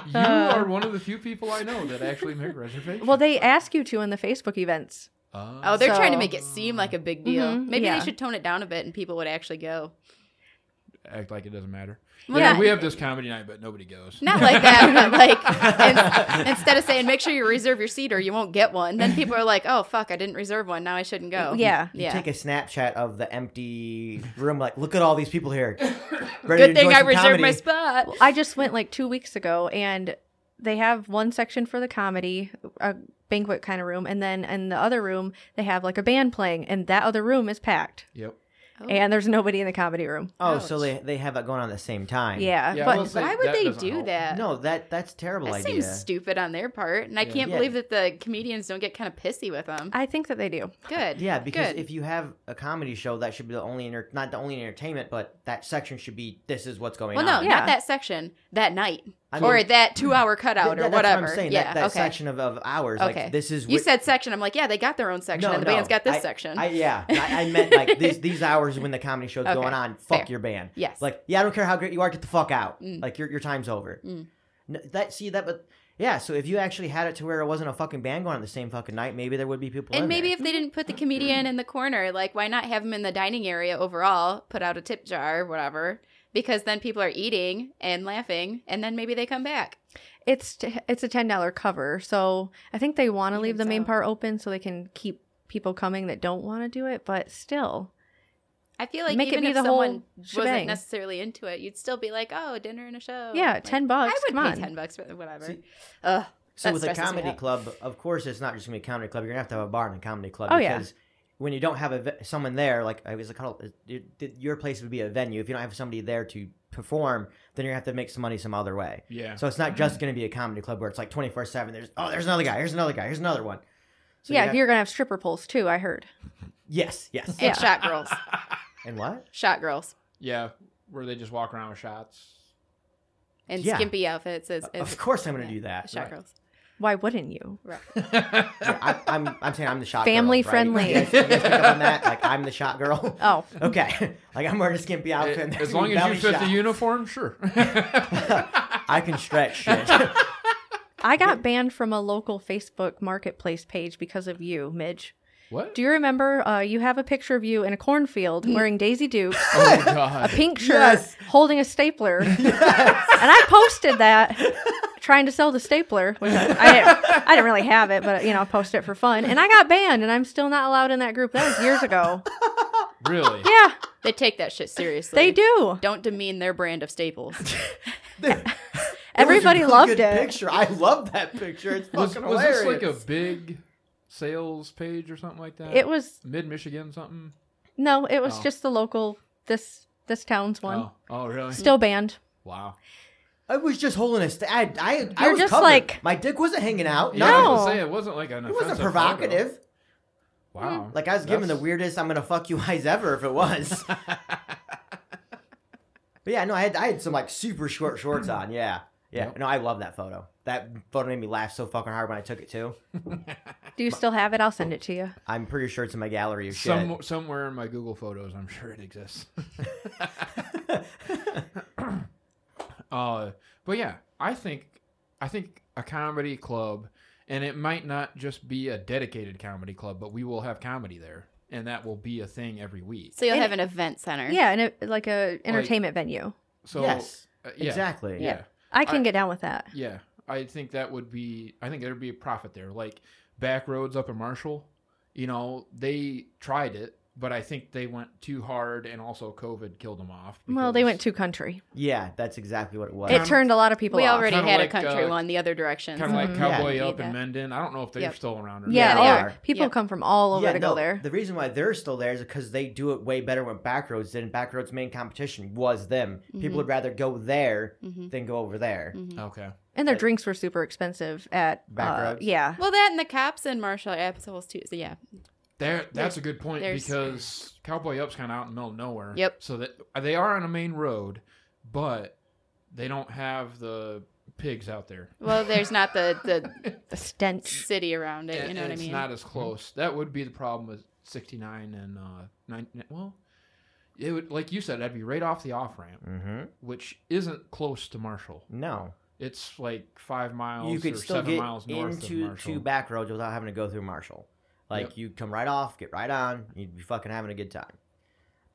You Uh, are one of the few people I know that actually make reservations. Ah. well they ask you to in the facebook events Oh, they're trying to So- make it seem like a big deal. Mhm, Maybe yeah. they should tone it down a bit and people would actually go. act like it doesn't matter. Well, yeah, not- we have this comedy night, but nobody goes. Not like <laughs> that, but like in, instead of saying, make sure you reserve your seat or you won't get one, then people are like, oh, fuck, I didn't reserve one. Now I shouldn't go. yeah You Yeah. take a Snapchat of the empty room, like, look at all these people <laughs> here. Ready Good to enjoy thing I some reserved comedy. my spot. I just went like two weeks ago, and they have one section for the comedy, a banquet kind of room, and then in the other room they have like a band playing, and that other room is packed. Yep. Oh. and there's nobody in the comedy room. Oh, Ouch. so they they have it going on at the same time. Yeah, Yeah, but let's- Why Say, would that they doesn't do help. that? No, that that's a terrible that idea. seems stupid on their part, and I Yeah. can't Yeah. believe that the comedians don't get kind of pissy with them. I think that they do. Good. Yeah, because Good. if you have a comedy show, that should be the only enter- not the only entertainment, but that section should be this is what's going well, no, on. Yeah. not that section. That night, I or mean- <clears throat> that two-hour cutout, Th- or th- that's whatever. What I'm saying. yeah. that, that okay. section of, of hours. Okay. Like this is You wh- said section. I'm like, yeah, they got their own section, No, and the no, band's got this I- section. I, yeah, I, I meant like these these hours when the comedy show's Okay, going on. Fuck fair. your band. yes. Like yeah, I don't care how great you are, get the fuck out. Mm. Like your your time's over. Mm. No, that see that, but yeah. So if you actually had it to where it wasn't a fucking band going on the same fucking night, maybe there would be people. and in maybe there. if they didn't put the comedian in the corner, like why not have him in the dining area overall? Put out a tip jar, whatever, because then people are eating and laughing, and then maybe they come back. It's t- it's a ten dollar cover, so I think they want to You leave think the main so? part open so they can keep people coming that don't want to do it. But still, I feel like Make it even be if the whole someone wasn't shebang. necessarily into it, you'd still be like, "Oh, dinner and a show." yeah, Like, ten bucks. I would come pay on. ten bucks for whatever. See- Ugh. So That with a stresses me comedy out. club, of course, it's not just gonna be a comedy club. You're gonna have to have a bar and a comedy club. Oh, yeah. because When you don't have a ve- someone there, like "Oh, I was a call, your place would be a venue. If you don't have somebody there to perform, then you're gonna have to make some money some other way. Yeah. So it's not just gonna be a comedy club where it's like twenty four seven. There's oh, there's another guy. Here's another guy. Here's another one. So yeah, you have- you're gonna have stripper poles too. I heard. yes, <laughs> yes, And Yeah. shot girls, and what? shot girls, <laughs> yeah, where they just walk around with <laughs> shots. and Yeah. skimpy outfits. Is, is, Of course, I'm gonna yeah. do that. shot right. girls. Why wouldn't you? Yeah, I, I'm, I'm saying I'm the shot. girl, Family right? friendly. You guys- you guys pick up on <laughs> that? Like I'm the shot girl. <laughs> Oh, Okay, like I'm wearing a skimpy outfit. and there's as long as belly you fit the shots. uniform, <laughs> sure. I can stretch <laughs> shit. I got banned from a local Facebook marketplace page because of you, Midge. what? Do you remember? Uh, you have a picture of you in a cornfield wearing Daisy Dukes, <laughs> oh a god. pink shirt, Mm. Yes. holding a <laughs> stapler, and I posted that. Trying to sell the stapler, which I, I, didn't, I didn't really have it, but you know, I posted it for fun, and I got banned, and I'm still not allowed in that group. That was <laughs> years ago. Really? Yeah, They take that shit seriously. they do. Don't demean their brand of <laughs> staples. Everybody it was a really loved good it. Picture, I love that picture. It's Was, fucking was this hilarious. like a big sales page or something like that? It was mid Michigan something. no, it was Oh. just the local this this town's one. Oh, oh really? Still banned. Wow. I was just holding a. St- I, I, I You're was just covered. like- my dick wasn't hanging out. Yeah, I was No, gonna No. say it wasn't like an. it wasn't offensive provocative. photo. Wow. Mm-hmm. Like I was given the That's- weirdest "I'm gonna fuck you" eyes ever if <laughs> it was. but yeah, no, I had I had some like super short shorts on. Yeah, yeah. Yep. No, I love that photo. That photo made me laugh so fucking hard when I took it too. Do you still have it? I'll send it to you. I'm pretty sure it's in my gallery of shit. <laughs> Some, somewhere in my Google Photos, I'm sure it exists. <coughs> uh, but yeah, I think I think a comedy club, and it might not just be a dedicated comedy club, but we will have comedy there, and that will be a thing every week. So you'll And- have an event center. Yeah, and it, like a entertainment venue. So yes, uh, yeah, exactly. Yeah, I can I- get down with that. yeah. I think that would be. I think there'd be a profit there. Like back roads up in Marshall, you know, they tried it. But I think they went too hard, and also COVID killed them off. Well, they because- went too country. yeah. That's exactly what it was. It turned a lot of people We off. already Kinda had like, a country uh, one the other direction. kind of so like Mhm. Cowboy Yeah. Up Mm-hmm. Yeah. in Mendon. I don't know if they're Yep. still around or yeah, Yeah, not. they they are. are. People Yeah. come from all over to go there. The reason why they're still there is because they do it way better when Backroads did, and Backroads' main competition was them. People would rather go there Mhm. than go over there. Mm-hmm. Okay. and their drinks were super expensive at Back uh, roads? Yeah. Well, that and the cops and Marshall Apples too. So yeah, There, that's a good point There's- because Cowboy Up's kind of out in the middle of nowhere. Yep. So that uh, they are on a main road, but they don't have the pigs out there. well, there's not <laughs> the the The stench. city around it. You And know what I it's mean? Mm-hmm. not as close. That would be the problem with 69 and uh, 9. Well, it would, like you said, that'd be right off the off ramp, Mm-hmm. which isn't close to Marshall. No, It's like five miles you or could still seven get miles north of into Marshall. to Backroads without having to go through Marshall. Like Yep. you come right off, get right on, you'd be fucking having a good time.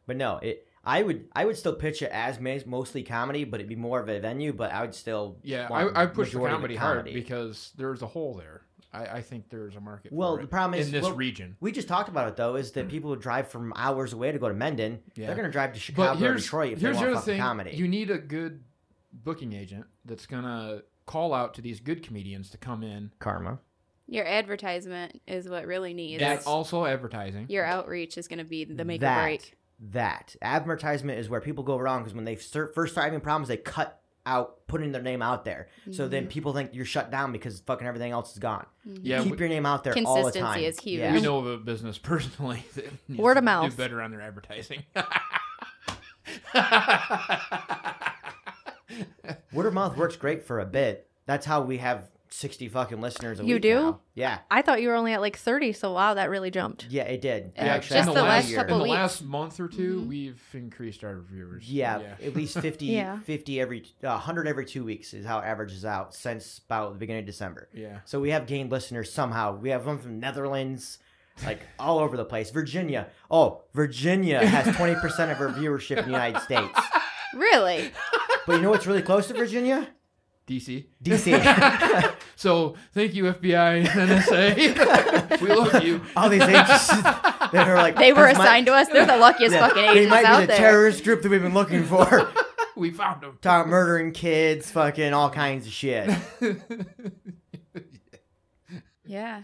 But no, it. I would I would still pitch it as ma- mostly comedy, but it'd be more of a venue. But I would still Yeah, want I, I push the majority of comedy, hard because there's a hole there. I, I think there's a market. for Well, the it problem is- in this well, region. We just talked about it though, is that people who drive from hours away to go to Mendon, Hmm. Yeah. they're going to drive to Chicago But or here's Detroit if here's they the want other fucking thing: comedy. you need a good booking agent that's gonna call out to these good comedians to come in, Karma. Your advertisement is what really needs. and also advertising. Your outreach is going to be the make or That. break. that. Advertisement is where people go wrong because when they start, first start having problems, they cut out putting their name out there. So then people think you're shut down because fucking everything else is gone. Mm-hmm. Mm-hmm. Yeah, Keep we, your name out there all the Consistency time. is huge. we know of a business <laughs> personally that needs Word of to mouth. do better on their advertising. <laughs> Word of mouth works great for a bit. That's how we have 60 fucking listeners a You week do? now. Yeah. I thought you were only at like 30, so wow, that really jumped. Yeah, it did. Yeah, It actually, just in the happened last year. couple in the weeks. Mm-hmm. last month or 2 we we've increased our viewers. Yeah, <laughs> at least 50, Yeah. 50 every, uh, 100 every two weeks is how it averages out since about the beginning of December. yeah. So we have gained listeners somehow. We have one from Netherlands, like all over the place. Virginia. Oh, Virginia has 20% of her viewership in the United <laughs> States. Really? But you know what's really close to Virginia? DC. <laughs> DC. So thank you FBI and NSA. <laughs> <laughs> we love you. <laughs> all <laughs> these agencies that are like <laughs> They were "This might- assigned to us. They're the <laughs> luckiest yeah, fucking They agents might be out the there. terrorist group that we've been looking <laughs> for. Talking We found them. about murdering kids, fucking all kinds of shit. Yeah. yeah.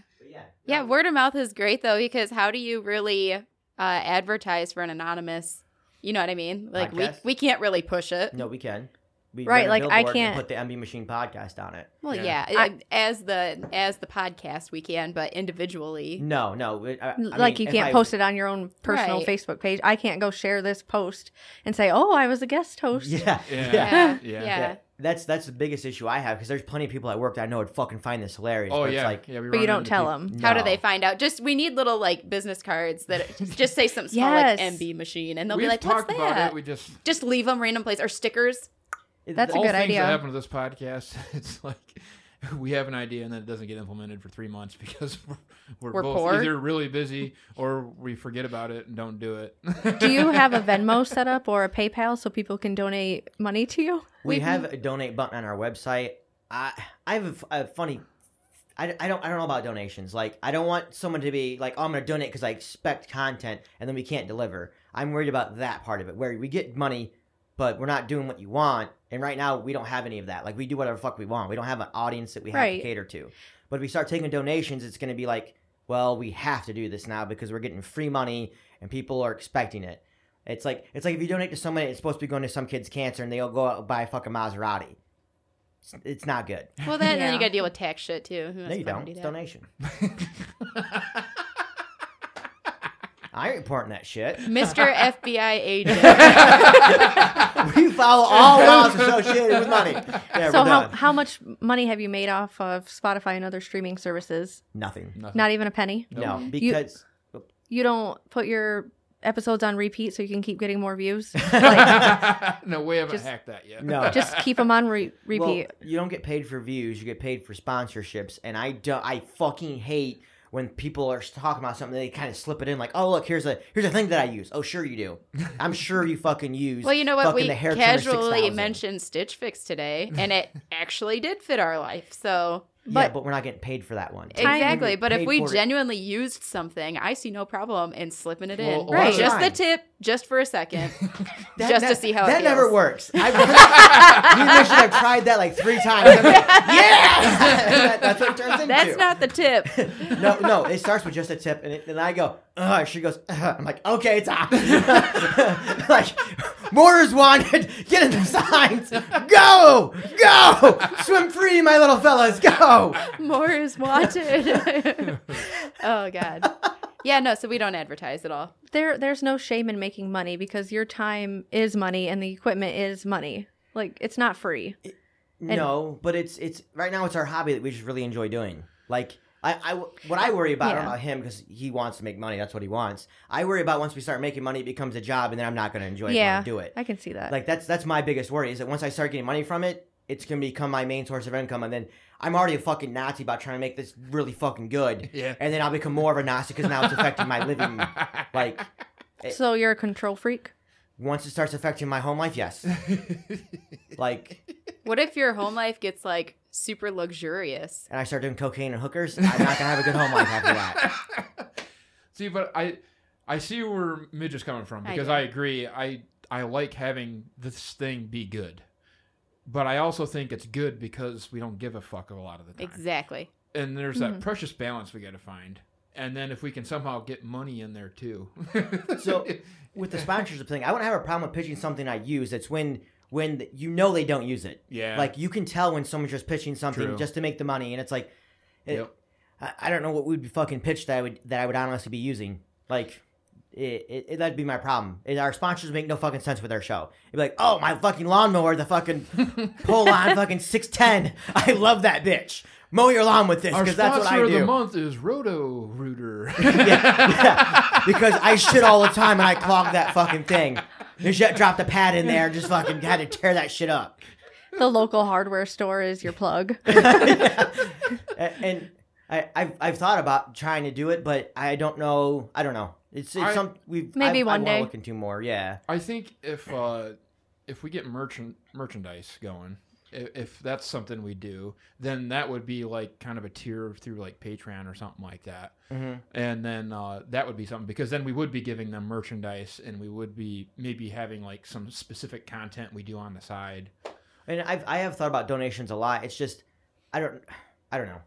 Yeah, word of mouth is great though because how do you really uh, advertise for an anonymous? You know what I mean? Like we Podcast? we can't really push it. No, we can. We Right, rent a like, I billboard and can't- put the MB Machine podcast on it. Well, Yeah. yeah, I- as the as the podcast we can, but individually, No, no. it- I- I like mean, you if can't I- post it on your own personal Right. Facebook page. I can't go share this post and say, "Oh, I was a guest host." Yeah, Yeah. <laughs> yeah. yeah, Yeah. yeah. yeah. That's that's the biggest issue I have because there's plenty of people at work that I know would fucking find this <laughs> hilarious. Oh but it's yeah. like yeah we But run you don't into tell people- them. How do no. they find out? Just we need little like business cards that just say something small Yes. like MB machine, and they'll We've be like, "What's talked about that?" it. We just Just leave them random place or stickers. It- That's a all good things idea. that happen to this podcast. <laughs> It's like we have an idea and then it doesn't get implemented for three months <laughs> because we're, we're, We're both poor. either really busy or we forget about it and don't do it. Do you <laughs> have a Venmo set up or a PayPal so people can donate money to you? we We've- have a donate button on our website. I I have a f- a, funny. I, I don't I don't know about donations. Like I don't want someone to be like, oh, I'm gonna donate because I expect content and then we can't deliver. I'm worried about that part of it where we get money, but we're not doing what you want. And right now we don't have any of that. Like we do whatever the fuck we want. We don't have an audience that we have Right. to cater to. But if we start taking donations, it's gonna be like, well, we have to do this now because we're getting free money and people are expecting it. It's like it's like if you donate to someone, it's supposed to be going to some kid's cancer, and they'll go out and buy a fucking Maserati. It's, it's not good. Well, then, then Yeah. you got to deal with tax shit too. Who no, wants you to fucking don't. do It's that? donation. I ain't reporting that <laughs> shit. <laughs> Mr. FBI agent. We follow all laws associated with money. Yeah, so we're how, done. how much money have you made off of Spotify and other streaming services? Nothing. Nothing. Not even a penny. No, Nope. because You don't put your episodes on repeat so you can keep getting more views. <laughs> no, we haven't Just- hacked that yet. no. Just keep them on re- Well, <laughs> repeat. you don't get paid for views. You get paid for sponsorships, and I don't. I fucking hate when people are talking about something. They kind of slip it in, like, "Oh, look, here's a here's a thing that I use." Oh, sure you <laughs> do. I'm sure you fucking use. well, you know what? fucking We the hair trimmer casually 6000. mentioned Stitch Fix today, and it actually did fit our life. So yeah, but- but we're not getting paid for that one. Time- exactly. But if Paid we for it. genuinely used something, I see no problem in slipping it Well, in. a lot Right. of Just the time- tip, just for <laughs> a second, That- just to that- see how that it never feels. works. <laughs> I really, you mentioned I've tried that like three times. I'm like, yeah, <laughs> That- that's what it turns into. That's not the tip. <laughs> no, no. It starts with just a tip, and, it, and I go, Ugh, she goes, Ugh. I'm like, okay, it's on. <laughs> like, more is wanted. Get in the signs. Go, go. Swim free, my little fellas. Go. More is Oh, <laughs> wanted. oh God. Yeah, no, so we don't advertise at all. there there's no shame in making money because your time is money and the equipment is money. Like it's not free. no, but it's it's right now it's our hobby that we just really enjoy doing. Like I, I what I worry about I don't Yeah. know him because he wants to make money. That's what he wants. I worry about once we start making money, it becomes a job, and then I'm not going to enjoy it. yeah, Yeah, do it. I can see that. like that's that's my biggest worry is that once I start getting money from it, it's gonna become my main source of income, and then I'm already a fucking Nazi about trying to make this really fucking <laughs> good, <laughs> Yeah. and then I'll become more of a Nazi because now it's affecting my living. Like so you're a control freak. once it starts affecting my home life, yes. like, What if your home life gets like super luxurious? and I start doing cocaine and hookers, I'm not gonna have a good home life after that. See, but I I see where Midge is coming from I because do. I, agree. I I like having this thing be good. But I also think it's good because we don't give a fuck a lot of the time. Exactly. And there's that Mm-hmm. Mhm. precious balance we got to find. and then if we can somehow get money in there too. <laughs> So with the sponsorship thing, I wouldn't have a problem with pitching something I use. It's when when th- you know they don't use it. <laughs> Yeah. Like you can tell when someone's just pitching something True. just to make the money, and it's like, it, Yep. I, I don't know what would be fucking pitched that I would that I would honestly be using. Like, it, it, it- that'd be my problem. It- our sponsors make no fucking sense with our show. It'd be like, oh my fucking lawnmower, the <laughs> fucking pull on fucking six ten. I love that bitch. Mow your lawn with this Our because sponsor that's what I do of the month is Roto Rooter. <laughs> <laughs> yeah, because I shit all the time and I clogged that fucking thing. They shit dropped a pad in there and just fucking had to tear that shit up. The local hardware store is your <laughs> plug. A- And I, I've, I've thought about trying to do it, but I don't know. I don't know. It's, it's I- some we've Maybe I- I one wanna day. look into more. Yeah, I think if uh, if we get merchant merchandise going, i- if that's something we do, then that would be like kind of a tier through like Patreon or something like that, Mhm. and then uh, that would be something because then we would be giving them merchandise and we would be maybe having like some specific content we do on the side. and I've I have thought about donations a lot. It's just I don't I don't know.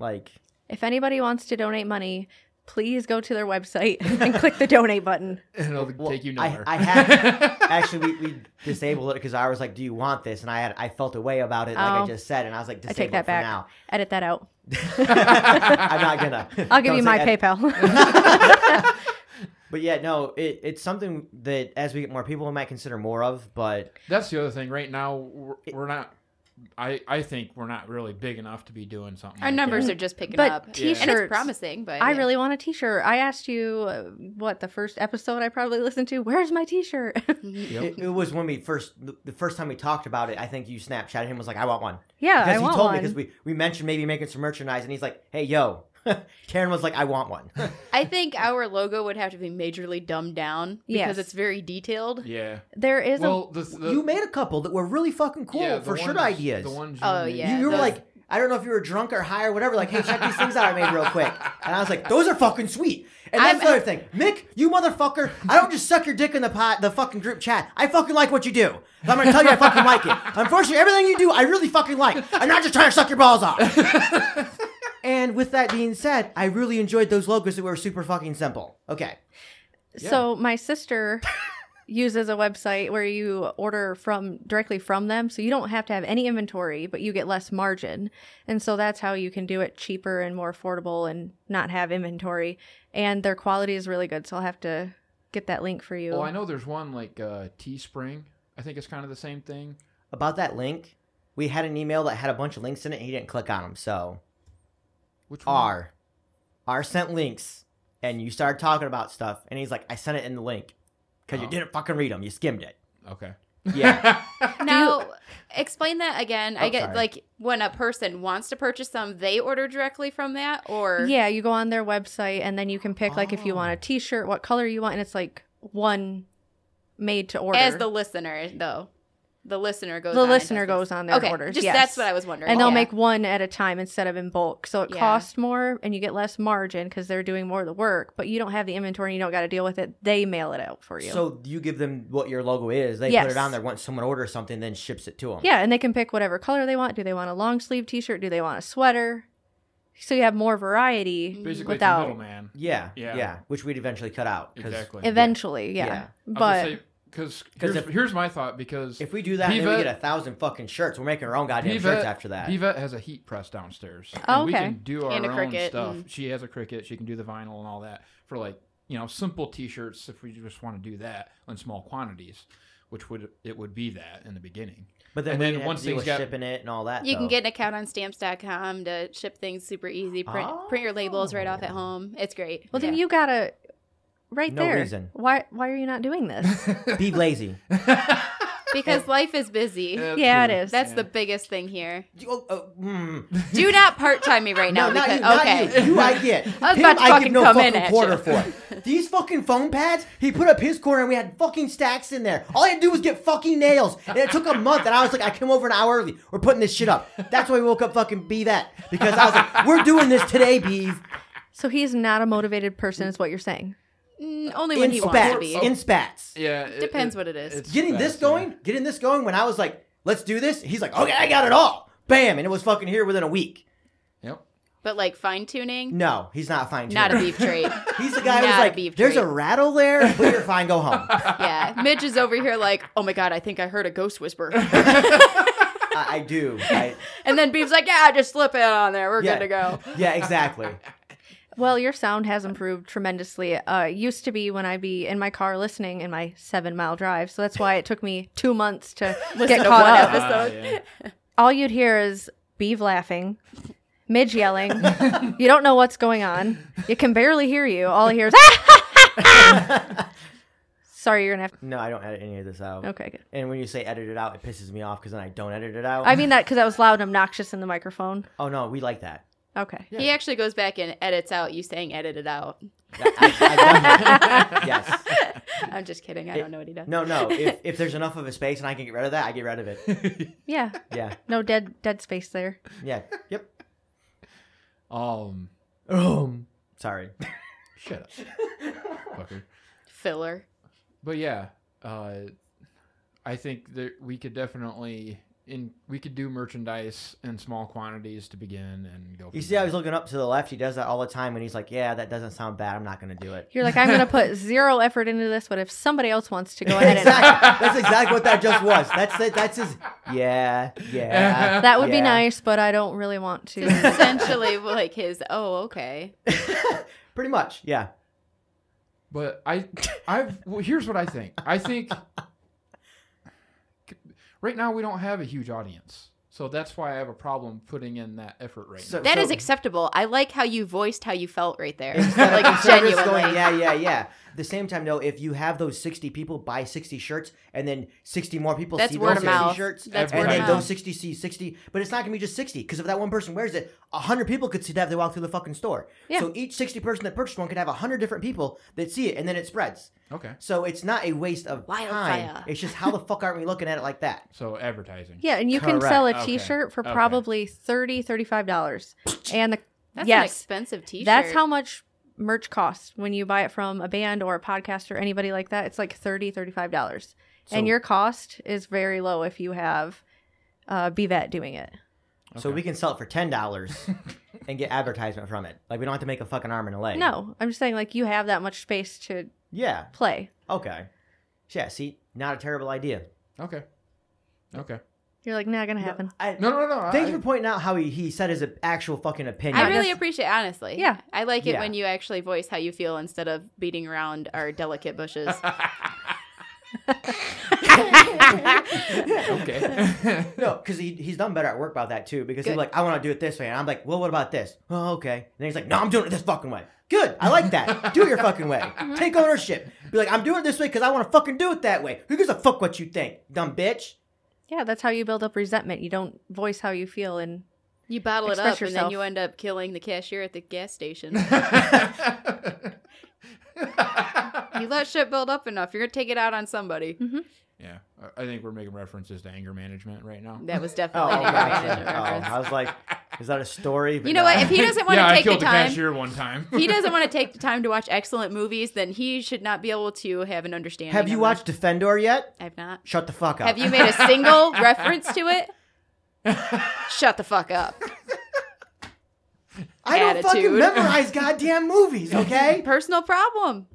Like If anybody wants to donate money, please go to their website <laughs> and click the donate button. And it'll Well, take you I- nowhere. <laughs> I had- actually, we, <laughs> we disabled it because I was like, "Do you want this?" And I had I felt a way about it, like I Oh. just said, and I was like, I "Disable take that it for back. now." Edit that out. <laughs> <laughs> I'm not gonna. I'll give Don't say you my edit. <laughs> PayPal. But yeah, no, it, it's something that as we get more people, we might consider more of. But That's the other thing. Right now, we're, we're not. I I think we're not really big enough to be doing something. Our like numbers that. are just picking <laughs> But up. And it's t-shirts. promising, but I yeah. really want a T-shirt. I asked you uh, what the first episode I probably listened to. Where's my T-shirt? <laughs> Yep. it, it was when we first the, the first time we talked about it. I think you Snapchatted him and was like, "I want one." yeah, Because I you want told one. me because we we mentioned maybe making some merchandise, and he's like, "Hey, yo." <laughs> Karen was like, "I want one." I think our logo would have to be majorly dumbed down because Yes. it's very detailed. Yeah. there is a Well, the, <laughs> the, you made a couple that were really fucking cool yeah, the for shirt ones- ideas. The ones. Oh, made. yeah. you, you were those- like, I don't know if you were drunk or high or whatever. Like, hey, check these things out I made real quick. And I was like, those are fucking sweet. And that's I'm- the other thing, Mick, you motherfucker. I don't just suck your dick in the pot, the fucking group chat. I fucking like what you do. So I'm gonna tell you, I fucking like it. Unfortunately, everything you do, I really fucking like. I'm not just trying to suck your balls <laughs> off. and with that being said, I really enjoyed those logos that were super fucking simple. Okay. So <laughs> my sister uses a website where you order from directly from them, so you don't have to have any inventory, but you get less margin. And so that's how you can do it cheaper and more affordable and not have inventory. And their quality is really good, so I'll have to get that link for you. Well, I know there's one like uh, Teespring. I think it's kind of the same thing. About that link, we had an email that had a bunch of links in it, and he didn't click on them. So. Which one? R. R sent links, and you started talking about stuff, and he's like, I sent it in the link. Because Oh. you didn't fucking read them. You skimmed it. Okay. Yeah. Now, explain that again. I Oh, get sorry. like when a person wants to purchase some, they order directly from that, or yeah, you go on their website and then you can pick like if you Oh. want a t-shirt, what color you want, and it's like one made to order. as the listener though. The listener goes. The on and listener does this. goes on their okay, orders, Just yes. that's what I was wondering. and they'll yeah. make one at a time instead of in bulk so it Yeah. costs more and you get less margin because they're doing more of the work but you don't have the inventory and you don't got to deal with it they mail it out for you so you give them what your logo is. They put Yes. it on there. Once someone orders something, then ships it to them. yeah and they can pick whatever color they want do they want a long sleeve t-shirt do they want a sweater so you have more variety <laughs> Mm. Basically, Without- it's a middleman. Yeah. Yeah. Yeah. Which we'd eventually cut out. 'cause Exactly. eventually yeah, Yeah. but because 'Cause here's, if- here's my thought because If we do that, then Viva- we get a thousand fucking shirts. We're making our own goddamn Viva- shirts after that. Yvette has a heat press downstairs. Oh, and We okay. can do our And a own cricket stuff. and- She has a cricket. She can do the vinyl and all that for like you know simple T-shirts if we just want to do that in small quantities, which would it would be that in the <laughs> beginning. but then, and we then have once to deal things with got- shipping it and all that. You can though. get an account on stamps.com to ship things super easy. Print, print your labels right off at Oh. home. It's great. well then you gotta right No there reason. why why are you not <laughs> doing this be lazy. <laughs> <laughs> because life is busy. Yeah, it is. That's Yeah. the biggest thing here. oh, oh, mm. Do not part time me right now <laughs> No, because not you, okay. Not you. you I get. <laughs> I was Him, about to I fucking give no come in fucking at quarter you. <laughs> for. These fucking phone pads. He put up his corner, and we had fucking stacks in there. All I had to do was get fucking nails, and it took a month. And I was like, I came over an hour early. We're putting this shit up. That's why we woke up fucking Beeve at because I was like, we're doing this today, <laughs> Beeve. so he's not a motivated person is what you're saying Mm, only when In he wants to spats. be. In spats. Yeah, it- Depends what it is. it's Getting this fast, yeah. going. Getting this going. When I was like, let's do this. He's like, okay, I got it all. Bam, and it was fucking here within a week. Yep. But but like fine tuning, No, he's not fine. not a tuner. <laughs> beef trait. He's the guy not who's a like, beef "There's a treat." rattle there, but you're fine. Go <laughs> home." I, Yeah, Midge is over here like, oh my god, I think I heard a ghost whisper, <laughs> I <laughs> do. I, and then Beef's like, yeah, just slip it on there, we're yeah, good to go. Yeah, <laughs> exactly. Well, your sound has improved tremendously. Uh, it used to be when I'd be in my car listening in my seven mile drive, so that's why it took me two months to get to caught one up. episode. Ah, yeah. All you'd hear is Beeve laughing, Midge yelling. you don't know what's going on. You can barely hear you. All I hear is. Sorry, you're gonna have. No, I don't edit any of this out. to... Okay, good. And when you say edit it out, it pisses me off because then I don't edit it out. I mean that because that was loud and obnoxious in the microphone. oh no, we like <laughs> that. Okay. He actually goes back and edits out you saying edit it out. I- I- <laughs> <laughs> I- yes. I'm just kidding. I don't know what he does. No, no. If, if there's enough of a space and I can get rid of that, I get rid of Ah, it. <laughs> Yeah. Yeah. No dead dead space there. Yeah. Yep. <laughs> Um, Um. <laughs> Sorry. shut up, fucker. <laughs> Filler. But yeah, uh, I think that we could definitely in we could do merchandise in small quantities to begin and go. You from see how there. he's looking up to the left? He does that all the time and he's like, yeah, that doesn't sound bad. I'm not going to do it. You're like, <laughs> I'm gonna put zero effort into this, but if somebody else wants to <laughs> go ahead and Exactly. That's exactly what that just was. That's it. That's his. Yeah. Yeah. <laughs> <laughs> that would be Yeah. nice, but I don't really <laughs> want This is to. essentially like his, oh, okay. Pretty much. Yeah. But I, I've well, here's what I think. I <laughs> think right now we don't have a huge audience, so that's why I have a problem putting in that effort right So- now. That is so- acceptable. I like how you voiced how you felt right <laughs> there. Instead of like conservatives genuinely. Going, yeah, yeah, yeah. At the same time, though, if you have those 60 people buy 60 shirts and then 60 more people That's see word those of 60 mouth. shirts, That's and word of then mouth. those 60 see 60, but it's not going to be just 60 because if that one person wears it, 100 people could see that if they walk through the fucking store. Yeah. So each 60 person that purchased one could have 100 different people that see it and then it spreads. Okay, So it's not a waste of Wildfire. time. It's just how the fuck aren't we looking at it like that? so advertising. Yeah, and you can sell a Correct. Okay. t-shirt for Okay. probably $30, <laughs> $35. And the That's an yes, expensive t shirt. that's how much merch costs when you buy it from a band or a podcast or anybody like that. It's like $30, $35. So- and your cost is very low if you have uh, BVET doing it. So Okay. we can sell it for $10 and get advertisement from it. Like we don't have to make a fucking arm and a leg. No, I'm just saying like you have that much space to Yeah. play. Okay. Yeah, see, not a terrible idea. Okay. Okay. You're like, not gonna happen. I, No, no, no. Thanks I- for <laughs> pointing out how he, he said his actual fucking opinion. I <laughs> really Yes. appreciate it, honestly. Yeah. I like it Yeah. when you actually voice how you feel instead of beating around our <laughs> delicate bushes. <laughs> okay. <laughs> no, because he, he's done better at work about that too. Because he's Good. like, I want to do it this way, and I'm like, well, what about this? Oh, okay. And then he's like, No, I'm doing it this fucking way. Good, I like that. do it your fucking way. Take ownership. Be like, I'm doing it this way because I want to fucking do it that way. Who gives a fuck what you think, dumb bitch? Yeah, that's how you build up resentment. You don't voice how you feel and You bottle it Express up and then yourself. you end up killing the cashier at the <laughs> gas station. you let shit build up enough, you're gonna take it out on somebody. Mm-hmm. yeah, I- I think we're making references to anger management right now. That was Oh, definitely an anger gotcha. management oh, reference. I was like, is that a story? But You know what? no. <laughs> If he doesn't want to yeah, I take killed the the time, cashier one time. if he doesn't want to take the time to watch excellent movies, then he should not be able to have an understanding. Have you of watched Defendor yet? them. I've not. Shut the fuck up. Have you made a <laughs> single reference to it? Shut the fuck up. I don't fucking <laughs> attitude? memorize goddamn movies, okay? Personal problem.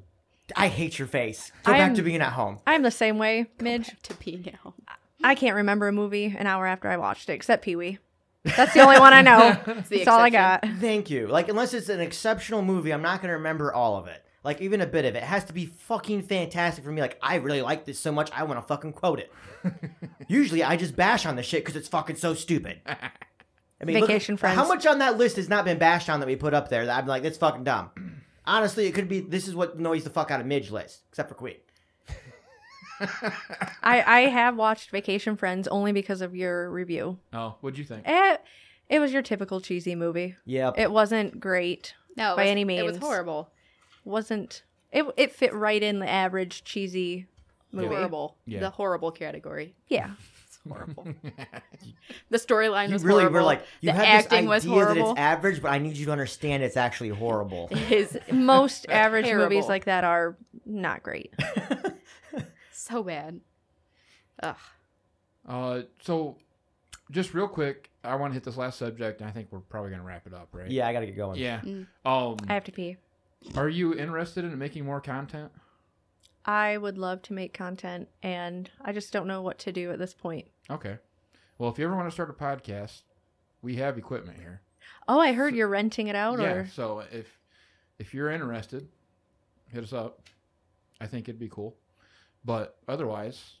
I hate your face. Go I back am- to being at home. I'm the same way, Midge. To pee now. I can't remember a movie an hour after I watched it, except Pee Wee. That's the only one I <laughs> know. That's the all I got. exception. Thank you. Like, unless it's an exceptional movie, I'm not going to remember all of it. Like, even a bit of it. It has to be fucking fantastic for me. Like, I really like this so much, I want to fucking quote <laughs> it. Usually, I just bash on the shit because it's fucking so <laughs> stupid. I mean, look at- Vacation Friends. How much on that list has not been bashed on that we put up there that I'm like, that's fucking dumb? <clears throat> Honestly, it could be this is what annoys the fuck out of Midge list, except for Queen. I, I have watched Vacation Friends only because of your review. <laughs> oh, what'd you think? It, it was your typical cheesy movie. Yep. It wasn't great. No, it By was- any It was means. horrible. Wasn't it? It fit right in the average cheesy movie. Horrible. Yeah. The horrible category. Yeah. It's horrible. <laughs> <laughs> the storyline you was really horrible. were like, you the have acting this was idea that horrible. it's average, but I need you to understand it's actually horrible. <laughs> His <laughs> Most average Terrible. movies like that are not great. so bad. Ugh. Uh, so, just real quick, I want to hit this last subject, and I think we're probably gonna wrap it up, right? Yeah, I gotta get going. Yeah. Mm. Um, I have to pee. are you interested in making more content? I would love to make content, and I just don't know what to do at this point. Okay. Well, if you ever want to start a podcast, we have equipment here. Oh, I heard you're renting it out, yeah. or So if if you're interested, hit us up. I think it'd be cool. But otherwise,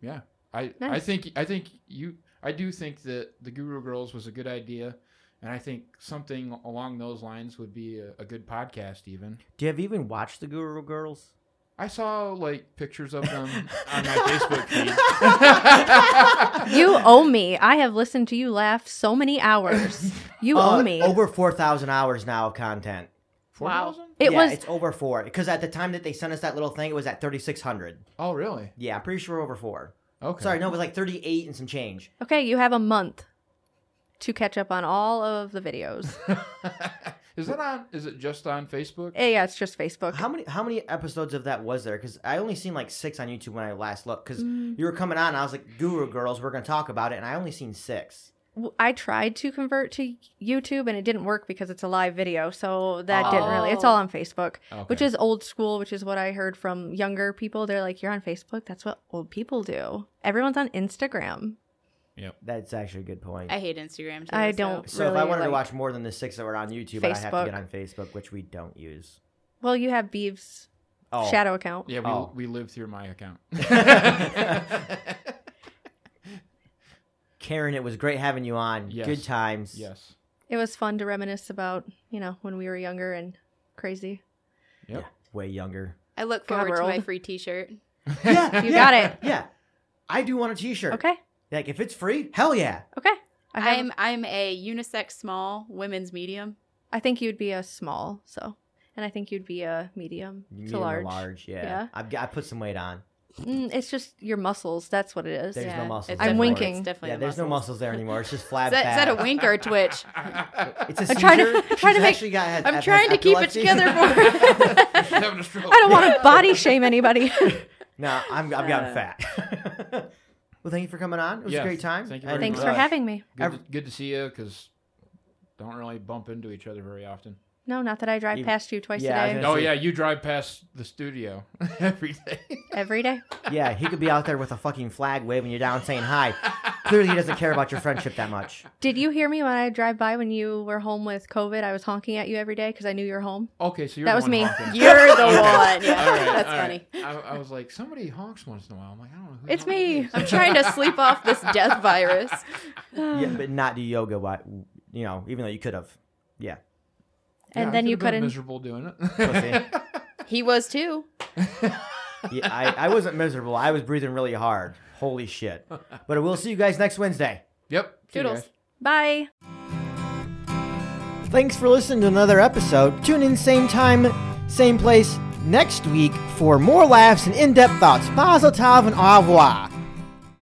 yeah. I I Nice. think I think you I do think that the Guru Girls was a good idea. And I think something along those lines would be a, a good podcast, even. Do you have even watched the Guru Girls? I saw like pictures of <laughs> them on my Facebook feed. <laughs> you <laughs> owe me. I have listened to you laugh so many hours. You <laughs> owe Uh, me. Over four thousand hours now of content. Wow. 4,000? it yeah, was it's over four because at the time that they sent us that little thing, it was at thirty six hundred. Oh, really? Yeah, I'm pretty sure over four. Okay. Sorry, no, it was like thirty eight and some change. okay. You have a month to catch up on all of <laughs> the videos. <laughs> is that on? Is it just on Facebook? Eh, yeah, it's just Facebook. How many how many episodes of that was there? Because I only seen like six on YouTube when I last looked. Because Mm. Mm, you were coming on, and I was like, Guru Girls, we're gonna talk about it, and I only seen six. W- I tried to convert to YouTube, and it didn't work because it's a live video, so that didn't really. It's Oh. all on Facebook. Okay. Which is old school, which is what I heard from younger people. They're like, you're on Facebook. That's what old people do. Everyone's on Instagram. That's actually a good point. I hate Instagram. Too, I so- don't so if really I wanted to like- watch more than the six that were on YouTube, I'd have to get Facebook. on Facebook, which we don't use. Well, you have Beeb's Oh, shadow account. yeah, we Oh. we live through my account. <laughs> <laughs> Karen, it was great having you on. Yes. Good times. yes. It was fun to reminisce about, you know, when we were younger and crazy. Yep. Way <laughs> younger. I look God, forward we're to my old. free T-shirt. yeah, You yeah, got it. Yeah, I do want a T-shirt. Okay. Like if it's free, hell yeah. Okay. I, have, I'm I'm a unisex small women's medium. I think you'd be a small, so. And I think you'd be a medium You to large. large. Yeah. Yeah. I've got, I put some weight on. Mm, it's just your muscles. That's what it is. There's no muscles it's I'm definitely- winking. It's definitely yeah. the There's no muscles there anymore. It's <laughs> just flab Is that, is fat. that a wink or <laughs> a twitch? She's It's a seizure. I'm trying to- I'm trying to She's make- actually got- has- I'm has trying to keep it epilepsy. together <laughs> for. having a stroke. <laughs> I don't want to body <laughs> shame anybody. no, I'm I've gotten Uh. fat. <laughs> well, thank you for coming on. It was Yes, a great time. thank you And, very Thanks much. for uh, <laughs> having me. Good, to, good to see you because don't really bump into each other very often. No, not that I drive You- past you twice yeah, I was a day. gonna- Oh yeah, you drive past the studio <laughs> every day. Every day. Yeah, he could be out there with a fucking flag waving you down, saying hi. Clearly, he doesn't care about your friendship that <sighs> much. Did you hear me when I drive by when you were home with COVID? I was honking at you every day because I knew you were home. Okay, so you're That the was one me. honking. You're <laughs> Okay. the one. Yeah, All right, that's all funny. right. I, I was like, somebody honks once in a while. I'm like, I don't know. Who the It's hell it me. is. I'm trying to sleep off this death virus. <laughs> Yeah, <sighs> but not do yoga. Why? You know, even though you could have. Yeah. Yeah, and I then could've you been couldn't. Miserable doing it. He was too. yeah I, I wasn't miserable. I was breathing really hard. Holy shit. But we'll see you guys next Wednesday. <laughs> yep. see you Toodles. guys. Bye. Thanks for listening to another episode. Tune in same time, same place next week for more laughs and in-depth thoughts. Mazel tov and au revoir.